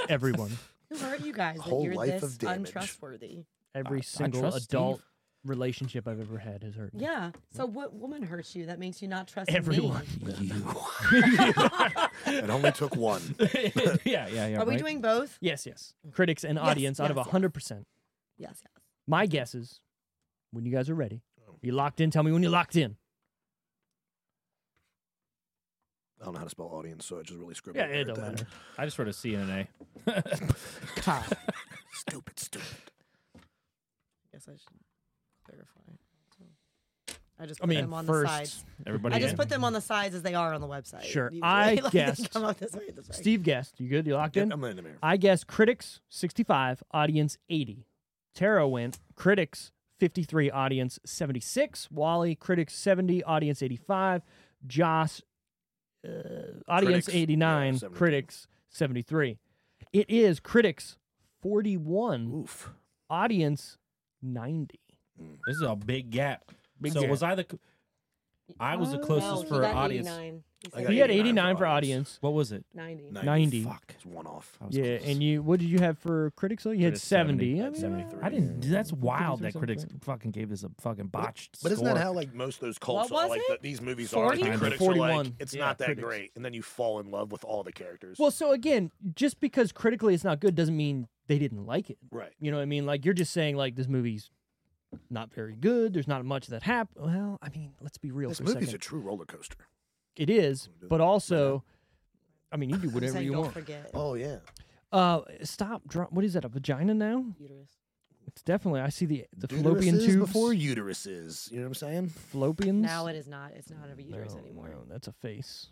Speaker 3: Everyone.
Speaker 2: Who hurt you guys that
Speaker 5: Whole
Speaker 2: you're
Speaker 5: life
Speaker 2: this
Speaker 5: of damage.
Speaker 2: untrustworthy?
Speaker 3: Every
Speaker 4: I
Speaker 3: single
Speaker 4: trust Steve.
Speaker 3: adult relationship I've ever had has hurt me.
Speaker 2: Yeah. So what woman hurts you that makes you not trust
Speaker 3: Everyone.
Speaker 2: Me?
Speaker 3: Mm.
Speaker 5: It only took one.
Speaker 4: yeah, yeah, yeah.
Speaker 2: Are we
Speaker 4: right?
Speaker 2: doing both?
Speaker 3: Yes, yes. Critics and audience out of
Speaker 2: yes, yes.
Speaker 3: 100%.
Speaker 2: Yes. yes.
Speaker 3: My guess is when you guys are ready,
Speaker 5: Oh.
Speaker 3: you locked in. Tell me when you locked in.
Speaker 5: I don't know how to spell audience, so I just really scribbled.
Speaker 3: Yeah, it
Speaker 5: there at
Speaker 3: don't
Speaker 5: the end.
Speaker 3: matter.
Speaker 4: I just wrote a C and an
Speaker 3: God.
Speaker 5: Stupid, stupid.
Speaker 7: Yes, I should clarify. I just
Speaker 3: I
Speaker 7: put
Speaker 3: mean,
Speaker 7: them on
Speaker 3: first,
Speaker 7: the sides.
Speaker 4: A. Everybody,
Speaker 2: I just
Speaker 4: in?
Speaker 2: put them on the sides as they are on the website.
Speaker 3: Sure.
Speaker 2: usually.
Speaker 3: I
Speaker 2: Like, they
Speaker 3: guessed-
Speaker 2: Come up this way, this way.
Speaker 3: Steve guessed. You good? You locked in?
Speaker 5: Yep, I'm in the mirror.
Speaker 3: I guess critics 65, audience 80. Tara went critics 53, audience 76. Wally critics 70, audience 85. Josh uh, audience
Speaker 5: Critics, yeah,
Speaker 3: 89,
Speaker 5: 73.
Speaker 3: critics 73. It is critics 41,
Speaker 5: Oof.
Speaker 3: audience 90.
Speaker 4: This is a big gap.
Speaker 3: Big
Speaker 4: so
Speaker 3: gap.
Speaker 4: was I the? I was the closest
Speaker 2: Oh, he
Speaker 4: for
Speaker 2: got
Speaker 4: audience.
Speaker 2: 89. He
Speaker 5: I
Speaker 2: said
Speaker 5: got
Speaker 3: He had
Speaker 5: 89 for
Speaker 3: 89 for audience.
Speaker 5: audience.
Speaker 4: What was it?
Speaker 7: 90.
Speaker 3: 90.
Speaker 5: Fuck. It's one off.
Speaker 4: I was
Speaker 3: Yeah,
Speaker 4: close.
Speaker 3: and you what did you have for critics? though? You had
Speaker 4: Critics,
Speaker 3: 70.
Speaker 4: 70.
Speaker 3: I
Speaker 5: At
Speaker 3: mean,
Speaker 5: 73.
Speaker 4: I didn't. dude, That's wild
Speaker 3: or
Speaker 4: that critics
Speaker 3: something.
Speaker 4: fucking gave this a fucking botched.
Speaker 5: But isn't
Speaker 4: score.
Speaker 5: that how like most of those cults
Speaker 2: What
Speaker 5: are?
Speaker 2: was
Speaker 5: Like
Speaker 2: it?
Speaker 5: the, these movies are.
Speaker 2: 40?
Speaker 5: Like, the critics are
Speaker 3: 41.
Speaker 5: like, it's
Speaker 3: Yeah,
Speaker 5: not that
Speaker 3: critics.
Speaker 5: great, and then you fall in love with all the characters.
Speaker 3: Well, so again, just because critically it's not good doesn't mean they didn't like it.
Speaker 5: right.
Speaker 3: You know what I mean? Like you're just saying like this movie's not very good. There's not much that happened. Well, I mean, let's be real
Speaker 5: This
Speaker 3: for a
Speaker 5: movie's
Speaker 3: second.
Speaker 5: a true roller coaster.
Speaker 3: it is, but also, I mean, you do
Speaker 2: So
Speaker 3: whatever you
Speaker 2: don't
Speaker 3: want.
Speaker 2: forget.
Speaker 5: Oh yeah.
Speaker 3: Uh, stop. Dr- what is that? A vagina now?
Speaker 7: Uterus.
Speaker 3: It's definitely. I see the the fallopian
Speaker 5: Uteruses
Speaker 3: tubes.
Speaker 5: before uteruses. You know what I'm saying?
Speaker 3: fallopians.
Speaker 2: Now it is not. It's not a uterus
Speaker 3: No,
Speaker 2: anymore.
Speaker 3: no, that's a face.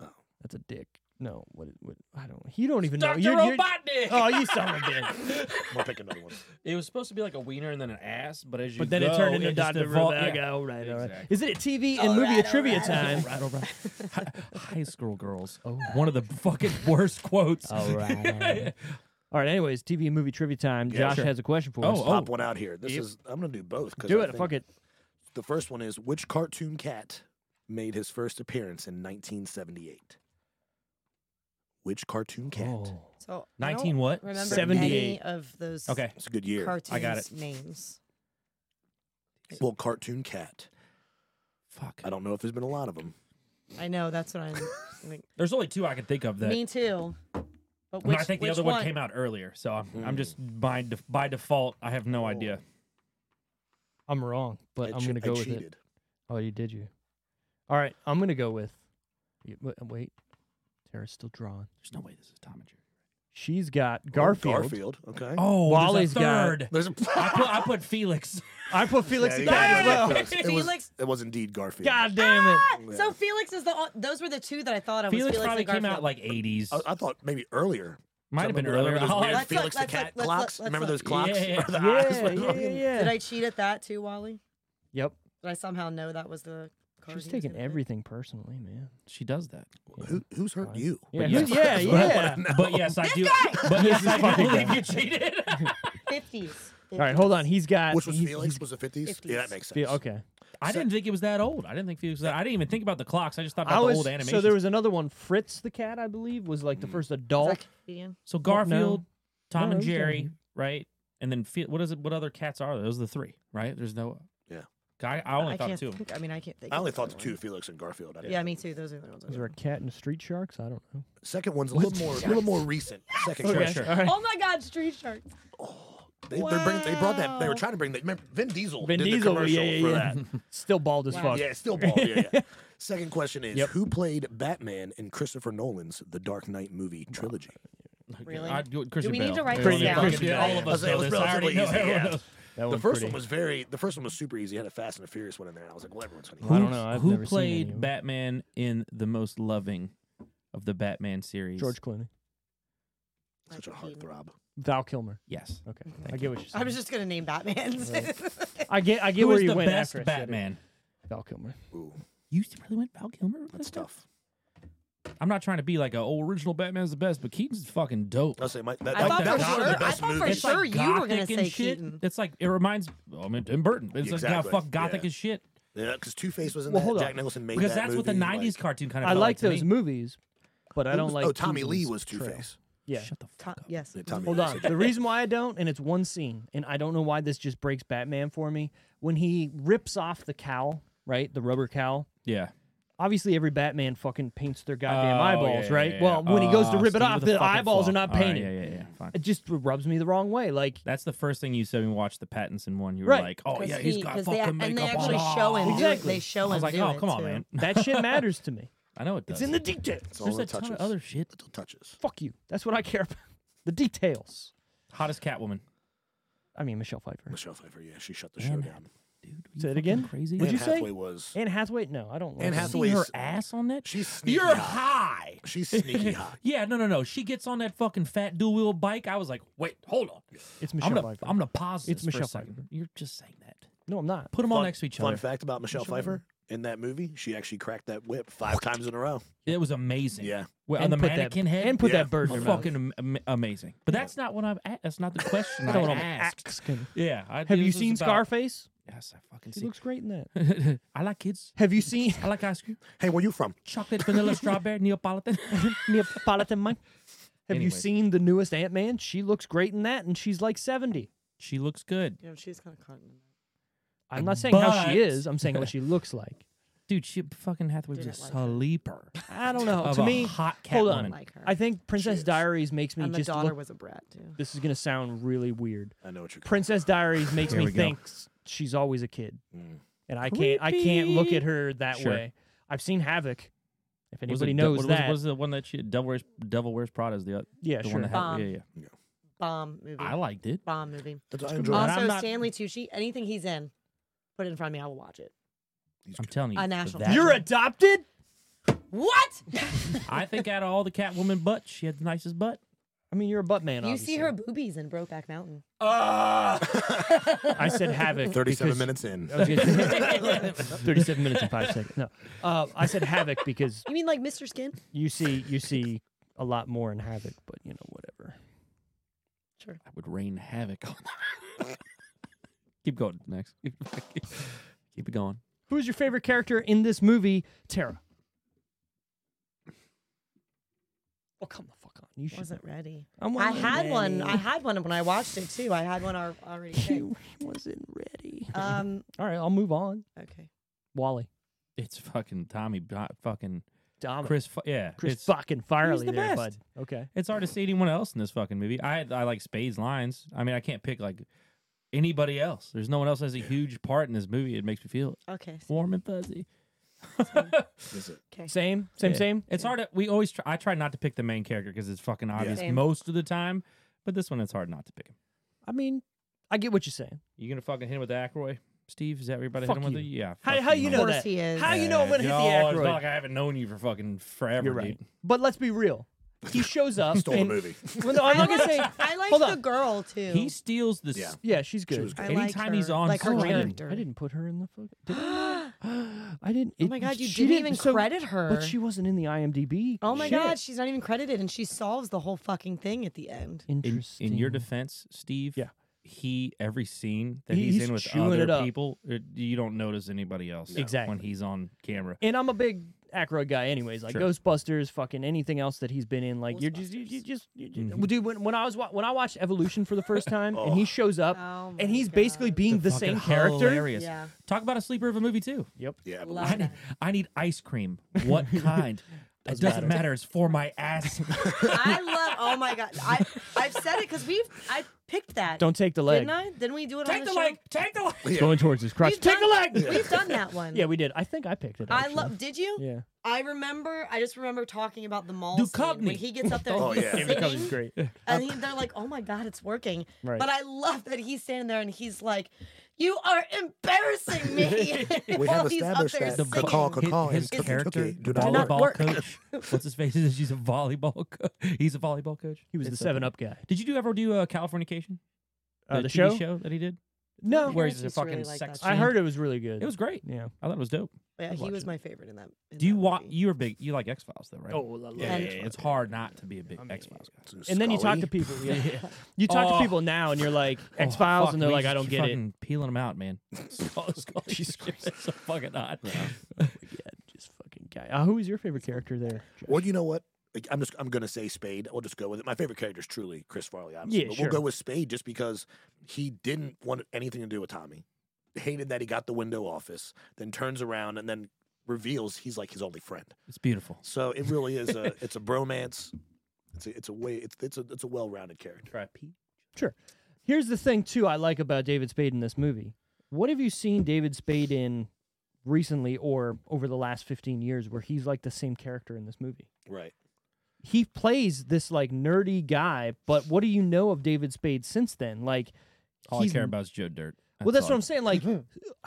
Speaker 5: Oh.
Speaker 3: That's a dick. No, what? What? I don't. You don't even know.
Speaker 4: Dr.
Speaker 3: You're, you're-
Speaker 4: Robotnik!
Speaker 3: oh, you son of a bitch.
Speaker 5: I'm gonna pick another one.
Speaker 4: It was supposed to be like a wiener and then an ass, but as you
Speaker 3: But then it
Speaker 4: go,
Speaker 3: turned into
Speaker 4: it just
Speaker 3: Dr.
Speaker 4: evol-
Speaker 3: Robotnik.
Speaker 4: yeah.
Speaker 3: All right, all right.
Speaker 4: Exactly.
Speaker 3: Is it at TV and movie at trivia time?
Speaker 4: Right, all right. Hi- High school girls. Oh, one of the fucking worst quotes.
Speaker 3: All right. All right. Anyways, TV and movie trivia time.
Speaker 5: Yeah,
Speaker 3: Josh
Speaker 5: sure.
Speaker 3: has a question for us.
Speaker 4: Oh.
Speaker 5: Pop one out here. This
Speaker 3: Yep.
Speaker 5: is. I'm gonna do both. 'cause
Speaker 3: do
Speaker 5: I
Speaker 3: it.
Speaker 5: think-
Speaker 3: Fuck it.
Speaker 5: The first one is which cartoon cat made his first appearance in 1978? Which cartoon cat?
Speaker 3: Oh.
Speaker 2: So I don't
Speaker 4: 19 oh. what?
Speaker 2: Remember
Speaker 3: 78.
Speaker 2: any of those
Speaker 4: Okay.
Speaker 5: It's a good year.
Speaker 2: cartoons
Speaker 4: I got it.
Speaker 2: names?
Speaker 5: well, cartoon cat.
Speaker 4: Fuck.
Speaker 5: I don't know if there's been a lot of them.
Speaker 2: I know that's what I'm. like,
Speaker 4: There's only two I can think of that
Speaker 2: me too. But
Speaker 4: No,
Speaker 2: which,
Speaker 4: I think the
Speaker 2: which
Speaker 4: other
Speaker 2: one,
Speaker 4: one came out earlier, so I'm,
Speaker 3: Hmm.
Speaker 4: I'm just by def- by default. I have
Speaker 3: Oh.
Speaker 4: no idea.
Speaker 3: I'm wrong, but
Speaker 5: I
Speaker 3: I'm
Speaker 5: che-
Speaker 3: gonna
Speaker 5: I
Speaker 3: go with it.
Speaker 5: cheated.
Speaker 3: Oh, you did you? All right, I'm gonna go with. y- w- Wait, Tara's still drawing.
Speaker 4: There's no way this is Tom and Jerry.
Speaker 3: She's got
Speaker 5: Oh,
Speaker 3: Garfield.
Speaker 5: Garfield. Okay.
Speaker 4: Oh,
Speaker 3: Wally's
Speaker 4: Wally's
Speaker 3: got-
Speaker 4: third.
Speaker 5: There's a.
Speaker 4: I put I put Felix.
Speaker 3: I put Felix
Speaker 5: Yeah,
Speaker 3: in
Speaker 5: you
Speaker 3: that
Speaker 5: got
Speaker 3: as
Speaker 5: it
Speaker 3: well.
Speaker 5: right. It was-
Speaker 2: Felix-
Speaker 5: It was indeed Garfield.
Speaker 3: God damn it!
Speaker 5: Yeah.
Speaker 2: Ah! So Felix is the. o- Those were the two that I thought I was.
Speaker 4: Felix
Speaker 2: Felix,
Speaker 4: probably
Speaker 2: and
Speaker 4: came out
Speaker 2: Garfield.
Speaker 4: like 80s.
Speaker 3: Oh,
Speaker 5: I, I thought maybe earlier.
Speaker 4: Might have been
Speaker 5: Remember
Speaker 4: earlier.
Speaker 5: those
Speaker 4: Oh,
Speaker 5: weird
Speaker 2: Let's look,
Speaker 5: Felix the
Speaker 2: let's
Speaker 5: cat
Speaker 2: look, let's
Speaker 5: clocks.
Speaker 2: look,
Speaker 5: Remember
Speaker 2: let's
Speaker 5: those
Speaker 4: look.
Speaker 5: clocks?
Speaker 4: Yeah, yeah.
Speaker 5: Or the eyes?
Speaker 3: Yeah,
Speaker 5: What-
Speaker 3: yeah, yeah, yeah. Oh,
Speaker 2: Did I cheat at that too, Wally?
Speaker 3: Yep.
Speaker 2: Did I somehow know that was the? card he was
Speaker 3: She's taking
Speaker 2: gonna pick?
Speaker 3: everything personally, man.
Speaker 4: she does that.
Speaker 5: Who, who's hurt you?
Speaker 3: Yeah,
Speaker 4: yeah.
Speaker 3: you- yeah, yeah.
Speaker 4: But yes, I do. But yes, I do believe you cheated.
Speaker 2: Fifties.
Speaker 3: All right, hold on. He's got.
Speaker 5: Which was
Speaker 3: he's-
Speaker 5: Felix?
Speaker 3: he's-
Speaker 5: was the fifties? Yeah, that makes sense.
Speaker 3: Fe- okay.
Speaker 4: I didn't think it was that old. I didn't think Felix was that. I didn't even think about the clocks. I just thought about
Speaker 3: I was,
Speaker 4: the old animation.
Speaker 3: so there was another one. Fritz the cat, I believe, was like the
Speaker 5: Hmm.
Speaker 3: first adult.
Speaker 4: So Garfield, Tom
Speaker 3: No,
Speaker 4: and
Speaker 3: it was
Speaker 4: Jerry,
Speaker 3: Garfield.
Speaker 4: right? And then Fe- what is it? What other cats are there? Those are the three, right? There's no.
Speaker 5: Yeah.
Speaker 4: I, I only
Speaker 2: I
Speaker 4: thought
Speaker 2: can't
Speaker 4: two.
Speaker 2: think. I mean, I can't think.
Speaker 5: I
Speaker 2: of
Speaker 5: only
Speaker 2: the
Speaker 5: thought
Speaker 2: other
Speaker 5: the two
Speaker 2: one.
Speaker 5: Felix and Garfield. I didn't-
Speaker 2: Yeah, me too. Those are the ones. I
Speaker 3: Was there a
Speaker 2: remember.
Speaker 3: cat and street sharks? I don't know.
Speaker 5: Second one's a little more, a little more recent. Second
Speaker 4: Sure,
Speaker 5: one.
Speaker 4: sure.
Speaker 3: All right.
Speaker 2: Oh my God, Street Shark.
Speaker 5: They, they're bring, they brought that. They were
Speaker 2: Wow.
Speaker 5: trying to bring that. Remember, Vin Diesel
Speaker 3: Vin
Speaker 5: did
Speaker 3: Diesel,
Speaker 5: the
Speaker 3: yeah,
Speaker 5: commercial
Speaker 3: yeah,
Speaker 5: for
Speaker 3: yeah.
Speaker 5: that.
Speaker 3: Still bald as fuck.
Speaker 5: Yeah, it's still bald. Yeah, yeah. Second question is who played Batman in Christopher Nolan's The Dark Knight movie trilogy?
Speaker 2: Really?
Speaker 4: I'd go with Christian
Speaker 2: we need
Speaker 4: Bale.
Speaker 2: to write
Speaker 4: Yeah,
Speaker 2: this
Speaker 4: only
Speaker 2: down?
Speaker 4: fucking-
Speaker 5: Yeah.
Speaker 4: All of
Speaker 5: I
Speaker 4: us
Speaker 5: was like, it
Speaker 4: know
Speaker 5: was
Speaker 4: this. I already
Speaker 5: relatively
Speaker 4: know.
Speaker 5: easy,
Speaker 4: everyone
Speaker 5: yeah.
Speaker 4: knows.
Speaker 3: That
Speaker 5: the
Speaker 3: one's
Speaker 5: first
Speaker 3: pretty-
Speaker 5: one was very. The first one was super easy. It had a Fast and the Furious one in there. and I was like, well, everyone's gonna.
Speaker 3: Well,
Speaker 4: Who-
Speaker 3: I don't know. I've
Speaker 4: who
Speaker 3: never seen any
Speaker 4: played
Speaker 3: of 'em.
Speaker 4: Batman in the most loving of the Batman series?
Speaker 3: George Clooney,
Speaker 5: Such a
Speaker 2: Michael Keaton.
Speaker 5: heartthrob.
Speaker 3: Val Kilmer.
Speaker 4: Yes.
Speaker 3: Okay,
Speaker 4: Thank
Speaker 3: I get what you're
Speaker 2: I
Speaker 3: saying.
Speaker 2: was just gonna name Batman's.
Speaker 3: I get. I get
Speaker 4: Who
Speaker 3: where
Speaker 4: is
Speaker 3: you
Speaker 4: the
Speaker 3: went
Speaker 4: best
Speaker 3: after I said it.
Speaker 4: Batman?
Speaker 3: Val Kilmer.
Speaker 5: Ooh,
Speaker 4: You really went Val Kilmer? with
Speaker 5: that's
Speaker 4: that?
Speaker 5: tough.
Speaker 4: I'm not trying to be like a oh, original Batman's the best, but Keaton's fucking dope.
Speaker 5: I'll say my, that,
Speaker 2: I
Speaker 5: that-
Speaker 2: thought
Speaker 5: that
Speaker 4: for
Speaker 5: was one of
Speaker 4: sure-
Speaker 5: the best
Speaker 2: I thought for
Speaker 5: movies.
Speaker 2: sure- you were gonna
Speaker 4: gothic and
Speaker 2: say
Speaker 4: shit.
Speaker 2: Keaton.
Speaker 4: It's like it reminds. Well, I mean, Tim Burton. It's like
Speaker 5: Exactly,
Speaker 4: yeah, fuck gothic
Speaker 5: yeah.
Speaker 4: as shit
Speaker 5: Yeah, because Two Face was in
Speaker 3: Well,
Speaker 5: that.
Speaker 3: hold on.
Speaker 5: Jack Nicholson made
Speaker 4: because
Speaker 5: that
Speaker 4: that's what the
Speaker 5: movie,
Speaker 4: '90s
Speaker 5: like-
Speaker 4: cartoon kind of.
Speaker 3: I
Speaker 4: felt
Speaker 3: like
Speaker 4: to
Speaker 3: those
Speaker 4: me.
Speaker 3: movies, but I
Speaker 5: Who
Speaker 3: don't
Speaker 5: was-
Speaker 3: like.
Speaker 5: Oh, Tommy Lee
Speaker 3: Keaton's
Speaker 5: was Two
Speaker 3: portrayal.
Speaker 5: Face.
Speaker 3: Yeah.
Speaker 4: Shut the fuck up.
Speaker 2: yes.
Speaker 3: Hold on. The reason why I don't, and it's one scene, and I don't know why this just breaks Batman for me. When he rips off the cowl, right, the rubber cowl.
Speaker 4: Yeah.
Speaker 3: Obviously, every Batman fucking paints their goddamn
Speaker 4: Oh,
Speaker 3: eyeballs,
Speaker 4: yeah,
Speaker 3: right?
Speaker 4: yeah, yeah.
Speaker 3: Well, when he goes to
Speaker 4: Oh,
Speaker 3: rip it
Speaker 4: Steve
Speaker 3: off,
Speaker 4: with a
Speaker 3: the
Speaker 4: fucking
Speaker 3: eyeballs
Speaker 4: flaw.
Speaker 3: are not
Speaker 4: All right,
Speaker 3: painted.
Speaker 4: yeah, yeah, yeah. Fine.
Speaker 3: It just rubs me the wrong way. Like
Speaker 4: That's the first thing you said when we watched the Pattinson one. You were
Speaker 3: Right.
Speaker 4: like, "Oh
Speaker 2: 'Cause
Speaker 4: yeah, he's
Speaker 2: he-
Speaker 4: got
Speaker 2: 'cause
Speaker 4: fucking
Speaker 2: they- and
Speaker 4: makeup
Speaker 2: they actually
Speaker 4: on."
Speaker 2: show him do it.
Speaker 4: Exactly.
Speaker 2: They show
Speaker 4: I was
Speaker 2: him
Speaker 4: like,
Speaker 2: do
Speaker 4: "Oh
Speaker 2: it,
Speaker 4: come on,
Speaker 2: too."
Speaker 4: man!
Speaker 3: that shit matters to me.
Speaker 4: I know it does.
Speaker 3: It's in the details.
Speaker 4: There's a ton of other shit.
Speaker 5: little touches.
Speaker 3: Fuck you. That's what I care about. The details.
Speaker 4: Hottest Catwoman.
Speaker 3: I mean, Michelle Pfeiffer.
Speaker 5: Michelle Pfeiffer, yeah, she shut the show
Speaker 4: Man,
Speaker 5: down.
Speaker 4: Dude, are you
Speaker 3: Say it
Speaker 4: fucking
Speaker 3: again?
Speaker 4: Crazy.
Speaker 3: Would
Speaker 5: Anne
Speaker 3: you say-
Speaker 5: Hathaway was.
Speaker 3: Anne Hathaway. No, I don't. like
Speaker 5: Anne
Speaker 3: her.
Speaker 5: Hathaway-
Speaker 4: see her
Speaker 5: Hathaway's-
Speaker 4: ass on that?
Speaker 5: She's sneaky
Speaker 4: You're high.
Speaker 5: hot. She's sneaky hot.
Speaker 4: Yeah, no, no, no. She gets on that fucking fat dual wheel bike. I was like, wait, hold on.
Speaker 3: It's
Speaker 4: I'm
Speaker 3: Michelle
Speaker 4: gonna,
Speaker 3: Pfeiffer.
Speaker 4: I'm gonna pause this
Speaker 3: It's
Speaker 4: for a
Speaker 3: Michelle
Speaker 4: second.
Speaker 3: Pfeiffer.
Speaker 4: You're just saying that.
Speaker 3: No, I'm not.
Speaker 4: Put them all next to each
Speaker 5: Fun
Speaker 4: other.
Speaker 5: fact about Michelle Pfeiffer in that movie, she actually cracked that whip five times in a row.
Speaker 4: It was amazing.
Speaker 5: Yeah.
Speaker 4: Well, on
Speaker 3: And
Speaker 4: the
Speaker 3: put that-
Speaker 4: mannequin head.
Speaker 3: and put
Speaker 5: Yeah.
Speaker 3: that bird in her mouth.
Speaker 4: fucking am- am- amazing. But that's not what I'm. a- That's not the question I
Speaker 3: That's what I'm
Speaker 4: asked.
Speaker 3: asking.
Speaker 4: Yeah. I,
Speaker 3: Have
Speaker 4: this
Speaker 3: you
Speaker 4: was
Speaker 3: seen
Speaker 4: about-
Speaker 3: Scarface?
Speaker 4: Yes, I fucking
Speaker 3: He looks great in that.
Speaker 4: see. I like kids.
Speaker 3: Have you seen
Speaker 4: I like ice cream.
Speaker 5: Hey, where you from?
Speaker 4: Chocolate, vanilla, strawberry, Neapolitan.
Speaker 3: Neapolitan Mike? Have you
Speaker 4: Anyway.
Speaker 3: seen the newest Ant Man? She looks great in that, and she's like seventy.
Speaker 4: she looks good,
Speaker 7: You know, she's kind of cutting.
Speaker 3: I'm not saying how
Speaker 4: But-
Speaker 3: she is. I'm saying what she looks like.
Speaker 4: dude. She fucking Hathaway was a
Speaker 7: Didn't like her.
Speaker 4: sleeper.
Speaker 3: I don't know.
Speaker 4: Of
Speaker 3: to
Speaker 4: a
Speaker 3: me,
Speaker 4: hot
Speaker 3: hold on.
Speaker 4: Catwoman.
Speaker 7: Like her.
Speaker 3: I think Princess
Speaker 5: She is.
Speaker 3: Diaries makes me
Speaker 7: And the
Speaker 3: just
Speaker 7: daughter
Speaker 3: look.
Speaker 7: was a brat too.
Speaker 3: this is gonna sound really weird.
Speaker 5: I know what you're.
Speaker 3: Princess Diaries makes
Speaker 4: Here
Speaker 3: me
Speaker 4: we go.
Speaker 3: think s- she's always a kid,
Speaker 5: Mm.
Speaker 3: and I can't. I can't look at her that
Speaker 4: Sure.
Speaker 3: way. I've seen Havoc.
Speaker 4: Was
Speaker 3: If
Speaker 4: it
Speaker 3: anybody
Speaker 4: Dev-
Speaker 3: knows
Speaker 4: what, was-
Speaker 3: that,
Speaker 4: What was the one that she Devil Wears Devil Wears Prada is the, oth-
Speaker 3: yeah,
Speaker 4: the
Speaker 3: sure.
Speaker 4: one that had,
Speaker 2: Bomb.
Speaker 4: yeah, yeah.
Speaker 2: Bomb movie.
Speaker 4: I liked it.
Speaker 2: Bomb movie.
Speaker 5: That's I
Speaker 3: good.
Speaker 5: enjoy.
Speaker 4: And
Speaker 2: Also,
Speaker 4: I'm not-
Speaker 2: Stanley Tucci. Anything he's in, put it in front of me. I will watch it.
Speaker 4: I'm telling you,
Speaker 2: A national
Speaker 4: that-
Speaker 3: You're adopted.
Speaker 2: What?
Speaker 4: I think out of all the Catwoman butts, she had the nicest butt.
Speaker 3: I mean, you're a butt man.
Speaker 2: you
Speaker 3: obviously.
Speaker 2: see her boobies in Brokeback Mountain.
Speaker 3: I said Havoc.
Speaker 5: Thirty-seven
Speaker 3: because-
Speaker 5: minutes in.
Speaker 3: I was gonna say- Thirty-seven minutes and five seconds. No, uh, I said Havoc because
Speaker 2: You mean like Mr. Skin?
Speaker 3: you see you see a lot more in Havoc, but you know whatever.
Speaker 4: I would rain havoc on her. Keep going. Next. Keep it going.
Speaker 3: Who's your favorite character in this movie, Tara? Well, Oh, come the fuck on. You should.
Speaker 2: Wasn't ready.
Speaker 3: I'm
Speaker 2: I had one.
Speaker 3: ready.
Speaker 2: I had one when I watched it too. I had one al- already. picked.
Speaker 3: You wasn't ready.
Speaker 2: Um.
Speaker 3: All right, I'll move on.
Speaker 2: Okay.
Speaker 3: Wally.
Speaker 4: It's fucking Tommy. Bo- Fucking
Speaker 3: dominant.
Speaker 4: Chris, Fu- yeah,
Speaker 3: Chris
Speaker 4: it's,
Speaker 3: fucking Farley
Speaker 4: the
Speaker 3: there,
Speaker 4: best.
Speaker 3: bud. Okay.
Speaker 4: it's hard to see anyone else in this fucking movie. I I like Spade's lines. I mean, I can't pick like anybody else. There's no one else that has a huge part in this movie. It makes me feel
Speaker 7: Okay.
Speaker 4: warm and fuzzy.
Speaker 3: Same, same,
Speaker 4: Yeah.
Speaker 3: same.
Speaker 4: It's hard. To, we always try. I try not to pick the main character because it's fucking obvious
Speaker 2: Same.
Speaker 4: most of the time. But this one, it's hard not to pick him.
Speaker 3: I mean, I get what you're saying.
Speaker 4: You gonna fucking hit him with the Ackroy, Steve? Is that everybody
Speaker 3: Fuck
Speaker 4: hit him with
Speaker 3: you.
Speaker 4: it? Yeah.
Speaker 3: How,
Speaker 4: fuck
Speaker 3: how you
Speaker 4: man.
Speaker 3: know
Speaker 2: course
Speaker 3: that?
Speaker 2: he is.
Speaker 3: How you know I'm gonna hit
Speaker 4: No,
Speaker 3: the
Speaker 4: It's not like
Speaker 3: Ackroyd?
Speaker 4: I haven't known you for fucking forever,
Speaker 3: You're right.
Speaker 4: dude.
Speaker 3: But let's be real. He shows up.
Speaker 5: Stole the
Speaker 3: and-
Speaker 5: movie.
Speaker 3: Well, no, I'm not gonna say.
Speaker 2: I like
Speaker 3: Hold
Speaker 2: the
Speaker 3: on.
Speaker 2: girl too.
Speaker 4: He steals the.
Speaker 5: Yeah.
Speaker 3: Yeah, she's good.
Speaker 5: was
Speaker 2: I
Speaker 4: anytime
Speaker 2: liked
Speaker 4: he's
Speaker 2: her,
Speaker 4: on
Speaker 2: like her
Speaker 3: Oh, I,
Speaker 4: screen-
Speaker 3: didn't,
Speaker 2: character.
Speaker 3: I didn't put her in the fuck. Did I? not? I didn't.
Speaker 2: my
Speaker 3: it-
Speaker 2: God, you
Speaker 3: she
Speaker 2: didn't even
Speaker 3: so-
Speaker 2: credit her.
Speaker 3: But she wasn't in the IMDb.
Speaker 2: oh my
Speaker 3: shit.
Speaker 2: god, she's not even credited, and she solves the whole fucking thing at the end.
Speaker 4: In,
Speaker 3: Interesting.
Speaker 4: in your defense, Steve.
Speaker 3: Yeah.
Speaker 4: He every scene that
Speaker 3: He-
Speaker 4: he's,
Speaker 3: he's
Speaker 4: in with
Speaker 3: chewing it
Speaker 4: other
Speaker 3: up.
Speaker 4: people, it- you don't notice anybody else
Speaker 3: Exactly.
Speaker 4: when he's on camera.
Speaker 3: and I'm a big Aykroyd guy, anyways. Like
Speaker 4: Sure.
Speaker 3: Ghostbusters, fucking anything else that he's been in. Like you're just, you, you just, you, you-
Speaker 4: Mhm.
Speaker 3: dude. When, when I was wa- when I watched Evolution for the first time, and he shows up,
Speaker 7: Oh my
Speaker 3: and he's basically
Speaker 7: God.
Speaker 3: being the
Speaker 4: Fucking
Speaker 3: same character.
Speaker 4: hilarious.
Speaker 7: Yeah.
Speaker 4: Talk about a sleeper of a movie too.
Speaker 5: Yeah, but
Speaker 4: I need, I need ice cream. What kind? it doesn't matter. It's for my ass.
Speaker 7: I love. Oh my god. I I've said it because we've I picked that.
Speaker 3: Don't take the leg.
Speaker 7: Didn't I? Didn't we do it on
Speaker 4: take
Speaker 7: the
Speaker 4: the
Speaker 7: show?
Speaker 4: leg. Take the leg.
Speaker 3: It's going towards his crotch.
Speaker 7: We've
Speaker 3: Take the
Speaker 7: done-
Speaker 3: leg.
Speaker 7: We've done that one.
Speaker 3: Yeah, we did. I think I picked it.
Speaker 7: I
Speaker 3: actually.
Speaker 7: love. Did you?
Speaker 3: Yeah.
Speaker 7: I remember. I just remember talking about the mall.
Speaker 4: Duchovny.
Speaker 7: Scene when he gets up there,
Speaker 5: Oh,
Speaker 7: and he's
Speaker 5: yeah. Yeah,
Speaker 7: singing,
Speaker 3: That was great.
Speaker 7: and he, they're like, "Oh my god, it's working!"
Speaker 3: Right.
Speaker 7: But I love that he's standing there and he's like, "You are embarrassing me."
Speaker 5: we
Speaker 7: While
Speaker 5: have
Speaker 7: he's up
Speaker 5: established
Speaker 7: there
Speaker 5: that the
Speaker 7: singing.
Speaker 5: call, call, call,
Speaker 4: his,
Speaker 5: cookie,
Speaker 4: character,
Speaker 5: cookie, do not work.
Speaker 4: volleyball
Speaker 7: work.
Speaker 4: coach. What's his face? He's a volleyball. Co- he's a volleyball coach.
Speaker 3: He was the
Speaker 4: It's
Speaker 3: Seven
Speaker 4: okay.
Speaker 3: Up guy.
Speaker 4: Did you do ever do uh, Californication?
Speaker 3: Uh, the
Speaker 4: TV
Speaker 3: show?
Speaker 4: that he did.
Speaker 3: No,
Speaker 4: Where
Speaker 7: parents
Speaker 4: he's a
Speaker 7: used to
Speaker 4: fucking
Speaker 7: really like
Speaker 4: sex.
Speaker 7: that
Speaker 3: I
Speaker 4: fiend?
Speaker 3: heard it was really good.
Speaker 4: It was great.
Speaker 3: Yeah.
Speaker 4: I thought it was dope.
Speaker 7: yeah, he
Speaker 3: watch
Speaker 7: was
Speaker 3: it.
Speaker 7: my favorite in that. in
Speaker 4: Do you
Speaker 7: that
Speaker 4: want?
Speaker 7: movie.
Speaker 4: You're a big. You like X Files though, right?
Speaker 3: well,
Speaker 5: Yeah,
Speaker 4: yeah,
Speaker 5: And-
Speaker 4: yeah, It's hard not to be a big
Speaker 3: I mean,
Speaker 4: X Files guy.
Speaker 3: And then you talk to
Speaker 5: Scully.
Speaker 3: people. Yeah. You talk
Speaker 4: Oh.
Speaker 3: to people now, and you're like
Speaker 4: Oh,
Speaker 3: X Files,
Speaker 4: fuck,
Speaker 3: and they're
Speaker 4: we
Speaker 3: like,
Speaker 4: just
Speaker 3: I don't
Speaker 4: keep
Speaker 3: get it.
Speaker 4: fucking Peeling them out, man. Jesus Christ, it's so fucking hot.
Speaker 3: Yeah, just fucking guy. Uh, who is your favorite character there? Josh?
Speaker 5: Well, you know what? Like, I'm just I'm gonna say Spade. We'll just go with it. My favorite character is truly Chris Farley, obviously.
Speaker 3: Yeah,
Speaker 5: but
Speaker 3: sure.
Speaker 5: we'll go with Spade just because he didn't want anything to do with Tommy. Hated that he got the window office, then turns around and then reveals he's like his only friend.
Speaker 4: It's beautiful.
Speaker 5: So it really is a it's a bromance. It's a, it's a way it's it's a it's a well rounded character.
Speaker 4: Try Pete.
Speaker 3: Sure. Here's the thing too. I like about David Spade in this movie. What have you seen David Spade in recently, or over the last 15 years, where he's like the same character in this movie?
Speaker 5: Right.
Speaker 3: he plays this like nerdy guy, but what do you know of David Spade since then? Like,
Speaker 4: All
Speaker 3: he's-
Speaker 4: I care about is Joe Dirt.
Speaker 3: well, that's what
Speaker 4: all.
Speaker 3: I'm saying. Like,
Speaker 4: Or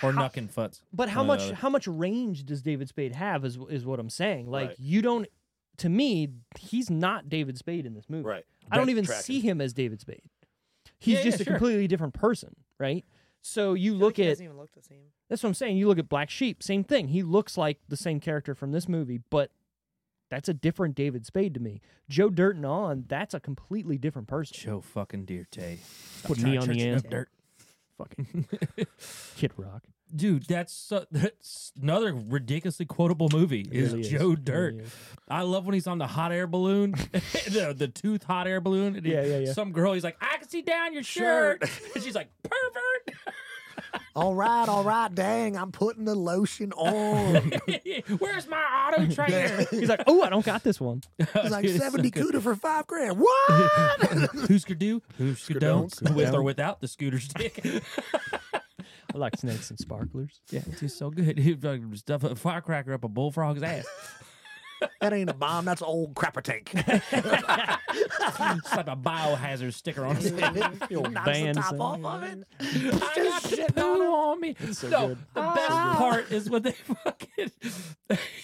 Speaker 4: Uh,
Speaker 3: how-
Speaker 4: Nuckin' Futz.
Speaker 3: but how
Speaker 4: One or the
Speaker 3: much
Speaker 4: other.
Speaker 3: how much range does David Spade have? Is is what I'm saying. Like,
Speaker 5: Right.
Speaker 3: you don't. To me, he's not David Spade in this movie.
Speaker 5: Right.
Speaker 3: I don't
Speaker 5: Right,
Speaker 3: even
Speaker 5: tracking.
Speaker 3: see him as David Spade. He's
Speaker 4: Yeah,
Speaker 3: just
Speaker 4: yeah,
Speaker 3: a
Speaker 4: sure.
Speaker 3: completely different person, right? So you look
Speaker 7: He
Speaker 3: at
Speaker 7: doesn't even look the same.
Speaker 3: that's what I'm saying. You look at Black Sheep, same thing. He looks like the same character from this movie, but that's a different David Spade to me. Joe Dirt and on, that's a completely different person.
Speaker 4: Joe fucking Dirte. Stop
Speaker 3: Put
Speaker 4: trying
Speaker 3: me
Speaker 4: to
Speaker 3: on the
Speaker 4: church
Speaker 3: end.
Speaker 4: up Dirt.
Speaker 3: Fucking Kid Rock.
Speaker 4: Dude, that's, so, that's another ridiculously quotable movie. Is
Speaker 3: really is.
Speaker 4: Joe
Speaker 3: It
Speaker 4: Dirt?
Speaker 3: really is.
Speaker 4: I love when he's on the hot air balloon, the, the tooth hot air balloon. And he-
Speaker 3: Yeah, yeah, yeah.
Speaker 4: Some girl, he's like, I can see down your shirt,
Speaker 5: Shirt.
Speaker 4: and she's like, pervert.
Speaker 5: All right, all right, dang, I'm putting the lotion on.
Speaker 4: Where's my auto trainer?
Speaker 3: He's like, oh, I don't got this one.
Speaker 5: It's like
Speaker 4: Dude, it's so
Speaker 5: 70
Speaker 4: good.
Speaker 5: cooter for five grand. What?
Speaker 4: Who's could do? Who's could don't?
Speaker 5: Scoodon'ts.
Speaker 4: With or without the scooter stick?
Speaker 3: I like snakes and sparklers.
Speaker 4: yeah, it's just so good. He'd like uh, stuff a firecracker up a bullfrog's ass.
Speaker 5: that ain't a bomb. That's an old crapper tank.
Speaker 4: Slap a biohazard sticker on his head.
Speaker 5: Knocks the
Speaker 3: band
Speaker 5: top
Speaker 3: sound.
Speaker 5: off of it.
Speaker 4: I got shit on Ah. me. no, the best part is when they fucking.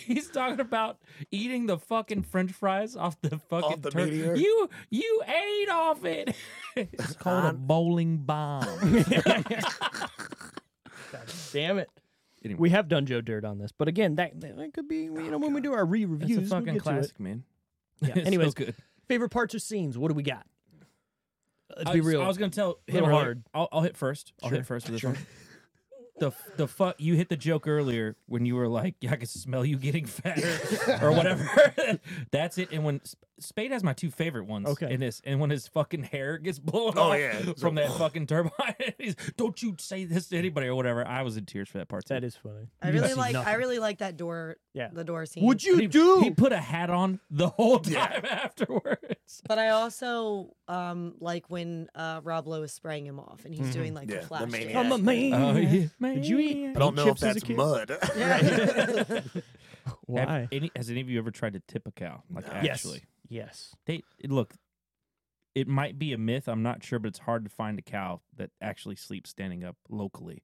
Speaker 4: He's talking about eating the fucking French fries off the fucking.
Speaker 5: the meteor.
Speaker 4: You you ate off it. it's called a bowling bomb.
Speaker 3: Damn it.
Speaker 4: Anyway.
Speaker 3: We have done Joe Dirt on this, but again, that that could be you know when we do our re
Speaker 4: It's a
Speaker 3: reviews.
Speaker 4: fucking
Speaker 3: we'll get to it.
Speaker 4: classic, man.
Speaker 3: Yeah.
Speaker 4: It's so
Speaker 3: Anyways,
Speaker 4: good.
Speaker 3: favorite parts or scenes? What do we got? Let's
Speaker 4: I
Speaker 3: be
Speaker 4: was-
Speaker 3: real.
Speaker 4: I was gonna tell him
Speaker 3: Little
Speaker 4: earlier.
Speaker 3: hard.
Speaker 4: I'll, I'll hit first. I'll hit first with this one. The f- the fuck you hit the joke earlier when you were like, yeah, I can smell you getting fatter or whatever. That's it. And when s- Spade has my two favorite ones
Speaker 3: Okay.
Speaker 4: in this, and when his fucking hair gets blown
Speaker 5: Oh,
Speaker 4: off
Speaker 5: yeah.
Speaker 4: from that fucking turbine, he's, don't you say this to anybody or whatever. I was in tears for that part. Too.
Speaker 3: That is funny.
Speaker 2: I
Speaker 3: You
Speaker 2: really
Speaker 3: see
Speaker 2: like. I
Speaker 3: nothing.
Speaker 2: really like that door.
Speaker 3: Yeah.
Speaker 2: The door scene.
Speaker 3: Would
Speaker 4: But
Speaker 3: you
Speaker 4: he,
Speaker 3: do?
Speaker 4: He put a hat on the whole time afterwards.
Speaker 2: But I also um like when uh, Rob Lowe is spraying him off, and he's doing like
Speaker 5: Yeah,
Speaker 2: the
Speaker 5: the
Speaker 2: flash.
Speaker 5: maniac.
Speaker 2: dance.
Speaker 3: I'm
Speaker 4: Oh,
Speaker 3: a man.
Speaker 4: man.
Speaker 3: Oh, Did you eat?
Speaker 5: I don't know if
Speaker 3: chips as a
Speaker 5: that's
Speaker 3: kid?
Speaker 5: mud.
Speaker 4: Have
Speaker 3: Why?
Speaker 4: any- has any of you ever tried to tip a cow? Like actually,
Speaker 3: Yes.
Speaker 4: they look. It might be a myth. I'm not sure, but it's hard to find a cow that actually sleeps standing up locally.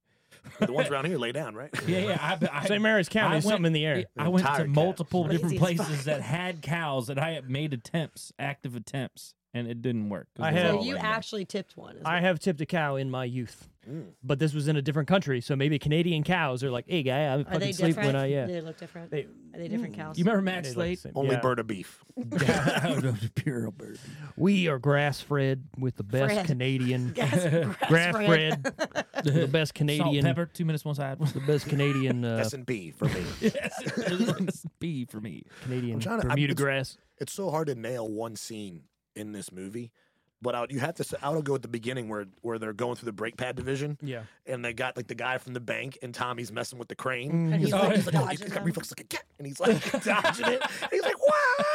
Speaker 5: the ones around here lay down, right?
Speaker 4: Yeah, yeah. I, I,
Speaker 3: St. Mary's County is something in the air.
Speaker 4: yeah, I
Speaker 5: They're
Speaker 4: went to
Speaker 5: tired cows.
Speaker 4: multiple different
Speaker 2: Lazy as
Speaker 4: places that had cows, and I had made attempts, active attempts, and it didn't work. 'cause
Speaker 3: I
Speaker 4: they were
Speaker 3: have-
Speaker 2: So
Speaker 4: all
Speaker 2: you
Speaker 4: laid down.
Speaker 2: actually tipped one. is
Speaker 3: I have tipped a cow in my youth,
Speaker 2: Mm.
Speaker 3: but this was in a different country, so maybe Canadian cows are like, "Hey, guy, I
Speaker 2: Are they
Speaker 3: fucking sleep
Speaker 2: different?
Speaker 3: when I yeah."
Speaker 2: Do they look different?
Speaker 3: They- Mm.
Speaker 2: Are they different cows?
Speaker 4: You remember Matt
Speaker 3: They look
Speaker 4: Slade?
Speaker 3: the same.
Speaker 5: Only
Speaker 3: Yeah.
Speaker 5: bird of beef.
Speaker 4: Pure bird.
Speaker 3: We are grass fed with the best
Speaker 2: Fred.
Speaker 3: Canadian
Speaker 2: Grass-
Speaker 3: grass
Speaker 2: fred.
Speaker 3: fed, with the best
Speaker 4: Salt,
Speaker 3: Canadian,
Speaker 4: pepper, two minutes one side.
Speaker 3: the best Canadian uh,
Speaker 5: S and P for me.
Speaker 4: Yes, B for me.
Speaker 3: Canadian
Speaker 5: trying to- I'm-
Speaker 3: Bermuda
Speaker 5: it's-
Speaker 3: grass.
Speaker 5: it's so hard to nail one scene in this movie. But I would, you have to. s- I would go at the beginning where where they're going through the brake pad division.
Speaker 3: Yeah.
Speaker 5: and they got like the guy from the bank, and Tommy's messing with the crane.
Speaker 2: And he's
Speaker 5: He's, like,
Speaker 2: like
Speaker 5: he's like, oh, he's
Speaker 2: dodging
Speaker 5: got
Speaker 2: them.
Speaker 5: reflex like a cat, and he's like dodging it. And he's like, wow!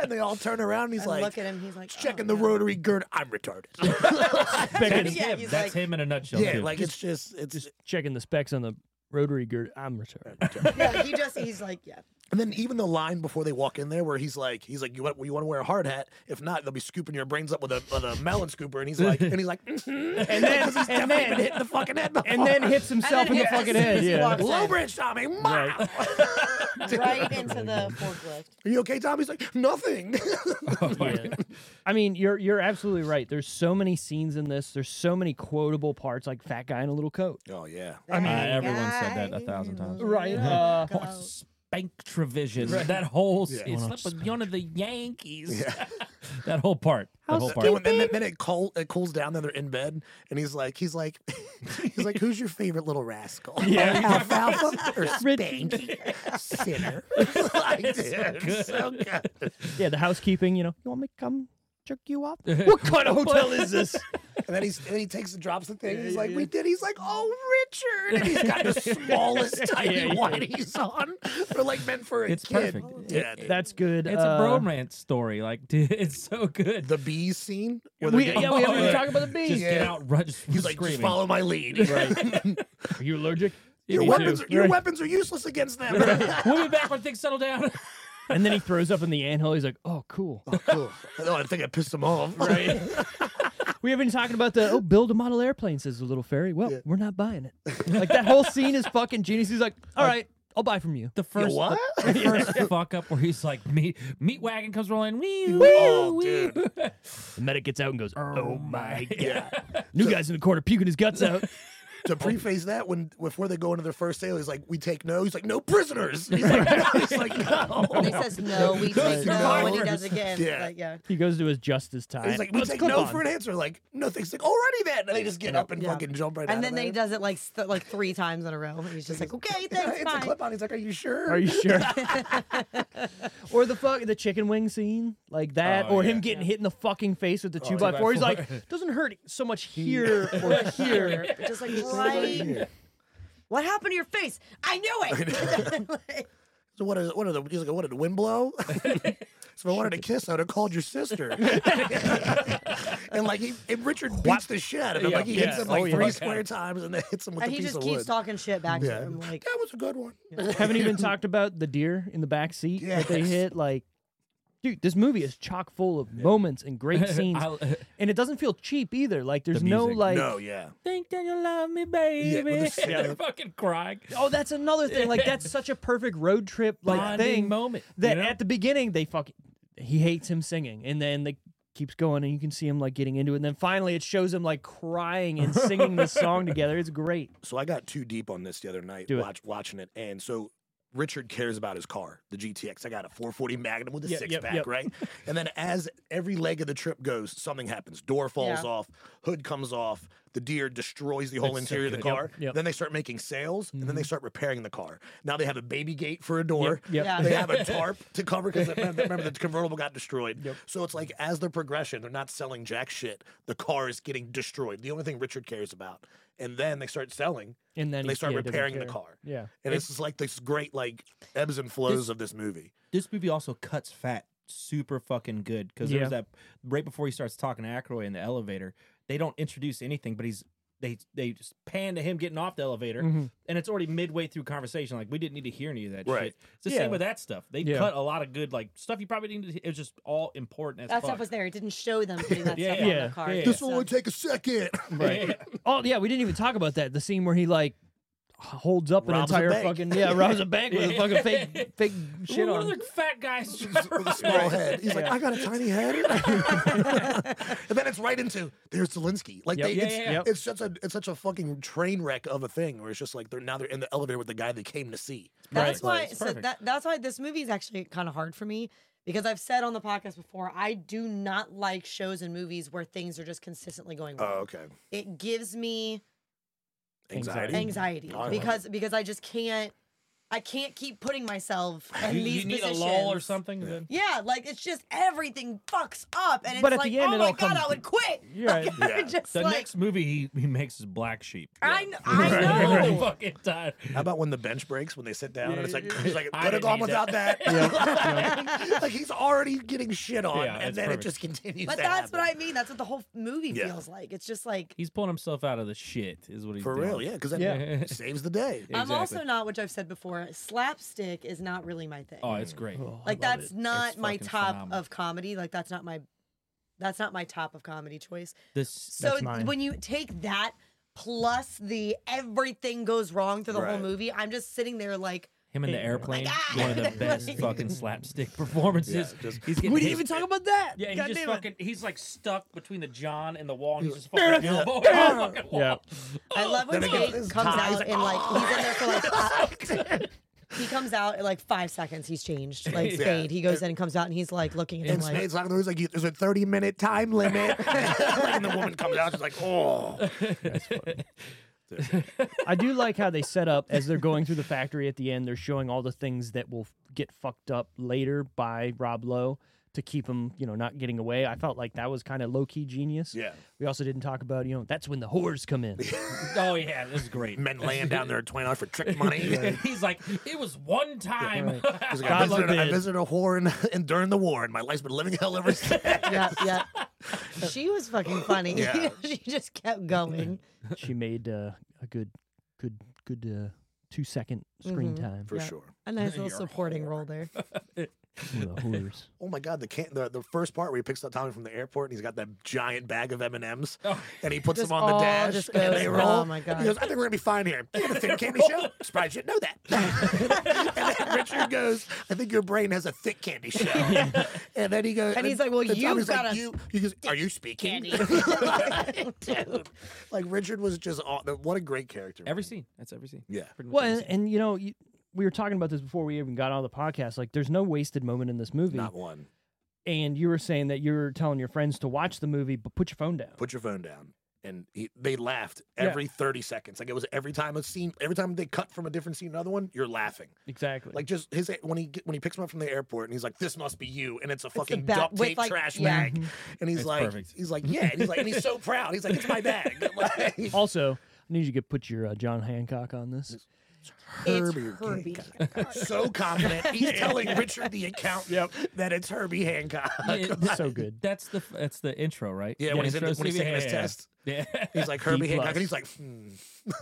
Speaker 5: And they all turn around, and he's
Speaker 2: And
Speaker 5: like,
Speaker 2: look at him. He's like
Speaker 5: "It's checking
Speaker 2: oh,
Speaker 5: the
Speaker 2: no.
Speaker 5: rotary gird. I'm retarded.
Speaker 4: That's
Speaker 2: Yeah,
Speaker 4: him.
Speaker 2: he's
Speaker 4: That's
Speaker 2: like-
Speaker 4: him in a nutshell.
Speaker 5: yeah,
Speaker 4: dude.
Speaker 5: like it's just it's.
Speaker 3: Checking the specs on the rotary gird. I'm retarded.
Speaker 2: Yeah, he just he's like yeah.
Speaker 5: And then even the line before they walk in there, where he's like, he's like, you want you want to wear a hard hat? If not, they'll be scooping your brains up with a, with a melon scooper. And he's like, and he's like, mm-hmm. and
Speaker 3: then-
Speaker 5: he's
Speaker 3: and
Speaker 5: definitely
Speaker 3: then-
Speaker 5: been hitting the fucking head. Before.
Speaker 3: and then hits himself in the
Speaker 2: hits
Speaker 3: fucking
Speaker 2: his-
Speaker 3: head.
Speaker 2: his
Speaker 3: Yeah.
Speaker 2: walk.
Speaker 5: low bridge, Tommy. Wow.
Speaker 3: Right.
Speaker 2: right into the forklift.
Speaker 5: Are you okay, Tommy's like, nothing.
Speaker 3: Yeah. I mean, you're you're absolutely right. There's so many scenes in this. There's so many quotable parts, like fat guy in a little coat.
Speaker 5: oh yeah.
Speaker 4: I mean, Uh, everyone said that a thousand times.
Speaker 3: Right. Uh,
Speaker 4: Spanktravision. That whole
Speaker 5: Yeah.
Speaker 4: it slept with one of the Yankees. that whole part. That whole part.
Speaker 5: Then, when- then, then it, cool, it cools down. Then they're in bed, and he's like, he's like, he's like, who's your favorite little rascal?
Speaker 3: Yeah.
Speaker 5: Alfalfa or Spanky? Sinner. Like, dude, it's so good.
Speaker 3: yeah. The housekeeping. You know, you want me to come jerk you off? what kind of hotel is this?
Speaker 5: And then, he's, and then he takes and drops the thing. He's like, we did. He's like, oh, Richard. And he's got the smallest tiny whiteies on. They're like meant for a
Speaker 4: It's
Speaker 5: kid.
Speaker 4: perfect.
Speaker 5: Yeah, dude.
Speaker 3: That's good.
Speaker 4: It's
Speaker 3: uh,
Speaker 4: a bromance story. Like, dude, it's so good.
Speaker 5: the bees scene. Where
Speaker 3: We,
Speaker 5: they're
Speaker 3: yeah,
Speaker 5: getting-
Speaker 3: we haven't
Speaker 4: Oh,
Speaker 3: even
Speaker 4: yeah.
Speaker 3: talked about the bees.
Speaker 4: Just get
Speaker 5: Yeah.
Speaker 4: out, run, just
Speaker 5: He's like,
Speaker 4: screaming.
Speaker 5: just follow my lead.
Speaker 3: Are you allergic?
Speaker 5: your
Speaker 4: Me too.
Speaker 5: weapons, are, your weapons are useless against them.
Speaker 4: We'll be back when things settle down.
Speaker 3: And then he throws up in the anthill. He's like, "Oh, cool."
Speaker 5: Cool. No, I think I pissed him off.
Speaker 3: Right. we haven't even talked about the oh, build a model airplane. Says the little fairy. Well, we're not buying it. like that whole scene is fucking genius. He's like, "All right, I'll buy from you."
Speaker 4: The first,
Speaker 5: what?
Speaker 4: The, the first fuck up where he's like, meat, meat wagon comes rolling. Wee,
Speaker 5: Oh,
Speaker 4: wee,
Speaker 5: dude.
Speaker 4: wee.
Speaker 3: The medic gets out and goes, "Oh my
Speaker 4: Yeah.
Speaker 3: New guy's in the corner puking his guts out.
Speaker 5: To preface that, when before they go into their first sale, he's like, "We take no." He's like, "No prisoners." He's like, "No." He's like, "No."
Speaker 2: And he says no, we take
Speaker 5: No.
Speaker 2: no, and he does again.
Speaker 5: Yeah.
Speaker 2: Like, yeah.
Speaker 3: he goes to his justice time.
Speaker 5: He's like, "We
Speaker 3: Let's
Speaker 5: take
Speaker 3: clip
Speaker 5: no
Speaker 3: on."
Speaker 5: for an answer." Like, no thanks. Like, already then, and they just get up and
Speaker 2: Yeah.
Speaker 5: fucking jump right.
Speaker 2: And
Speaker 5: out
Speaker 2: then
Speaker 5: of
Speaker 2: they
Speaker 5: there.
Speaker 2: does it like st- like three times in a row. And he's just like, okay,
Speaker 5: Yeah,
Speaker 2: thanks,
Speaker 5: it's a
Speaker 2: fine.
Speaker 5: clip on. He's like, "Are you sure?"
Speaker 3: Are you sure? or the fuck the chicken wing scene like that,
Speaker 4: Oh,
Speaker 3: or
Speaker 4: yeah.
Speaker 3: him getting hit in the fucking face with the
Speaker 4: two
Speaker 3: two by
Speaker 4: by
Speaker 3: four. He's
Speaker 4: four.
Speaker 3: like, doesn't hurt so much here or here.
Speaker 2: Just like right. What happened to your face? I knew it. Like,
Speaker 5: So what? Is, what are the? He's like, "What did the wind blow?" so if I wanted a kiss, I'd have called your sister. and like, he, and Richard beats the shit out of him.
Speaker 4: Yeah,
Speaker 5: like he hits
Speaker 4: yeah.
Speaker 5: him like
Speaker 4: Oh,
Speaker 5: three
Speaker 4: yeah.
Speaker 5: square times, and then hits him with a
Speaker 2: and he
Speaker 5: piece
Speaker 2: just
Speaker 5: of
Speaker 2: keeps
Speaker 5: wood.
Speaker 2: talking shit back
Speaker 5: Yeah.
Speaker 2: to him. Like,
Speaker 5: That was a good one.
Speaker 3: Haven't even talked about the deer in the back seat that they
Speaker 5: Yes.
Speaker 3: hit. Like, dude, this movie is chock full of moments and great scenes,
Speaker 4: I'll-
Speaker 3: and it doesn't feel cheap either. Like, there's
Speaker 4: The
Speaker 3: no
Speaker 4: music.
Speaker 3: like.
Speaker 5: no, yeah.
Speaker 4: Think that you love me,
Speaker 5: Yeah, well,
Speaker 4: baby.
Speaker 5: this- yeah.
Speaker 4: They're fucking crying.
Speaker 3: Oh, that's another thing. Like that's such a perfect road trip like
Speaker 4: Bonding
Speaker 3: thing
Speaker 4: moment, you
Speaker 3: That
Speaker 4: know?
Speaker 3: at the beginning they fucking he hates him singing, and then they keeps going, and you can see him like getting into it, and then finally it shows him like crying and singing the song together. It's great.
Speaker 5: So I got too deep on this the other night
Speaker 3: Do it.
Speaker 5: watch, watching it, and so Richard cares about his car, the GTX. I got a 440 Magnum with a
Speaker 3: Yep,
Speaker 5: six
Speaker 3: yep,
Speaker 5: pack,
Speaker 3: yep.
Speaker 5: right? and then as every leg of the trip goes, something happens. Door falls
Speaker 2: Yeah.
Speaker 5: off, hood comes off, The deer destroys the whole
Speaker 4: It's
Speaker 5: interior of the
Speaker 4: so good.
Speaker 5: car.
Speaker 3: yep. Mm-hmm.
Speaker 5: Then they start making sales, and then they start repairing the car. Now they have a baby gate for a door.
Speaker 3: yep. Yeah.
Speaker 5: They have a tarp to cover because remember the convertible got destroyed. So it's like as their progression, they're not selling jack shit. The car is getting destroyed. The only thing Richard cares about. And then they start selling,
Speaker 3: And then
Speaker 5: and
Speaker 3: he-
Speaker 5: they start
Speaker 3: yeah, he doesn't
Speaker 5: repairing the
Speaker 3: care.
Speaker 5: car.
Speaker 3: Yeah.
Speaker 5: And it's just like this great like ebbs and flows of this movie.
Speaker 4: this movie also cuts fat super fucking good because there's
Speaker 3: Yeah.
Speaker 4: that right before he starts talking to Ackroyd in the elevator. They don't introduce anything, but he's they they just pan to him getting off the elevator, and it's already midway through conversation. Like we didn't need to hear any of that
Speaker 5: Right.
Speaker 4: shit. It's the
Speaker 3: Yeah.
Speaker 4: same with that stuff. They
Speaker 3: Yeah.
Speaker 4: cut a lot of good like stuff you probably didn't. It was just all important as
Speaker 7: That
Speaker 4: fuck.
Speaker 7: stuff was there. It didn't show them putting that
Speaker 4: Yeah,
Speaker 7: stuff
Speaker 3: yeah,
Speaker 7: on the card.
Speaker 3: yeah, yeah.
Speaker 5: This one would take a second.
Speaker 4: right.
Speaker 3: Oh yeah, we didn't even talk about that. The scene where he like holds up
Speaker 5: Robs a
Speaker 3: an entire
Speaker 5: bank.
Speaker 3: fucking yeah, robs a bank with a fucking fake fake shit
Speaker 4: What
Speaker 3: on.
Speaker 4: are the fat guys?
Speaker 5: with a small head. He's like, I got a tiny head. and then it's right into there's Zelensky. Like
Speaker 3: Yep.
Speaker 5: they,
Speaker 3: Yeah,
Speaker 5: it's,
Speaker 4: yeah, yeah.
Speaker 5: it's such a it's such a fucking train wreck of a thing where it's just like they're now they're in the elevator with the guy they came to see.
Speaker 2: That's
Speaker 4: Right.
Speaker 2: why.
Speaker 4: It's
Speaker 2: So
Speaker 4: perfect.
Speaker 2: that, that's why this movie is actually kind of hard for me because I've said on the podcast before I do not like shows and movies where things are just consistently going wrong.
Speaker 5: Oh, okay.
Speaker 2: It gives me
Speaker 5: Anxiety.
Speaker 2: anxiety
Speaker 5: I love
Speaker 2: because because I just can't I can't keep putting myself in
Speaker 4: You,
Speaker 2: these
Speaker 4: you need
Speaker 2: positions.
Speaker 4: a lull or something. Then
Speaker 2: Yeah, like it's just everything fucks up, and it's
Speaker 3: But at
Speaker 2: like,
Speaker 3: the end,
Speaker 2: oh
Speaker 3: it
Speaker 2: my
Speaker 3: all
Speaker 2: god,
Speaker 3: comes-
Speaker 2: I would quit.
Speaker 3: You're right.
Speaker 2: Like, I'm
Speaker 5: Yeah.
Speaker 2: just
Speaker 4: the
Speaker 2: like,
Speaker 4: next movie he, he makes is Black Sheep.
Speaker 2: I, kn- I know.
Speaker 4: fucking tired.
Speaker 5: How about when the bench breaks when they sit down and it's like he's like
Speaker 4: I
Speaker 5: could
Speaker 4: didn't
Speaker 5: have gone
Speaker 4: need
Speaker 5: without that. like he's already getting shit on
Speaker 4: Yeah,
Speaker 5: and
Speaker 4: it's
Speaker 5: then
Speaker 4: perfect.
Speaker 5: it just continues.
Speaker 2: But
Speaker 5: to
Speaker 2: that's
Speaker 5: happen.
Speaker 2: what I mean. That's what the whole movie
Speaker 5: Yeah.
Speaker 2: feels like. It's just like
Speaker 4: He's pulling himself out of the shit, is what he's
Speaker 5: for
Speaker 4: doing.
Speaker 5: real, yeah, because that
Speaker 3: Yeah.
Speaker 5: saves the day.
Speaker 4: Yeah,
Speaker 2: I'm
Speaker 4: exactly.
Speaker 2: also not, which I've said before, slapstick is not really my thing.
Speaker 4: Oh, it's great.
Speaker 2: like that's not
Speaker 4: It's
Speaker 2: my
Speaker 4: fucking
Speaker 2: top
Speaker 4: phenomenal.
Speaker 2: of comedy. Like that's not my that's not my top of comedy choice.
Speaker 4: This
Speaker 2: So
Speaker 3: That's mine.
Speaker 2: when you take that plus the everything goes wrong through the whole
Speaker 5: Right.
Speaker 2: movie, I'm just sitting there like
Speaker 4: him in the airplane,
Speaker 2: "Ah!"
Speaker 4: one of the best fucking slapstick performances.
Speaker 5: just-
Speaker 4: he's getting
Speaker 3: we didn't
Speaker 4: hit-
Speaker 3: even talk about that.
Speaker 4: Yeah, he's
Speaker 3: God
Speaker 4: just
Speaker 3: damn it.
Speaker 4: fucking. He's like stuck between the John and the wall, and he's just fucking elbow in the fucking wall.
Speaker 3: Yeah.
Speaker 2: I love when
Speaker 5: Then they
Speaker 2: Jake
Speaker 5: go, "This
Speaker 2: comes
Speaker 5: is Ty." He's like,
Speaker 2: out and like he's in there for like five- he comes out in like five seconds. He's changed. Like
Speaker 5: Yeah.
Speaker 2: Spade, he goes in and comes out and he's like looking at him
Speaker 5: And
Speaker 2: like
Speaker 5: Snape's like, there's like there's a 30 minute time limit. and the woman comes out, she's like, oh.
Speaker 3: I do like how they set up as they're going through the factory at the end. They're showing all the things that will f- get fucked up later by Rob Lowe to keep him, you know, not getting away. I felt like that was kind of low key genius.
Speaker 5: Yeah.
Speaker 3: We also didn't talk about, you know, that's when the whores come in.
Speaker 4: Oh yeah, this is great.
Speaker 5: Men laying down there at 20 dollars for trick money.
Speaker 4: he's like, it was one time.
Speaker 5: He's like, I,
Speaker 3: God
Speaker 5: visited, I
Speaker 3: forbid.
Speaker 5: visited a whore in, and during the war, and my life's been living hell ever since.
Speaker 2: yeah, yeah. She was fucking funny.
Speaker 5: Yeah.
Speaker 2: she just kept going.
Speaker 3: she made uh, a good, good, good uh, two second screen time
Speaker 5: For
Speaker 2: Yeah.
Speaker 5: sure.
Speaker 2: A nice little
Speaker 4: You're a
Speaker 2: supporting role there.
Speaker 3: for the whores.
Speaker 5: Oh my God, the, can- the the first part where he picks up Tommy from the airport and he's got that giant bag of M and M's and he puts
Speaker 2: Just
Speaker 5: them on the
Speaker 2: all
Speaker 5: dash
Speaker 2: just
Speaker 5: and
Speaker 2: goes,
Speaker 5: they roll.
Speaker 2: oh my God.
Speaker 5: He goes, I think we're gonna be fine here. You had a thin candy shell. Surprised you didn't know that. and then Richard goes, I think your brain has a thick candy shell. and then he goes,
Speaker 2: And he's like, well,
Speaker 5: and
Speaker 2: you've
Speaker 5: Tommy's
Speaker 2: got
Speaker 5: like,
Speaker 2: a
Speaker 5: you. He goes, are you speaking? Dude, like Richard was just aw- what a great character.
Speaker 4: Every scene. That's every scene.
Speaker 5: yeah.
Speaker 4: Pretty much
Speaker 3: Well,
Speaker 4: every
Speaker 3: and, and you know, you, we were talking about this before we even got on the podcast. Like, there's no wasted moment in this movie.
Speaker 5: Not one.
Speaker 3: and you were saying that you were telling your friends to watch the movie, but put your phone down.
Speaker 5: put your phone down. And he, they laughed
Speaker 3: Yeah.
Speaker 5: every 30 seconds. Like it was every time a scene, every time they cut from a different scene to another one, you're laughing.
Speaker 3: exactly.
Speaker 5: Like just his when he get- when he picks him up from the airport and he's like, "This must be you," and it's a fucking
Speaker 2: ba-
Speaker 5: duct
Speaker 2: with,
Speaker 5: tape
Speaker 2: like-
Speaker 5: trash
Speaker 2: yeah. Mm-hmm.
Speaker 5: bag, and he's
Speaker 4: It's
Speaker 5: like,
Speaker 4: perfect.
Speaker 5: he's like, yeah, and he's like, and he's so proud. He's like, "It's my bag." Like,
Speaker 3: also, I need you to put your uh, John Hancock on this.
Speaker 2: It's
Speaker 5: Herbie
Speaker 2: Herbie.
Speaker 5: so confident. He's telling Richard the account that it's Herbie Hancock.
Speaker 4: scene.
Speaker 3: It's so good.
Speaker 4: That's the that's the intro, right?
Speaker 5: Yeah, when he's in-
Speaker 4: intro
Speaker 5: when he's
Speaker 4: scene?
Speaker 5: taking his
Speaker 4: Yeah, yeah,
Speaker 5: test.
Speaker 4: yeah. Yeah.
Speaker 5: He's like Herbie Hancock,
Speaker 3: plus.
Speaker 5: and he's like, hmm.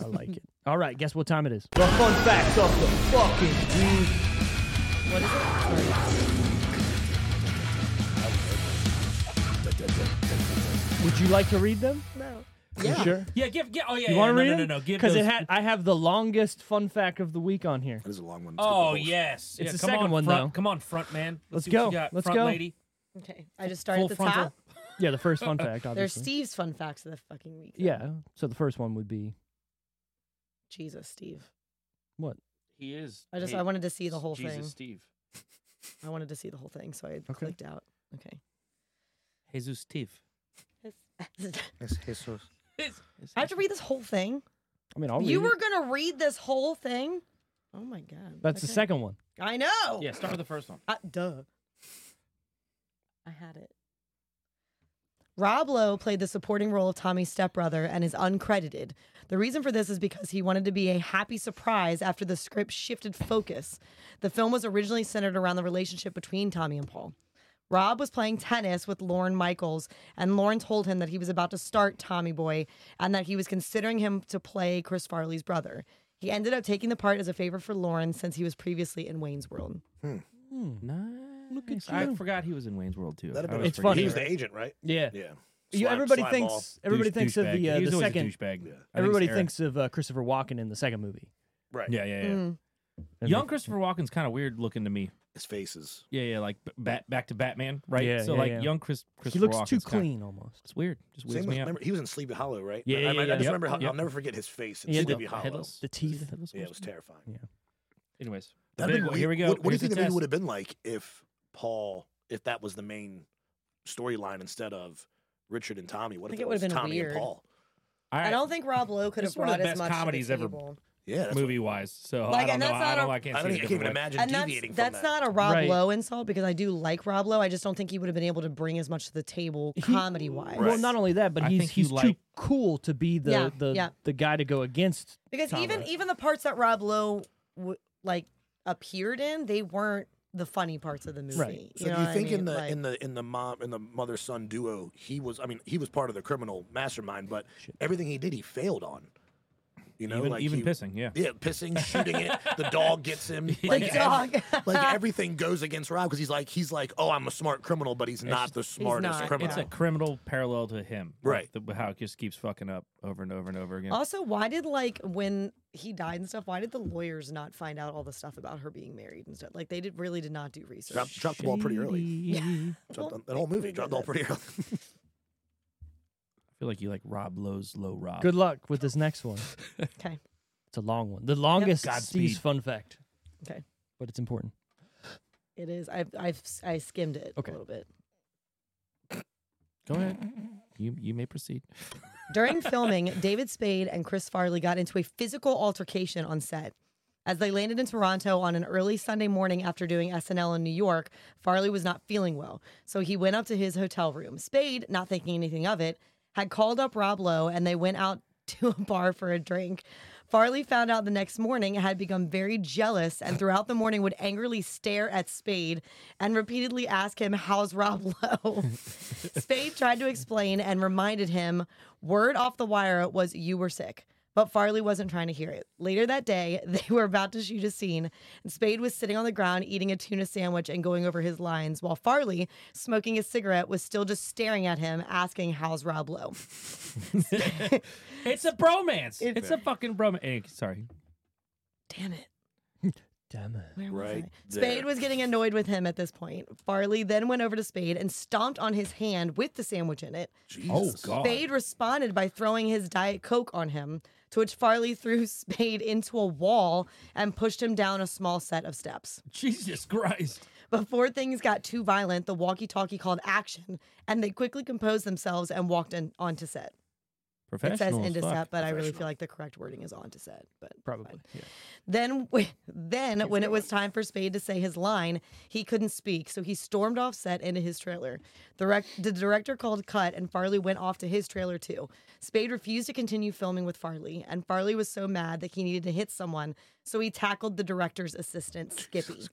Speaker 3: I like it. All right, guess what time it is? The fun facts of the fucking week. Would you like to read them?
Speaker 2: No.
Speaker 3: You
Speaker 2: Yeah.
Speaker 3: sure?
Speaker 4: Yeah, give, give. Oh yeah.
Speaker 3: You
Speaker 4: yeah,
Speaker 3: want to
Speaker 4: no,
Speaker 3: read
Speaker 4: no,
Speaker 3: it?
Speaker 4: No, no, no. Give
Speaker 3: because it
Speaker 4: those-
Speaker 3: had. I have the longest fun fact of the week on here.
Speaker 5: That is a long one.
Speaker 4: Oh yes.
Speaker 3: It's
Speaker 4: yeah, come
Speaker 3: the second
Speaker 4: on,
Speaker 3: one,
Speaker 4: front,
Speaker 3: though.
Speaker 4: Come on, front man.
Speaker 3: Let's
Speaker 4: see what you
Speaker 3: go.
Speaker 4: got.
Speaker 3: Let's
Speaker 4: front
Speaker 3: go.
Speaker 4: Lady.
Speaker 2: Okay. I just start
Speaker 4: Full
Speaker 2: at the
Speaker 4: frontal.
Speaker 2: top.
Speaker 3: Yeah, the first fun fact.
Speaker 2: There's
Speaker 3: Obviously.
Speaker 2: Steve's fun facts of the fucking week.
Speaker 3: yeah. So the first one would be
Speaker 2: Jesus, Steve.
Speaker 3: what?
Speaker 4: He is.
Speaker 2: I just
Speaker 4: he-
Speaker 2: I wanted to see the whole
Speaker 4: Jesus
Speaker 2: thing.
Speaker 4: Steve.
Speaker 2: I wanted to see the whole thing, so I clicked out. Okay.
Speaker 4: Jesus Steve.
Speaker 5: It's Jesus.
Speaker 2: I have to read this whole thing.
Speaker 3: I mean, I'll
Speaker 2: You
Speaker 3: read it.
Speaker 2: were gonna read this whole thing? Oh my god.
Speaker 3: That's the second one.
Speaker 2: I know.
Speaker 4: Yeah, start with the first one.
Speaker 2: Uh, duh.
Speaker 7: I had it.
Speaker 2: Rob Lowe played the supporting role of Tommy's stepbrother and is uncredited. The reason for this is because he wanted to be a happy surprise after the script shifted focus. The film was originally centered around the relationship between Tommy and Paul. Rob was playing tennis with Lauren Michaels, and Lauren told him that he was about to start Tommy Boy and that he was considering him to play Chris Farley's brother. He ended up taking the part as a favor for Lauren since he was previously in Wayne's World.
Speaker 4: Look at I forgot he was in Wayne's World too. I
Speaker 5: That'd have been
Speaker 4: always
Speaker 3: It's
Speaker 4: forget
Speaker 3: funny.
Speaker 5: He was
Speaker 4: that.
Speaker 5: the agent, right?
Speaker 3: Yeah.
Speaker 5: Yeah.
Speaker 3: You,
Speaker 5: Slime-
Speaker 3: everybody
Speaker 5: slime
Speaker 3: thinks
Speaker 5: ball.
Speaker 3: everybody
Speaker 4: Douche-
Speaker 3: thinks of the
Speaker 4: douchebag.
Speaker 3: uh,
Speaker 4: He was
Speaker 3: the
Speaker 4: always a
Speaker 3: second.
Speaker 4: douchebag. I think it's
Speaker 3: Everybody
Speaker 4: Eric.
Speaker 3: thinks of uh, Christopher Walken in the second movie.
Speaker 5: Right.
Speaker 4: Yeah, yeah, yeah.
Speaker 3: And
Speaker 4: Young
Speaker 3: they-
Speaker 4: Christopher Walken's kind of weird looking to me.
Speaker 5: His faces.
Speaker 4: Yeah, yeah, like b- back back to Batman, right?
Speaker 3: Yeah,
Speaker 4: so
Speaker 3: yeah,
Speaker 4: like
Speaker 3: yeah.
Speaker 4: young Chris Christopher
Speaker 3: he looks
Speaker 4: Walken's
Speaker 3: too
Speaker 4: kinda-
Speaker 3: clean almost.
Speaker 4: it's weird. Just weirds
Speaker 5: Same with,
Speaker 4: me out.
Speaker 5: remember, he was in Sleepy Hollow, right?
Speaker 4: Yeah,
Speaker 5: I,
Speaker 4: yeah,
Speaker 5: I, I
Speaker 4: yeah.
Speaker 5: just remember how,
Speaker 4: Yep.
Speaker 5: I'll never forget his face in
Speaker 3: Yeah, the-
Speaker 5: Sleepy Hollow.
Speaker 4: Headless? Is
Speaker 3: The
Speaker 4: it
Speaker 3: teeth.
Speaker 4: headless
Speaker 5: Yeah, it was
Speaker 4: person?
Speaker 5: terrifying.
Speaker 3: Yeah.
Speaker 4: Anyways, the
Speaker 5: That'd
Speaker 4: big
Speaker 5: been
Speaker 4: one.
Speaker 5: weird.
Speaker 4: Here we go.
Speaker 5: What, what do you
Speaker 4: Here's
Speaker 5: think
Speaker 4: the
Speaker 5: the movie
Speaker 4: test.
Speaker 5: would have been like if Paul, if that was the main storyline instead of Richard and Tommy? What
Speaker 2: I
Speaker 5: if
Speaker 2: think it
Speaker 5: it
Speaker 2: would've
Speaker 5: was
Speaker 2: been
Speaker 5: Tommy
Speaker 2: weird.
Speaker 5: and Paul?
Speaker 4: All
Speaker 2: I
Speaker 4: right,
Speaker 2: don't think Rob Lowe could
Speaker 4: This is
Speaker 2: have
Speaker 4: one of the
Speaker 2: brought as
Speaker 4: best
Speaker 2: much
Speaker 4: comedies
Speaker 2: to the
Speaker 4: ever
Speaker 2: table.
Speaker 5: Yeah, that's
Speaker 4: movie wise. So
Speaker 2: Like,
Speaker 4: I don't
Speaker 2: and
Speaker 4: know.
Speaker 2: that's
Speaker 4: I
Speaker 2: not
Speaker 4: don't
Speaker 2: a-
Speaker 4: know. I can't
Speaker 5: I
Speaker 4: see it a
Speaker 5: don't even, I can't even
Speaker 4: different way.
Speaker 5: imagine
Speaker 2: and that's
Speaker 5: deviating
Speaker 2: that's
Speaker 5: from that.
Speaker 2: not a Rob
Speaker 3: Right.
Speaker 2: Lowe insult because I do like Rob Lowe. I just don't think he would have been able to bring as much to the table
Speaker 3: He-
Speaker 2: comedy wise.
Speaker 3: Well,
Speaker 5: Right.
Speaker 3: not only that, but
Speaker 4: I
Speaker 3: he's
Speaker 4: think he
Speaker 3: he's too
Speaker 4: like-
Speaker 3: cool to be the
Speaker 2: Yeah,
Speaker 3: the,
Speaker 2: yeah.
Speaker 3: the guy to go against.
Speaker 2: Because even
Speaker 3: Tommy.
Speaker 2: even the parts that Rob Lowe w- like appeared in, they weren't the funny parts of the movie.
Speaker 3: Right.
Speaker 5: So
Speaker 2: You know
Speaker 5: do you
Speaker 2: what I
Speaker 5: think
Speaker 2: mean?
Speaker 5: in the
Speaker 2: Like-
Speaker 5: in the in the mom in the mother son duo he was I mean he was part of the criminal mastermind but everything he did he failed on. You know,
Speaker 4: Even-
Speaker 5: like
Speaker 4: even
Speaker 5: he-
Speaker 4: pissing, yeah.
Speaker 5: yeah, pissing, shooting it. The dog gets him. Like, ev-
Speaker 2: dog.
Speaker 5: like everything goes against Rob because he's like he's like oh I'm a smart criminal but he's not the smartest
Speaker 2: not,
Speaker 5: criminal.
Speaker 4: It's a criminal parallel to him,
Speaker 5: Right.
Speaker 4: The, how it just keeps fucking up over and over and over again.
Speaker 2: also, why did like when he died and stuff? Why did the lawyers not find out all the stuff about her being married and stuff? Like they did really did not do research.
Speaker 5: Drop, dropped the ball pretty early.
Speaker 4: Yeah.
Speaker 5: Dropped the, that whole movie dropped the ball pretty early.
Speaker 4: I feel like you like Rob Lowe's low Rob.
Speaker 3: Good luck with this next one.
Speaker 2: Okay.
Speaker 3: It's a long one. The longest Steve's
Speaker 4: Godspeed.
Speaker 3: fun fact.
Speaker 2: Okay.
Speaker 3: But it's important.
Speaker 2: It is. I've I've I skimmed it
Speaker 3: Okay.
Speaker 2: a little bit.
Speaker 4: Go ahead. You you may proceed.
Speaker 2: During filming, David Spade and Chris Farley got into a physical altercation on set. As they landed in Toronto on an early Sunday morning after doing SNL in New York, Farley was not feeling well, so he went up to his hotel room. Spade, not thinking anything of it, had called up Rob Lowe and they went out to a bar for a drink. Farley found out the next morning and had become very jealous and throughout the morning would angrily stare at Spade and repeatedly ask him, How's Rob Lowe? Spade tried to explain and reminded him word off the wire was you were sick. But Farley wasn't trying to hear it. Later that day, they were about to shoot a scene, and Spade was sitting on the ground eating a tuna sandwich and going over his lines, while Farley, smoking a cigarette, was still just staring at him, asking, How's Rob Lowe?
Speaker 4: It's a bromance. It's, a fucking bromance. Eh, sorry.
Speaker 2: Damn it.
Speaker 3: Damn it.
Speaker 2: Where was
Speaker 5: Right
Speaker 2: I? Spade
Speaker 5: there.
Speaker 2: was getting annoyed with him at this point. Farley then went over to Spade and stomped on his hand with the sandwich in it.
Speaker 4: Oh god.
Speaker 2: Spade responded by throwing his Diet Coke on him, to which Farley threw Spade into a wall and pushed him down a small set of steps.
Speaker 4: Jesus Christ.
Speaker 2: Before things got too violent, the walkie talkie called action and they quickly composed themselves and walked in, onto set. It says
Speaker 4: Professional. as
Speaker 2: into
Speaker 4: fuck.
Speaker 2: set, but I really feel like the correct wording is onto set. But
Speaker 3: Probably. Yeah.
Speaker 2: then, w- then when it was time for Spade to say his line, he couldn't speak, so he stormed off set into his trailer. The, rec- the director called cut, and Farley went off to his trailer too. Spade refused to continue filming with Farley, and Farley was so mad that he needed to hit someone, so he tackled the director's assistant, Skippy,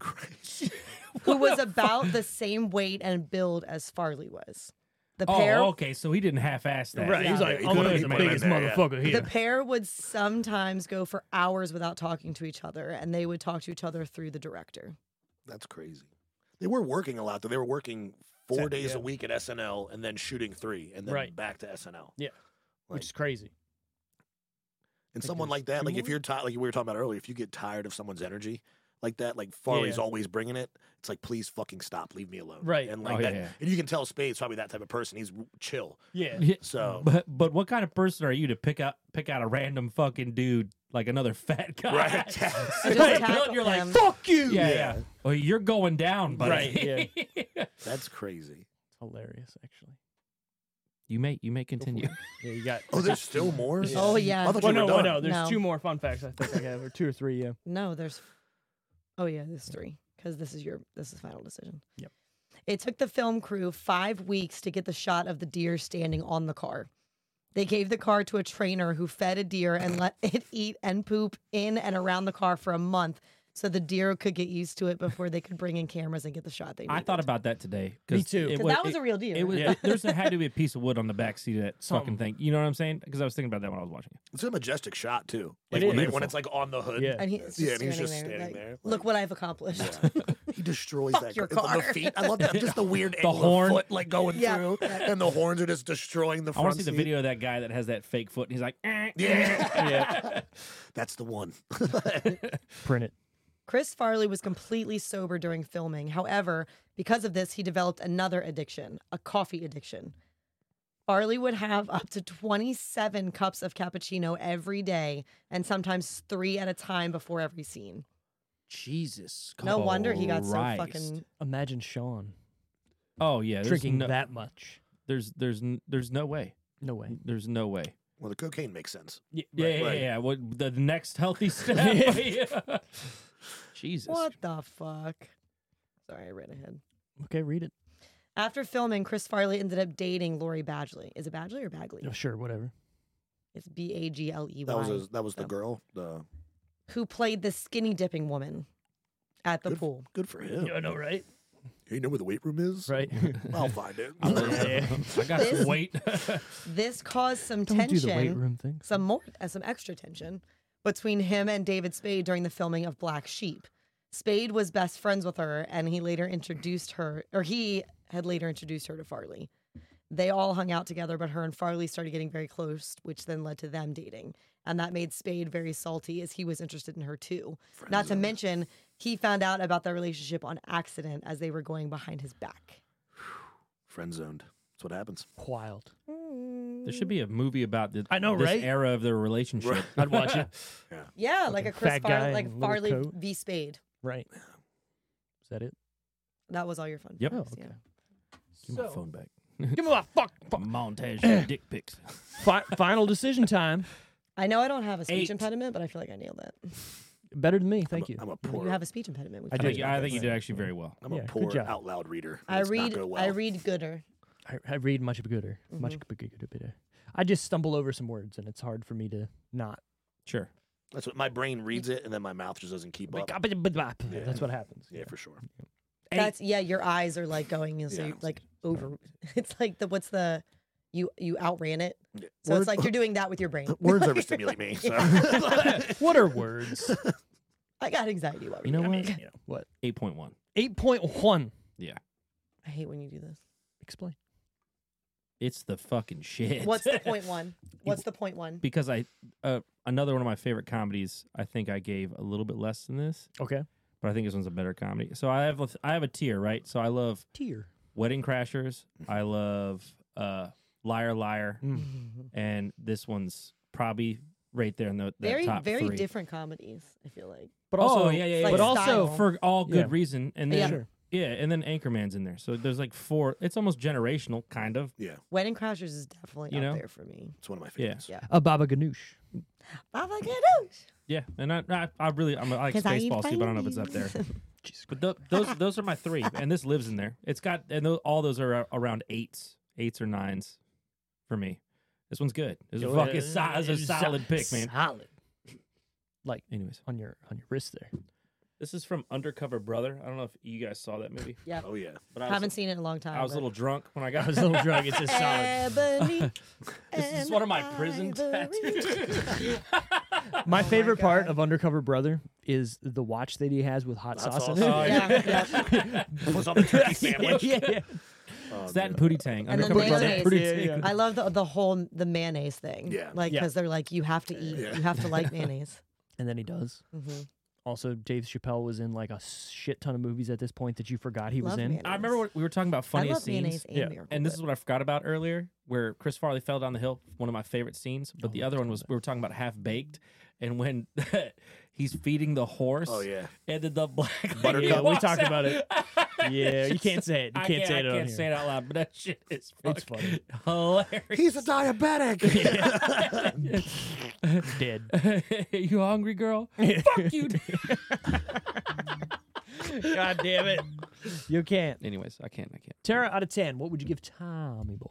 Speaker 2: who was about the same weight and build as Farley was. The pair
Speaker 4: Oh, okay. So he didn't half-ass that.
Speaker 3: Right. He's
Speaker 2: Yeah.
Speaker 3: like,
Speaker 5: He
Speaker 3: I'm
Speaker 5: could've-
Speaker 3: gonna
Speaker 5: he
Speaker 3: be the
Speaker 5: could've been
Speaker 3: biggest
Speaker 5: there, yeah.
Speaker 3: motherfucker here.
Speaker 2: The pair would sometimes go for hours without talking to each other, and they would talk to each other through the director.
Speaker 5: That's crazy. They were working a lot though. They were working four days a week at SNL and then shooting three and then
Speaker 3: Right.
Speaker 5: back to SNL.
Speaker 3: yeah.
Speaker 5: Like-
Speaker 3: Which is crazy.
Speaker 5: And someone
Speaker 3: there's
Speaker 5: like that,
Speaker 3: two
Speaker 5: like if
Speaker 3: more?
Speaker 5: you're tired, like we were talking about earlier, if you get tired of someone's energy like that, like Farley's
Speaker 3: Yeah.
Speaker 5: always bringing it. It's like, please fucking stop, leave me alone.
Speaker 3: Right.
Speaker 5: And like
Speaker 4: Oh,
Speaker 5: that,
Speaker 4: yeah, yeah.
Speaker 5: and you can tell Spade's probably that type of person. He's w- chill.
Speaker 3: Yeah.
Speaker 4: Yeah,
Speaker 5: So-
Speaker 4: but but what kind of person are you to pick out pick out a random fucking dude like another fat guy?
Speaker 5: Right.
Speaker 4: Like,
Speaker 2: tackle
Speaker 4: you're like
Speaker 2: him.
Speaker 4: fuck you. Yeah,
Speaker 5: Yeah.
Speaker 4: yeah. Well, you're going down, buddy.
Speaker 3: Right,
Speaker 4: Yeah.
Speaker 5: That's crazy.
Speaker 3: Hilarious, actually.
Speaker 4: You may you may continue.
Speaker 3: Yeah, you got.
Speaker 5: Oh, there's still more.
Speaker 2: Oh, yeah.
Speaker 5: I thought
Speaker 3: Well,
Speaker 5: you
Speaker 3: no,
Speaker 5: were
Speaker 3: well,
Speaker 5: done.
Speaker 3: no. There's
Speaker 2: No.
Speaker 3: two more fun facts I think I have, or two or three. Yeah.
Speaker 2: No, there's. Oh yeah, there's three because this is your this is final decision.
Speaker 3: Yep.
Speaker 2: It took the film crew five weeks to get the shot of the deer standing on the car. They gave the car to a trainer who fed a deer and let it eat and poop in and around the car for a month, so the deer could get used to it before they could bring in cameras and get the shot they needed.
Speaker 4: I thought about that today.
Speaker 3: Me
Speaker 4: 'cause
Speaker 3: too.
Speaker 4: it
Speaker 2: Because that was
Speaker 4: it-
Speaker 2: a real deer.
Speaker 4: It was
Speaker 3: Yeah.
Speaker 4: it- there's there had to be a piece of wood on the back seat of that
Speaker 3: Something.
Speaker 4: fucking thing. You know what I'm saying? Because I was thinking about that when I was watching it.
Speaker 5: It's a majestic shot too.
Speaker 3: It
Speaker 5: Like when,
Speaker 3: is.
Speaker 5: they- when it's like on the hood.
Speaker 3: Yeah.
Speaker 2: and he's just
Speaker 5: Yeah, and
Speaker 2: standing
Speaker 5: he's just
Speaker 2: there.
Speaker 5: standing
Speaker 2: like,
Speaker 5: there,
Speaker 2: Look what I've accomplished.
Speaker 5: He destroys
Speaker 2: Fuck
Speaker 5: that
Speaker 2: your
Speaker 5: the- the,
Speaker 2: car.
Speaker 5: feet. I love that. Just the weird angle of
Speaker 4: horn.
Speaker 5: foot like going
Speaker 2: Yeah.
Speaker 5: through, and the horns are just destroying the
Speaker 4: I
Speaker 5: front
Speaker 4: want to see the
Speaker 5: seat.
Speaker 4: video of that guy that has that fake foot, and he's like, eh.
Speaker 5: Yeah, that's the one.
Speaker 3: Print it.
Speaker 2: Chris Farley was completely sober during filming. However, because of this, he developed another addiction, a coffee addiction. Farley would have up to 27 cups of cappuccino every day and sometimes three at a time before every scene.
Speaker 4: Jesus.
Speaker 2: No wonder he got
Speaker 4: Christ.
Speaker 2: so fucking.
Speaker 3: Imagine Sean
Speaker 4: Oh yeah, there's
Speaker 3: drinking
Speaker 4: no,
Speaker 3: that much.
Speaker 4: There's there's n- there's no way.
Speaker 3: No way.
Speaker 4: There's no way.
Speaker 5: Well, the cocaine makes sense.
Speaker 3: Yeah.
Speaker 4: Yeah, yeah,
Speaker 5: right.
Speaker 4: yeah. yeah. What the next healthy step? Yeah. Jesus.
Speaker 2: What the fuck? Sorry, I ran ahead.
Speaker 3: Okay, read it.
Speaker 2: After filming, Chris Farley ended up dating Lori Badgley. Is it Badgley or
Speaker 3: Oh,
Speaker 2: Bagley?
Speaker 3: sure, whatever.
Speaker 2: It's B A G L E
Speaker 5: That was
Speaker 2: Y.
Speaker 5: a, that was the
Speaker 2: So-
Speaker 5: girl. The
Speaker 2: Who played the skinny dipping woman at the
Speaker 5: good,
Speaker 2: pool?
Speaker 5: Good for him.
Speaker 3: know, right?
Speaker 5: You know where the weight room is?
Speaker 3: Right.
Speaker 5: I'll find it.
Speaker 4: I got
Speaker 2: This-
Speaker 4: some weight.
Speaker 2: This caused some
Speaker 3: Don't
Speaker 2: tension.
Speaker 3: do the weight room thing.
Speaker 2: some more uh, some extra tension between him and David Spade during the filming of Black Sheep. Spade was best friends with her and he later introduced her or he had later introduced her to Farley. They all hung out together but her and Farley started getting very close which then led to them dating and that made Spade very salty as he was interested in her too. Not to mention he found out about their relationship on accident as they were going behind his back.
Speaker 5: Friend zoned. That's what happens.
Speaker 3: Wild.
Speaker 4: there should be a movie about the,
Speaker 3: I know,
Speaker 4: this
Speaker 3: right?
Speaker 4: era of their relationship.
Speaker 3: I'd watch it.
Speaker 2: Yeah, like a
Speaker 3: Fucking
Speaker 2: Chris
Speaker 3: fat guy
Speaker 2: Farley,
Speaker 3: in
Speaker 2: like
Speaker 3: a little
Speaker 2: Farley
Speaker 3: coat.
Speaker 2: v Spade.
Speaker 3: Right. Is that it?
Speaker 2: That was all your fun.
Speaker 4: Yep.
Speaker 2: facts,
Speaker 4: Oh,
Speaker 2: yeah.
Speaker 4: Give me my phone back.
Speaker 3: Give me my fuck. fuck.
Speaker 4: Montage of dick pics.
Speaker 3: Fi- final decision time.
Speaker 2: I know I don't have a speech
Speaker 4: Eight.
Speaker 2: impediment, but I feel like I nailed that.
Speaker 3: Better than me. Thank you.
Speaker 5: I'm a
Speaker 2: You
Speaker 5: poor.
Speaker 2: have a speech impediment. We've
Speaker 3: I
Speaker 4: I
Speaker 2: talked
Speaker 4: think,
Speaker 3: did.
Speaker 2: about
Speaker 4: I think
Speaker 2: this.
Speaker 4: you did actually very well.
Speaker 5: I'm
Speaker 3: Yeah,
Speaker 5: a
Speaker 3: good
Speaker 5: poor
Speaker 3: job.
Speaker 5: out loud reader.
Speaker 2: I
Speaker 5: It's not
Speaker 2: read.
Speaker 5: go well.
Speaker 2: I read gooder.
Speaker 3: I, I read much gooder. Much gooder. gooder. I just stumble over some words, and it's hard for me to not.
Speaker 4: Sure.
Speaker 5: That's what my brain reads it, and then my mouth just doesn't keep up.
Speaker 3: That's what happens.
Speaker 5: Yeah, for sure.
Speaker 2: That's yeah. Your eyes are like going, and so
Speaker 5: Yeah.
Speaker 2: you're like over. It's like the what's the you you outran it.
Speaker 5: Yeah.
Speaker 2: So
Speaker 5: Word-
Speaker 2: it's like you're doing that with your brain.
Speaker 5: Words overstimulate me. So.
Speaker 3: What are words?
Speaker 2: I got anxiety. While
Speaker 4: You know
Speaker 2: reading.
Speaker 4: what?
Speaker 3: what?
Speaker 4: Eight point one.
Speaker 3: Eight point one.
Speaker 4: Yeah.
Speaker 2: I hate when you do this.
Speaker 3: Explain.
Speaker 4: It's the fucking shit.
Speaker 2: What's the point one? What's the point one?
Speaker 4: because I uh, another one of my favorite comedies. I think I gave a little bit less than this,
Speaker 3: Okay.
Speaker 4: but I think this one's a better comedy. So I have a, I have a tier, right? So I love
Speaker 3: Tear.
Speaker 4: Wedding Crashers. I love uh, Liar Liar,
Speaker 3: Mm.
Speaker 2: Mm-hmm.
Speaker 4: and this one's probably right there in the, the
Speaker 2: Very
Speaker 4: top
Speaker 2: very
Speaker 4: three.
Speaker 2: different comedies. I feel like.
Speaker 3: But
Speaker 4: oh yeah, yeah, yeah.
Speaker 2: like
Speaker 4: but
Speaker 2: style.
Speaker 4: also for all good
Speaker 3: Yeah.
Speaker 4: reason, and then
Speaker 2: Yeah.
Speaker 4: yeah.
Speaker 3: Sure.
Speaker 4: and then Anchorman's in there. So there's like four. It's almost generational, kind of.
Speaker 5: yeah,
Speaker 2: Wedding Crashers is definitely
Speaker 4: You
Speaker 2: up
Speaker 4: know?
Speaker 2: there for me.
Speaker 5: it's one of my
Speaker 4: Yeah.
Speaker 5: favorites.
Speaker 3: A Baba Ganoush.
Speaker 2: Baba Ganoush.
Speaker 4: Yeah, and I I, I really I'm, I like
Speaker 2: 'Cause I eat
Speaker 4: Spaceballs too, but I don't know if it's up there. But tho- those those are my three, and this lives in there. It's got and tho- all those are a- around eights, eights or nines, for me. This one's good. It's a fucking so, it's a solid pick, man.
Speaker 3: Solid. Like
Speaker 4: Anyways,
Speaker 3: on your on your wrist there.
Speaker 4: eh, this is from Undercover Brother. I don't know if you guys saw that movie,
Speaker 5: Oh yeah.
Speaker 4: but I was,
Speaker 2: Haven't seen it in a long time.
Speaker 4: I was a
Speaker 2: but-
Speaker 4: little drunk when I got this.
Speaker 3: little drug. It's just
Speaker 2: Ebony.
Speaker 4: This is
Speaker 2: and
Speaker 4: one of my prison
Speaker 2: ivory.
Speaker 4: tattoos.
Speaker 3: My favorite part of Undercover Brother is the watch that he has with hot,
Speaker 5: Hot
Speaker 3: sauce,
Speaker 5: sauce.
Speaker 3: in it.
Speaker 5: Oh,
Speaker 2: Yeah, yeah.
Speaker 5: Puts on the turkey sandwich.
Speaker 3: yeah, yeah.
Speaker 4: It's that and Pootie Tang.
Speaker 2: And then
Speaker 4: Undercover Brother.
Speaker 2: mayonnaise.
Speaker 4: Pootie
Speaker 3: Yeah,
Speaker 4: Tang.
Speaker 3: yeah.
Speaker 2: I love the the whole the mayonnaise thing.
Speaker 5: Yeah.
Speaker 2: like
Speaker 3: Yeah.
Speaker 2: because they're like you have to eat,
Speaker 5: Yeah.
Speaker 2: you have to like mayonnaise.
Speaker 3: And then he does.
Speaker 2: Mhm.
Speaker 3: Also, Dave Chappelle was in like a shit ton of movies at this point that you forgot he
Speaker 2: Love
Speaker 3: was in.
Speaker 2: mayonnaise.
Speaker 4: I remember what we were talking about
Speaker 2: I
Speaker 4: funniest
Speaker 2: love
Speaker 4: scenes.
Speaker 2: mayonnaise and
Speaker 3: Yeah.
Speaker 2: miracle
Speaker 4: And this
Speaker 2: whip.
Speaker 4: is what I forgot about earlier, where Chris Farley fell down the hill. One of my favorite scenes,
Speaker 2: Oh
Speaker 4: but the other one was we were talking about half baked, and when he's feeding the horse.
Speaker 5: Oh, yeah.
Speaker 4: and then the black.
Speaker 5: Buttercup.
Speaker 4: lady
Speaker 5: Yeah, we
Speaker 4: walks
Speaker 3: talked
Speaker 4: out.
Speaker 3: about it. yeah, you can't say it. You
Speaker 4: I
Speaker 3: can't, say it.
Speaker 4: I
Speaker 3: on
Speaker 4: can't
Speaker 3: here.
Speaker 4: say it out loud, but that shit is
Speaker 3: It's
Speaker 4: fucking
Speaker 3: funny.
Speaker 4: hilarious.
Speaker 5: He's a diabetic.
Speaker 3: Dead.
Speaker 4: you hungry, girl? Fuck you.
Speaker 3: God damn it. You can't.
Speaker 4: Anyways, I can't. I can't.
Speaker 3: Tara, out of ten, what would you give Tommy Boy?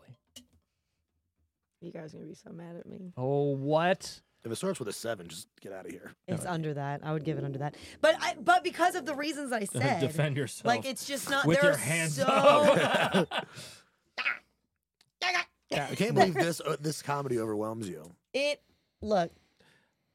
Speaker 7: You guys are gonna be so mad at me.
Speaker 3: Oh, what?
Speaker 5: if it starts with a seven, just get out of here.
Speaker 2: It's under that. I would give it under that. But I, but because of the reasons I said,
Speaker 4: Defend yourself.
Speaker 2: like it's just not.
Speaker 4: with
Speaker 2: there
Speaker 4: your
Speaker 2: are
Speaker 4: hands
Speaker 2: so,
Speaker 4: up.
Speaker 5: I can't believe this uh, this comedy overwhelms you.
Speaker 2: It look,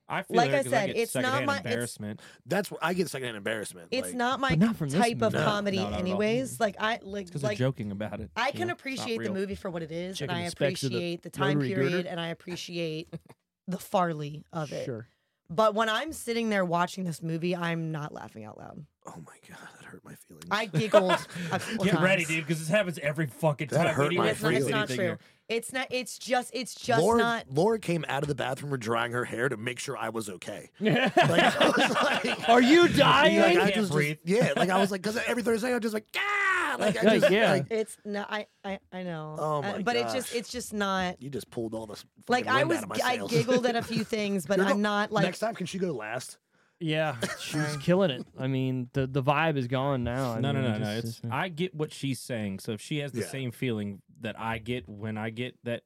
Speaker 4: I feel
Speaker 2: Like
Speaker 4: there
Speaker 2: I
Speaker 4: 'cause
Speaker 2: said,
Speaker 4: get
Speaker 2: it's not
Speaker 4: secondhand
Speaker 2: my- it's-
Speaker 4: embarrassment.
Speaker 5: That's where I get secondhand embarrassment.
Speaker 2: it's
Speaker 5: like,
Speaker 2: not my
Speaker 3: But not from this
Speaker 2: type of
Speaker 5: movie. No,
Speaker 2: comedy,
Speaker 4: not at all.
Speaker 2: anyways. Like I like
Speaker 4: Because
Speaker 2: like
Speaker 4: they're joking about it.
Speaker 2: I
Speaker 4: you know,
Speaker 2: can
Speaker 4: it's not
Speaker 2: appreciate the
Speaker 4: real.
Speaker 2: movie for what it is,
Speaker 3: Checking
Speaker 2: and I
Speaker 3: the specs of the
Speaker 2: appreciate the, time
Speaker 3: rotary girder.
Speaker 2: period, and I appreciate the Farley of it.
Speaker 3: Sure.
Speaker 2: But when I'm sitting there watching this movie, I'm not laughing out loud.
Speaker 5: oh my god, that hurt my feelings.
Speaker 2: I giggled. a couple
Speaker 4: Get ready,
Speaker 2: times.
Speaker 4: dude, because this happens every fucking
Speaker 5: That
Speaker 4: time.
Speaker 5: hurt
Speaker 4: We
Speaker 5: my
Speaker 4: didn't
Speaker 2: It's not,
Speaker 4: freeze
Speaker 2: it's not
Speaker 4: anything
Speaker 2: true.
Speaker 4: here.
Speaker 2: It's not. It's just. It's just
Speaker 5: Laura,
Speaker 2: not.
Speaker 5: Laura came out of the bathroom drying her hair to make sure I was okay. like, I was like,
Speaker 3: Are you
Speaker 5: like,
Speaker 3: dying?
Speaker 5: I just,
Speaker 4: breathe.
Speaker 5: yeah, like I was like, because every Thursday I'm just like, ah, like I just,
Speaker 3: yeah.
Speaker 5: like,
Speaker 2: It's not. I. I. I know.
Speaker 5: Oh
Speaker 2: Uh,
Speaker 5: my
Speaker 2: but it's just.
Speaker 5: gosh.
Speaker 2: It's just not.
Speaker 5: you just pulled all this.
Speaker 2: Like
Speaker 5: fucking
Speaker 2: I
Speaker 5: wind
Speaker 2: was.
Speaker 5: out of my
Speaker 2: I
Speaker 5: sails.
Speaker 2: giggled at a few things, but
Speaker 5: You're go-
Speaker 2: I'm not like.
Speaker 5: Next time, can she go last?
Speaker 3: yeah. She's killing it. I mean, the, the vibe is gone now. I
Speaker 4: No, no,
Speaker 3: mean,
Speaker 4: no,
Speaker 3: it
Speaker 4: no.
Speaker 3: just- uh,
Speaker 4: It's I get what she's saying. So if she has the
Speaker 5: Yeah.
Speaker 4: same feeling that I get when I get that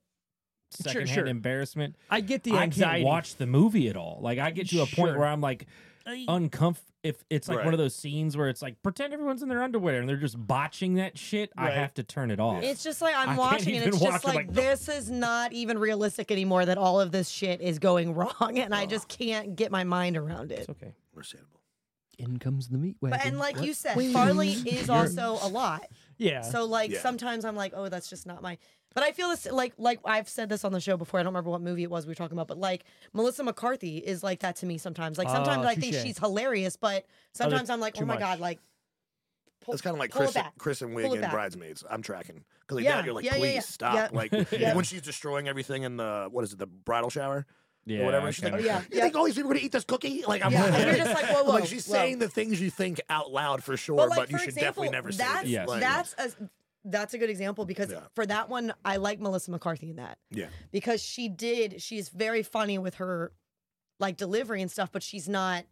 Speaker 4: secondhand
Speaker 3: sure.
Speaker 4: embarrassment,
Speaker 3: I get the
Speaker 4: I
Speaker 3: anxiety.
Speaker 4: can't watch the movie at all. Like I get to a point
Speaker 3: Sure.
Speaker 4: where I'm like uncomfortable. If it's like
Speaker 5: Right.
Speaker 4: one of those scenes where it's like pretend everyone's in their underwear and they're just botching that shit,
Speaker 3: Right.
Speaker 4: I have to turn it off.
Speaker 2: It's just like I'm
Speaker 4: I can't
Speaker 2: watching, and
Speaker 4: even
Speaker 2: it's
Speaker 4: watch
Speaker 2: just
Speaker 4: it,
Speaker 2: like,
Speaker 4: like,
Speaker 2: this is not even realistic anymore. That all of this shit is going wrong, and I just can't get my mind around it.
Speaker 4: It's okay.
Speaker 5: Understandable.
Speaker 3: In comes the meat wagon.
Speaker 2: But and like
Speaker 3: What?
Speaker 2: you said,
Speaker 3: Wait.
Speaker 2: Farley is also a lot.
Speaker 3: Yeah.
Speaker 2: So like
Speaker 5: Yeah.
Speaker 2: sometimes I'm like, oh, that's just not my. But I feel this like like I've said this on the show before. I don't remember what movie it was we were talking about, but like Melissa McCarthy is like that to me sometimes. Like sometimes
Speaker 3: Oh,
Speaker 2: I think
Speaker 3: touche.
Speaker 2: she's hilarious, but sometimes I'm like,
Speaker 3: too
Speaker 2: oh my
Speaker 3: much.
Speaker 2: god, like pull,
Speaker 5: It's kind of like
Speaker 2: pull it
Speaker 5: Chris,
Speaker 2: back.
Speaker 5: Chris and
Speaker 2: Pull
Speaker 5: Wig
Speaker 2: it
Speaker 5: and
Speaker 2: back.
Speaker 5: Bridesmaids. I'm tracking because like
Speaker 2: Yeah,
Speaker 5: that you're like,
Speaker 2: yeah, yeah,
Speaker 5: please
Speaker 2: yeah.
Speaker 5: stop.
Speaker 2: Yeah.
Speaker 5: Like
Speaker 4: Yeah.
Speaker 5: when she's destroying everything in the what is it, the bridal shower
Speaker 4: Yeah.
Speaker 5: or whatever.
Speaker 4: I
Speaker 5: She's like,
Speaker 4: kinda-
Speaker 2: yeah.
Speaker 5: you think all these people are gonna eat this cookie? Like I'm
Speaker 2: Yeah, and you're just like, whoa,
Speaker 5: I'm
Speaker 2: whoa,
Speaker 5: like she's
Speaker 2: whoa.
Speaker 5: saying the things you think out loud for sure, but,
Speaker 2: But like
Speaker 5: you
Speaker 2: for
Speaker 5: should
Speaker 2: example,
Speaker 5: definitely never
Speaker 2: that's,
Speaker 5: say it.
Speaker 4: Yes.
Speaker 5: Like,
Speaker 2: That's a that's a good example because
Speaker 5: Yeah.
Speaker 2: for that one, I like Melissa McCarthy in that
Speaker 5: yeah.
Speaker 2: because she did. She's very funny with her like delivery and stuff, but she's not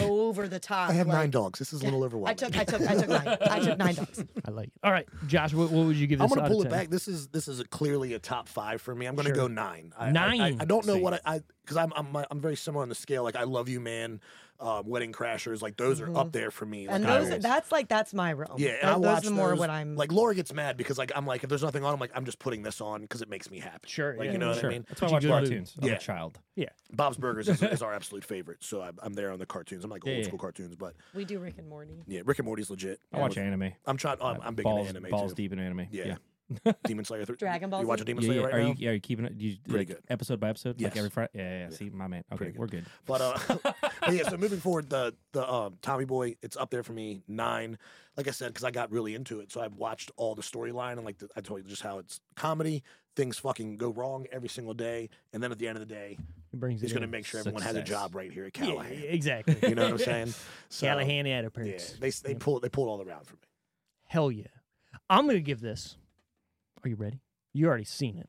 Speaker 2: over the top.
Speaker 5: I have
Speaker 2: like-
Speaker 5: nine dogs. This is a little
Speaker 2: I
Speaker 5: overwhelming.
Speaker 2: took I took I took nine. I took nine dogs.
Speaker 3: I like it. All right, Josh, what, what would you give
Speaker 5: I'm
Speaker 3: this out
Speaker 5: gonna
Speaker 3: of
Speaker 5: pull it
Speaker 3: 10?
Speaker 5: back. This is this is a, clearly a top five for me. I'm gonna
Speaker 3: Sure.
Speaker 5: go nine. I, I- I- I,
Speaker 3: Nine.
Speaker 5: don't know
Speaker 4: Same.
Speaker 5: what I because I'm, I'm I'm very similar on the scale. Like I love you, man. Uh, Wedding Crashers, like those are up there for me. Like,
Speaker 2: Mm-hmm. And
Speaker 5: I
Speaker 2: those
Speaker 5: will-
Speaker 2: that's like that's my realm.
Speaker 5: yeah, and
Speaker 2: Tho-
Speaker 5: I
Speaker 2: those
Speaker 5: watch
Speaker 2: are more
Speaker 5: those.
Speaker 2: what I'm
Speaker 5: like. Laura gets mad because like I'm like if there's nothing on, I'm like I'm just putting this on because it makes me happy.
Speaker 3: Sure,
Speaker 5: like
Speaker 3: yeah.
Speaker 5: you know what
Speaker 4: Sure.
Speaker 5: I mean.
Speaker 4: That's why I
Speaker 3: But you
Speaker 4: watch
Speaker 3: do have to-
Speaker 4: cartoons. I'm
Speaker 5: Yeah.
Speaker 4: a child.
Speaker 5: Bob's Burgers is, is our absolute favorite, so I'm, I'm there on the cartoons. I'm like
Speaker 4: Yeah,
Speaker 5: old
Speaker 4: yeah.
Speaker 5: school cartoons, but
Speaker 2: we do Rick and Morty.
Speaker 5: yeah, Rick and Morty's legit.
Speaker 4: I watch anime.
Speaker 5: I'm trying. I'm, I'm big
Speaker 4: balls,
Speaker 5: into anime
Speaker 4: balls
Speaker 5: too.
Speaker 4: deep in anime.
Speaker 5: Yeah.
Speaker 4: yeah.
Speaker 5: Demon Slayer. Th-
Speaker 2: Dragon Ball
Speaker 5: You watch a
Speaker 2: Z?
Speaker 5: Demon
Speaker 4: Yeah,
Speaker 5: Slayer
Speaker 4: yeah.
Speaker 5: right
Speaker 4: are
Speaker 5: now?
Speaker 4: you are you keeping it? Do you,
Speaker 5: Pretty
Speaker 4: like,
Speaker 5: good.
Speaker 4: episode by episode, like
Speaker 5: Yes.
Speaker 4: every Friday. Yeah, yeah, yeah. See, my man. Okay, we're good.
Speaker 5: But uh, but yeah. So moving forward, the the um, Tommy Boy, it's up there for me nine. Like I said, because I got really into it, so I've watched all the storyline and like the, I told you just how it's comedy. Things fucking go wrong every single day, and then at the end of the day,
Speaker 3: He brings
Speaker 5: he's
Speaker 3: it
Speaker 5: going to
Speaker 3: in.
Speaker 5: make sure everyone has a
Speaker 4: Success.
Speaker 5: job right here at
Speaker 3: Yeah,
Speaker 5: Callahan.
Speaker 3: exactly.
Speaker 5: You know what I'm saying? So,
Speaker 3: Callahan at her
Speaker 5: Yeah,
Speaker 3: parents.
Speaker 5: they they pulled they pulled all around for me.
Speaker 3: Hell yeah. I'm going to give this. Are you ready? You already seen it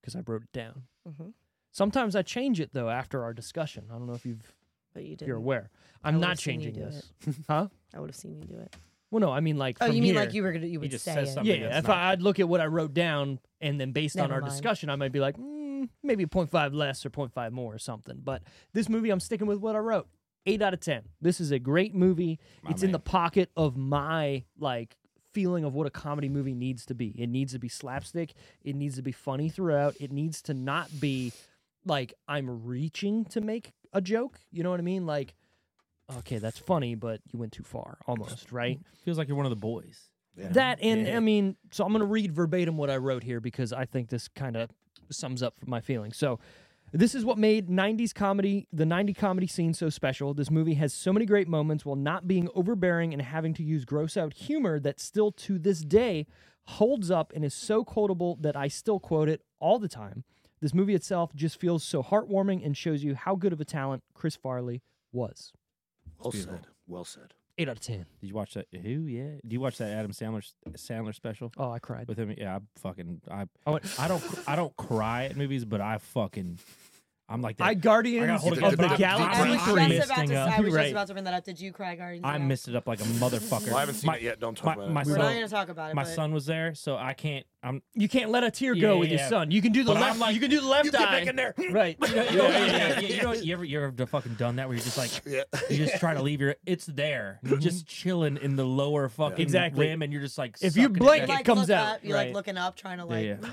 Speaker 3: because I wrote it down.
Speaker 2: Mhm.
Speaker 3: Sometimes I change it though after our discussion. I don't know if you've
Speaker 2: But you
Speaker 3: if
Speaker 2: did.
Speaker 3: you're
Speaker 2: not
Speaker 3: aware. I'm
Speaker 2: would've
Speaker 3: not
Speaker 2: seen you
Speaker 3: changing
Speaker 2: do
Speaker 3: this, huh?
Speaker 2: I would have seen you do it.
Speaker 3: Well, no, I mean like.
Speaker 2: Oh,
Speaker 3: from
Speaker 2: you mean
Speaker 3: here-
Speaker 2: like you were gonna you would
Speaker 4: just
Speaker 2: say
Speaker 4: says
Speaker 2: it.
Speaker 4: something.
Speaker 3: Yeah,
Speaker 4: mean, that's
Speaker 3: if
Speaker 4: not-
Speaker 3: I, I'd look at what I wrote down, and then based on
Speaker 2: Never
Speaker 3: our
Speaker 2: mind.
Speaker 3: discussion, I might be like, mm, maybe 0.5 less or 0.5 more or something. But this movie, I'm sticking with what I wrote. Eight out of ten. This is a great movie. it's in
Speaker 4: man.
Speaker 3: the pocket of my like feeling of what a comedy movie needs to be. It needs to be slapstick. It needs to be funny throughout. It needs to not be like I'm reaching to make a joke. You know what I mean? Like, okay, that's funny, but you went too far almost, right?
Speaker 4: Feels like you're one of the boys.
Speaker 3: That and I mean, so I'm going to read verbatim what I wrote here because I think this kind of sums up my feelings. So, this is what made 90s comedy, the 90 comedy scene so special. This movie has so many great moments while not being overbearing and having to use gross out humor that still to this day holds up and is so quotable that I still quote it all the time. This movie itself just feels so heartwarming and shows you how good of a talent Chris Farley was.
Speaker 5: Well said. Well said.
Speaker 3: Eight out of ten.
Speaker 4: Did you watch that? Who? Yeah. Do you watch that Adam Sandler Sandler special
Speaker 3: Oh, I cried.
Speaker 4: with him? Yeah, I fucking I
Speaker 3: I went.
Speaker 4: I don't I don't cry at movies, but I fucking I'm like that.
Speaker 3: I Guardians
Speaker 4: hold
Speaker 3: of
Speaker 4: of
Speaker 3: the,
Speaker 4: it. Deep
Speaker 3: Galaxy
Speaker 4: breath.
Speaker 2: I was
Speaker 4: Three.
Speaker 2: just
Speaker 4: Missed
Speaker 2: about
Speaker 4: thing
Speaker 2: to,
Speaker 4: up.
Speaker 2: I was
Speaker 3: You're right.
Speaker 2: just about to bring that up. Did you cry, Guardians?
Speaker 4: I
Speaker 2: of the
Speaker 4: missed it up like a motherfucker.
Speaker 5: Well, I haven't seen
Speaker 4: my,
Speaker 5: it yet. Don't talk
Speaker 4: my-
Speaker 5: about
Speaker 4: my
Speaker 5: it.
Speaker 2: Galaxy? We're
Speaker 4: son-
Speaker 2: not going to talk about it.
Speaker 4: my
Speaker 2: but
Speaker 4: son was there, so I can't. I'm
Speaker 3: You can't let a tear
Speaker 4: Yeah,
Speaker 3: go
Speaker 4: yeah,
Speaker 3: with your
Speaker 4: yeah.
Speaker 3: son. You can do the
Speaker 4: But
Speaker 3: left.
Speaker 4: I'm like,
Speaker 3: you can do the left
Speaker 5: You get
Speaker 3: eye.
Speaker 5: back in there.
Speaker 3: Right. You know,
Speaker 4: you know, yeah, yeah, you know, you ever you ever fucking done that where you're just like
Speaker 5: Yeah.
Speaker 4: you just try to leave your it's there just chilling in the lower fucking
Speaker 3: Mhm. Exactly.
Speaker 4: rim and you're just like
Speaker 3: If
Speaker 4: sucking
Speaker 3: you
Speaker 4: it back
Speaker 3: blink,
Speaker 2: you
Speaker 4: in.
Speaker 2: like,
Speaker 3: it comes
Speaker 2: look
Speaker 3: out,
Speaker 2: Up, you're
Speaker 3: right.
Speaker 2: like looking up, trying to
Speaker 4: yeah,
Speaker 2: like.
Speaker 4: yeah.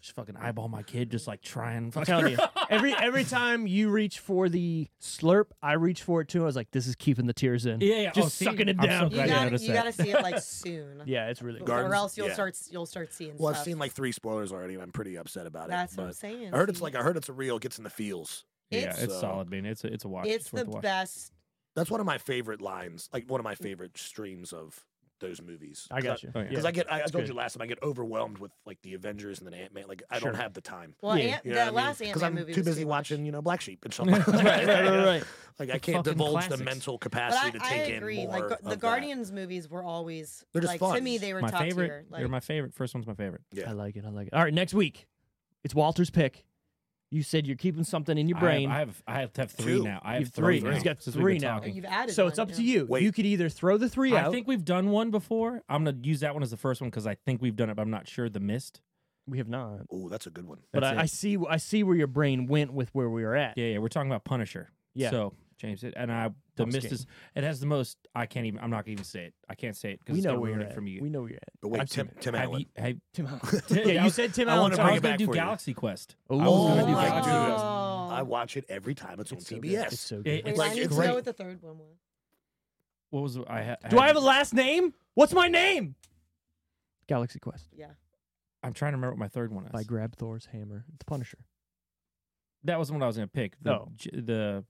Speaker 4: just fucking eyeball my kid just like trying
Speaker 3: I'm
Speaker 4: fucking
Speaker 3: telling you, every every time you reach for the slurp, I reach for it too. I was like, this is keeping the tears in.
Speaker 4: Yeah, yeah.
Speaker 3: Just
Speaker 4: Oh, see?
Speaker 3: sucking it
Speaker 4: I'm so
Speaker 3: down.
Speaker 4: glad
Speaker 2: You
Speaker 4: I
Speaker 2: got
Speaker 4: noticed
Speaker 2: you
Speaker 4: that.
Speaker 2: got to see it like soon.
Speaker 3: yeah, it's really good.
Speaker 5: Gardens?
Speaker 2: Or else you'll
Speaker 5: Yeah.
Speaker 2: start you'll start seeing
Speaker 5: Well,
Speaker 2: stuff.
Speaker 5: I've seen like three spoilers already, and I'm pretty upset about it.
Speaker 2: That's what I'm
Speaker 5: but
Speaker 2: saying.
Speaker 5: I heard it's
Speaker 2: See?
Speaker 5: like I heard it's a real gets in the feels.
Speaker 4: yeah,
Speaker 2: It's-
Speaker 4: it's solid, man. It's a, it's a watch.
Speaker 2: it's
Speaker 4: worth
Speaker 2: the
Speaker 4: a watch.
Speaker 2: best.
Speaker 5: That's one of my favorite lines, like one of my favorite streams of those movies.
Speaker 3: I got you.
Speaker 4: Oh, yeah.
Speaker 5: Because I get, I, I told
Speaker 3: good.
Speaker 5: you last time, I get overwhelmed with like the Avengers and then Ant Man. Like I
Speaker 3: Sure.
Speaker 5: don't have the time.
Speaker 2: Well,
Speaker 3: Yeah,
Speaker 2: Ant,
Speaker 5: You know
Speaker 2: the
Speaker 5: what I mean?
Speaker 2: last Ant Man
Speaker 5: I'm
Speaker 2: movie.
Speaker 5: too
Speaker 2: was
Speaker 5: busy
Speaker 2: much.
Speaker 5: watching, you know, Black Sheep and something. right,
Speaker 3: right, right, right.
Speaker 5: Like I can't
Speaker 4: fucking
Speaker 5: divulge
Speaker 4: classics.
Speaker 5: the mental
Speaker 2: But I,
Speaker 5: capacity to
Speaker 2: I
Speaker 5: take
Speaker 2: agree.
Speaker 5: in
Speaker 2: Like
Speaker 5: more
Speaker 2: gu-
Speaker 5: of
Speaker 2: the
Speaker 5: that.
Speaker 2: Guardians movies were always
Speaker 5: They're just
Speaker 2: like to
Speaker 5: fun.
Speaker 2: me they were
Speaker 4: my
Speaker 2: top
Speaker 4: favorite.
Speaker 2: tier. Like,
Speaker 4: They're my favorite. First one's my favorite.
Speaker 5: Yeah.
Speaker 3: I like it. I like it. All right, next week, it's Walter's pick. You said you're keeping something in your brain.
Speaker 4: I have I have, I have three
Speaker 5: Two.
Speaker 4: now. I have
Speaker 3: You have three.
Speaker 4: now.
Speaker 3: He's got
Speaker 4: since we've been
Speaker 3: three now.
Speaker 4: talking.
Speaker 2: you've added.
Speaker 3: so it's
Speaker 2: one,
Speaker 3: up to
Speaker 2: yeah.
Speaker 3: you.
Speaker 5: Wait.
Speaker 3: You could either throw the three
Speaker 4: I
Speaker 3: out.
Speaker 4: think we've done one before. I'm gonna use that one as the first one because I think we've done it, but I'm not sure. The mist.
Speaker 3: we have not.
Speaker 5: Oh, that's a good one.
Speaker 3: But
Speaker 4: That's
Speaker 3: I, I
Speaker 4: it.
Speaker 3: see. I see where your brain went with where we were at.
Speaker 4: Yeah, yeah. We're talking about Punisher.
Speaker 3: Yeah.
Speaker 4: So James it, and I. The
Speaker 3: I'm
Speaker 4: mist
Speaker 3: scared.
Speaker 4: is. It has the most. I can't even. I'm not gonna even say it. I can't say it because
Speaker 3: we
Speaker 4: it's
Speaker 3: know
Speaker 4: gonna
Speaker 3: where
Speaker 4: ruin
Speaker 3: you're
Speaker 4: it
Speaker 3: at.
Speaker 4: from you.
Speaker 3: We know where you're at.
Speaker 5: But wait,
Speaker 4: I've
Speaker 5: Tim,
Speaker 4: seen it.
Speaker 5: Tim
Speaker 4: Have
Speaker 5: Allen.
Speaker 4: you- have-
Speaker 3: Tim Allen.
Speaker 4: Tim-
Speaker 3: yeah,
Speaker 4: I
Speaker 3: you
Speaker 4: was-
Speaker 3: said Tim
Speaker 5: I
Speaker 3: Allen.
Speaker 5: wanna
Speaker 4: So
Speaker 3: so
Speaker 4: I
Speaker 5: bring
Speaker 4: was
Speaker 5: it
Speaker 4: gonna
Speaker 5: back
Speaker 4: do
Speaker 5: for you.
Speaker 4: Galaxy Quest.
Speaker 3: Oh,
Speaker 4: I was
Speaker 5: Oh
Speaker 4: gonna do
Speaker 5: my
Speaker 4: Galaxy
Speaker 5: God.
Speaker 4: Quest.
Speaker 2: Oh.
Speaker 5: I watch it every time it's,
Speaker 3: It's so
Speaker 5: on
Speaker 3: good.
Speaker 5: TBS.
Speaker 3: It's so
Speaker 4: It-
Speaker 3: good.
Speaker 4: it's
Speaker 2: Wait,
Speaker 5: like,
Speaker 2: I need
Speaker 5: it's
Speaker 2: to know
Speaker 5: great.
Speaker 2: what the third one was.
Speaker 4: What was I? Ha-
Speaker 3: Do I
Speaker 4: had-
Speaker 3: have a last name? What's my name? Galaxy Quest.
Speaker 2: Yeah.
Speaker 4: I'm trying to remember what my third one
Speaker 3: By
Speaker 4: is.
Speaker 3: Grab Thor's Hammer. The Punisher.
Speaker 4: That wasn't what I was gonna pick. The,
Speaker 3: No.
Speaker 4: j- the
Speaker 2: The,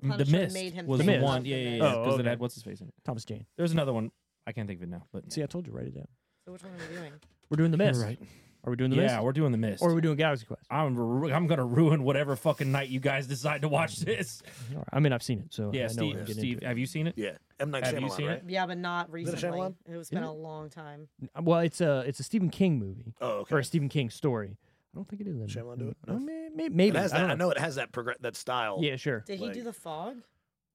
Speaker 4: the
Speaker 2: Punisher
Speaker 4: mist
Speaker 2: made him
Speaker 4: was
Speaker 2: think
Speaker 4: the
Speaker 3: Mist.
Speaker 4: one.
Speaker 2: about
Speaker 4: Yeah, yeah, yeah.
Speaker 2: that.
Speaker 4: Because
Speaker 3: Oh,
Speaker 4: it
Speaker 3: okay.
Speaker 4: had what's his face in it.
Speaker 3: Thomas Jane.
Speaker 4: There's another one. I can't think of it now. But
Speaker 3: See, I told you, write it down.
Speaker 2: So which one are we doing?
Speaker 3: We're doing the
Speaker 4: You're
Speaker 3: mist.
Speaker 4: right.
Speaker 3: Are we doing the
Speaker 4: yeah,
Speaker 3: mist?
Speaker 4: we're doing the mist.
Speaker 3: Or are we doing Galaxy Quest?
Speaker 4: I'm ru- I'm gonna ruin whatever fucking night you guys decide to watch this.
Speaker 3: All right. I mean, I've seen it, so
Speaker 4: Yeah,
Speaker 3: I know what I'm
Speaker 4: Steve.
Speaker 3: getting
Speaker 4: Steve,
Speaker 3: into.
Speaker 4: have you seen it?
Speaker 5: Yeah, M Night
Speaker 4: Have you
Speaker 5: Shyamalan,
Speaker 4: seen
Speaker 5: right?
Speaker 4: it?
Speaker 2: Yeah, but not
Speaker 5: it a
Speaker 2: recently.
Speaker 5: Shyamalan?
Speaker 2: It's been
Speaker 3: Isn't
Speaker 2: a long time.
Speaker 3: N- Well, it's a it's a Stephen King movie
Speaker 5: Oh, okay.
Speaker 3: or a Stephen King story. I don't think it is. M-
Speaker 5: Shyamalan do
Speaker 3: M-
Speaker 5: it?
Speaker 3: oh,
Speaker 5: No.
Speaker 3: may- may- Maybe.
Speaker 5: it has
Speaker 3: I
Speaker 5: that.
Speaker 3: don't
Speaker 5: I know it has that progr- that style.
Speaker 3: Yeah, sure.
Speaker 2: Did he do
Speaker 5: Like-
Speaker 2: the fog?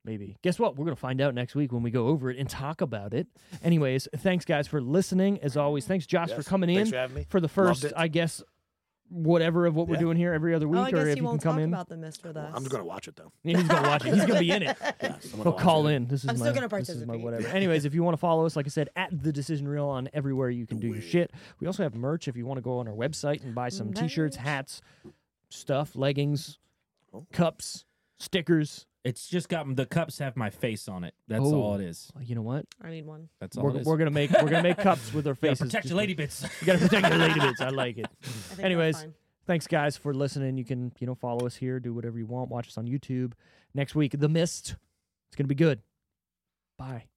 Speaker 3: Maybe. Guess what? We're going to find out next week when we go over it and talk about it. Anyways, thanks guys for listening. As always, thanks Josh for
Speaker 5: Yes.
Speaker 3: coming
Speaker 5: Thanks
Speaker 3: in
Speaker 5: for having me.
Speaker 3: for the
Speaker 5: Loved
Speaker 3: first,
Speaker 5: it.
Speaker 3: I guess, whatever of what we're
Speaker 5: Yeah.
Speaker 3: doing here every other week,
Speaker 2: oh, I
Speaker 3: or
Speaker 2: guess
Speaker 3: if
Speaker 2: he
Speaker 3: you can
Speaker 2: won't
Speaker 3: come
Speaker 2: talk
Speaker 3: in.
Speaker 2: about the mist with us.
Speaker 5: I'm gonna watch it though.
Speaker 3: Yeah, he's going to watch it. He's going to be in it.
Speaker 5: Yeah, I'm gonna
Speaker 3: He'll
Speaker 5: watch
Speaker 3: call
Speaker 5: it.
Speaker 3: in. This is
Speaker 2: I'm
Speaker 3: my,
Speaker 2: still gonna
Speaker 3: this is my
Speaker 2: participate.
Speaker 3: whatever. Anyways, if you want to follow us, like I said, at the Decision Reel on everywhere you can do your
Speaker 5: it.
Speaker 3: shit. We also have merch if you want to go on our website and buy some t-shirts,
Speaker 2: Merch.
Speaker 3: hats, stuff, leggings,
Speaker 5: Oh.
Speaker 3: cups, stickers.
Speaker 4: It's just got the cups have my face on it. That's
Speaker 3: Oh.
Speaker 4: all it is.
Speaker 3: Well, You know what?
Speaker 2: I need one.
Speaker 4: That's all
Speaker 3: We're,
Speaker 4: it is.
Speaker 3: we're gonna make we're gonna make cups with our
Speaker 4: Yeah,
Speaker 3: faces.
Speaker 4: protect
Speaker 3: just
Speaker 4: your
Speaker 3: like-
Speaker 4: lady bits.
Speaker 3: You gotta protect your lady bits. I like it.
Speaker 2: I think that's
Speaker 3: Anyways,
Speaker 2: fine.
Speaker 3: Thanks guys for listening. You can, you know, follow us here, do whatever you want, watch us on YouTube. Next week, The Mist. It's gonna be good. Bye.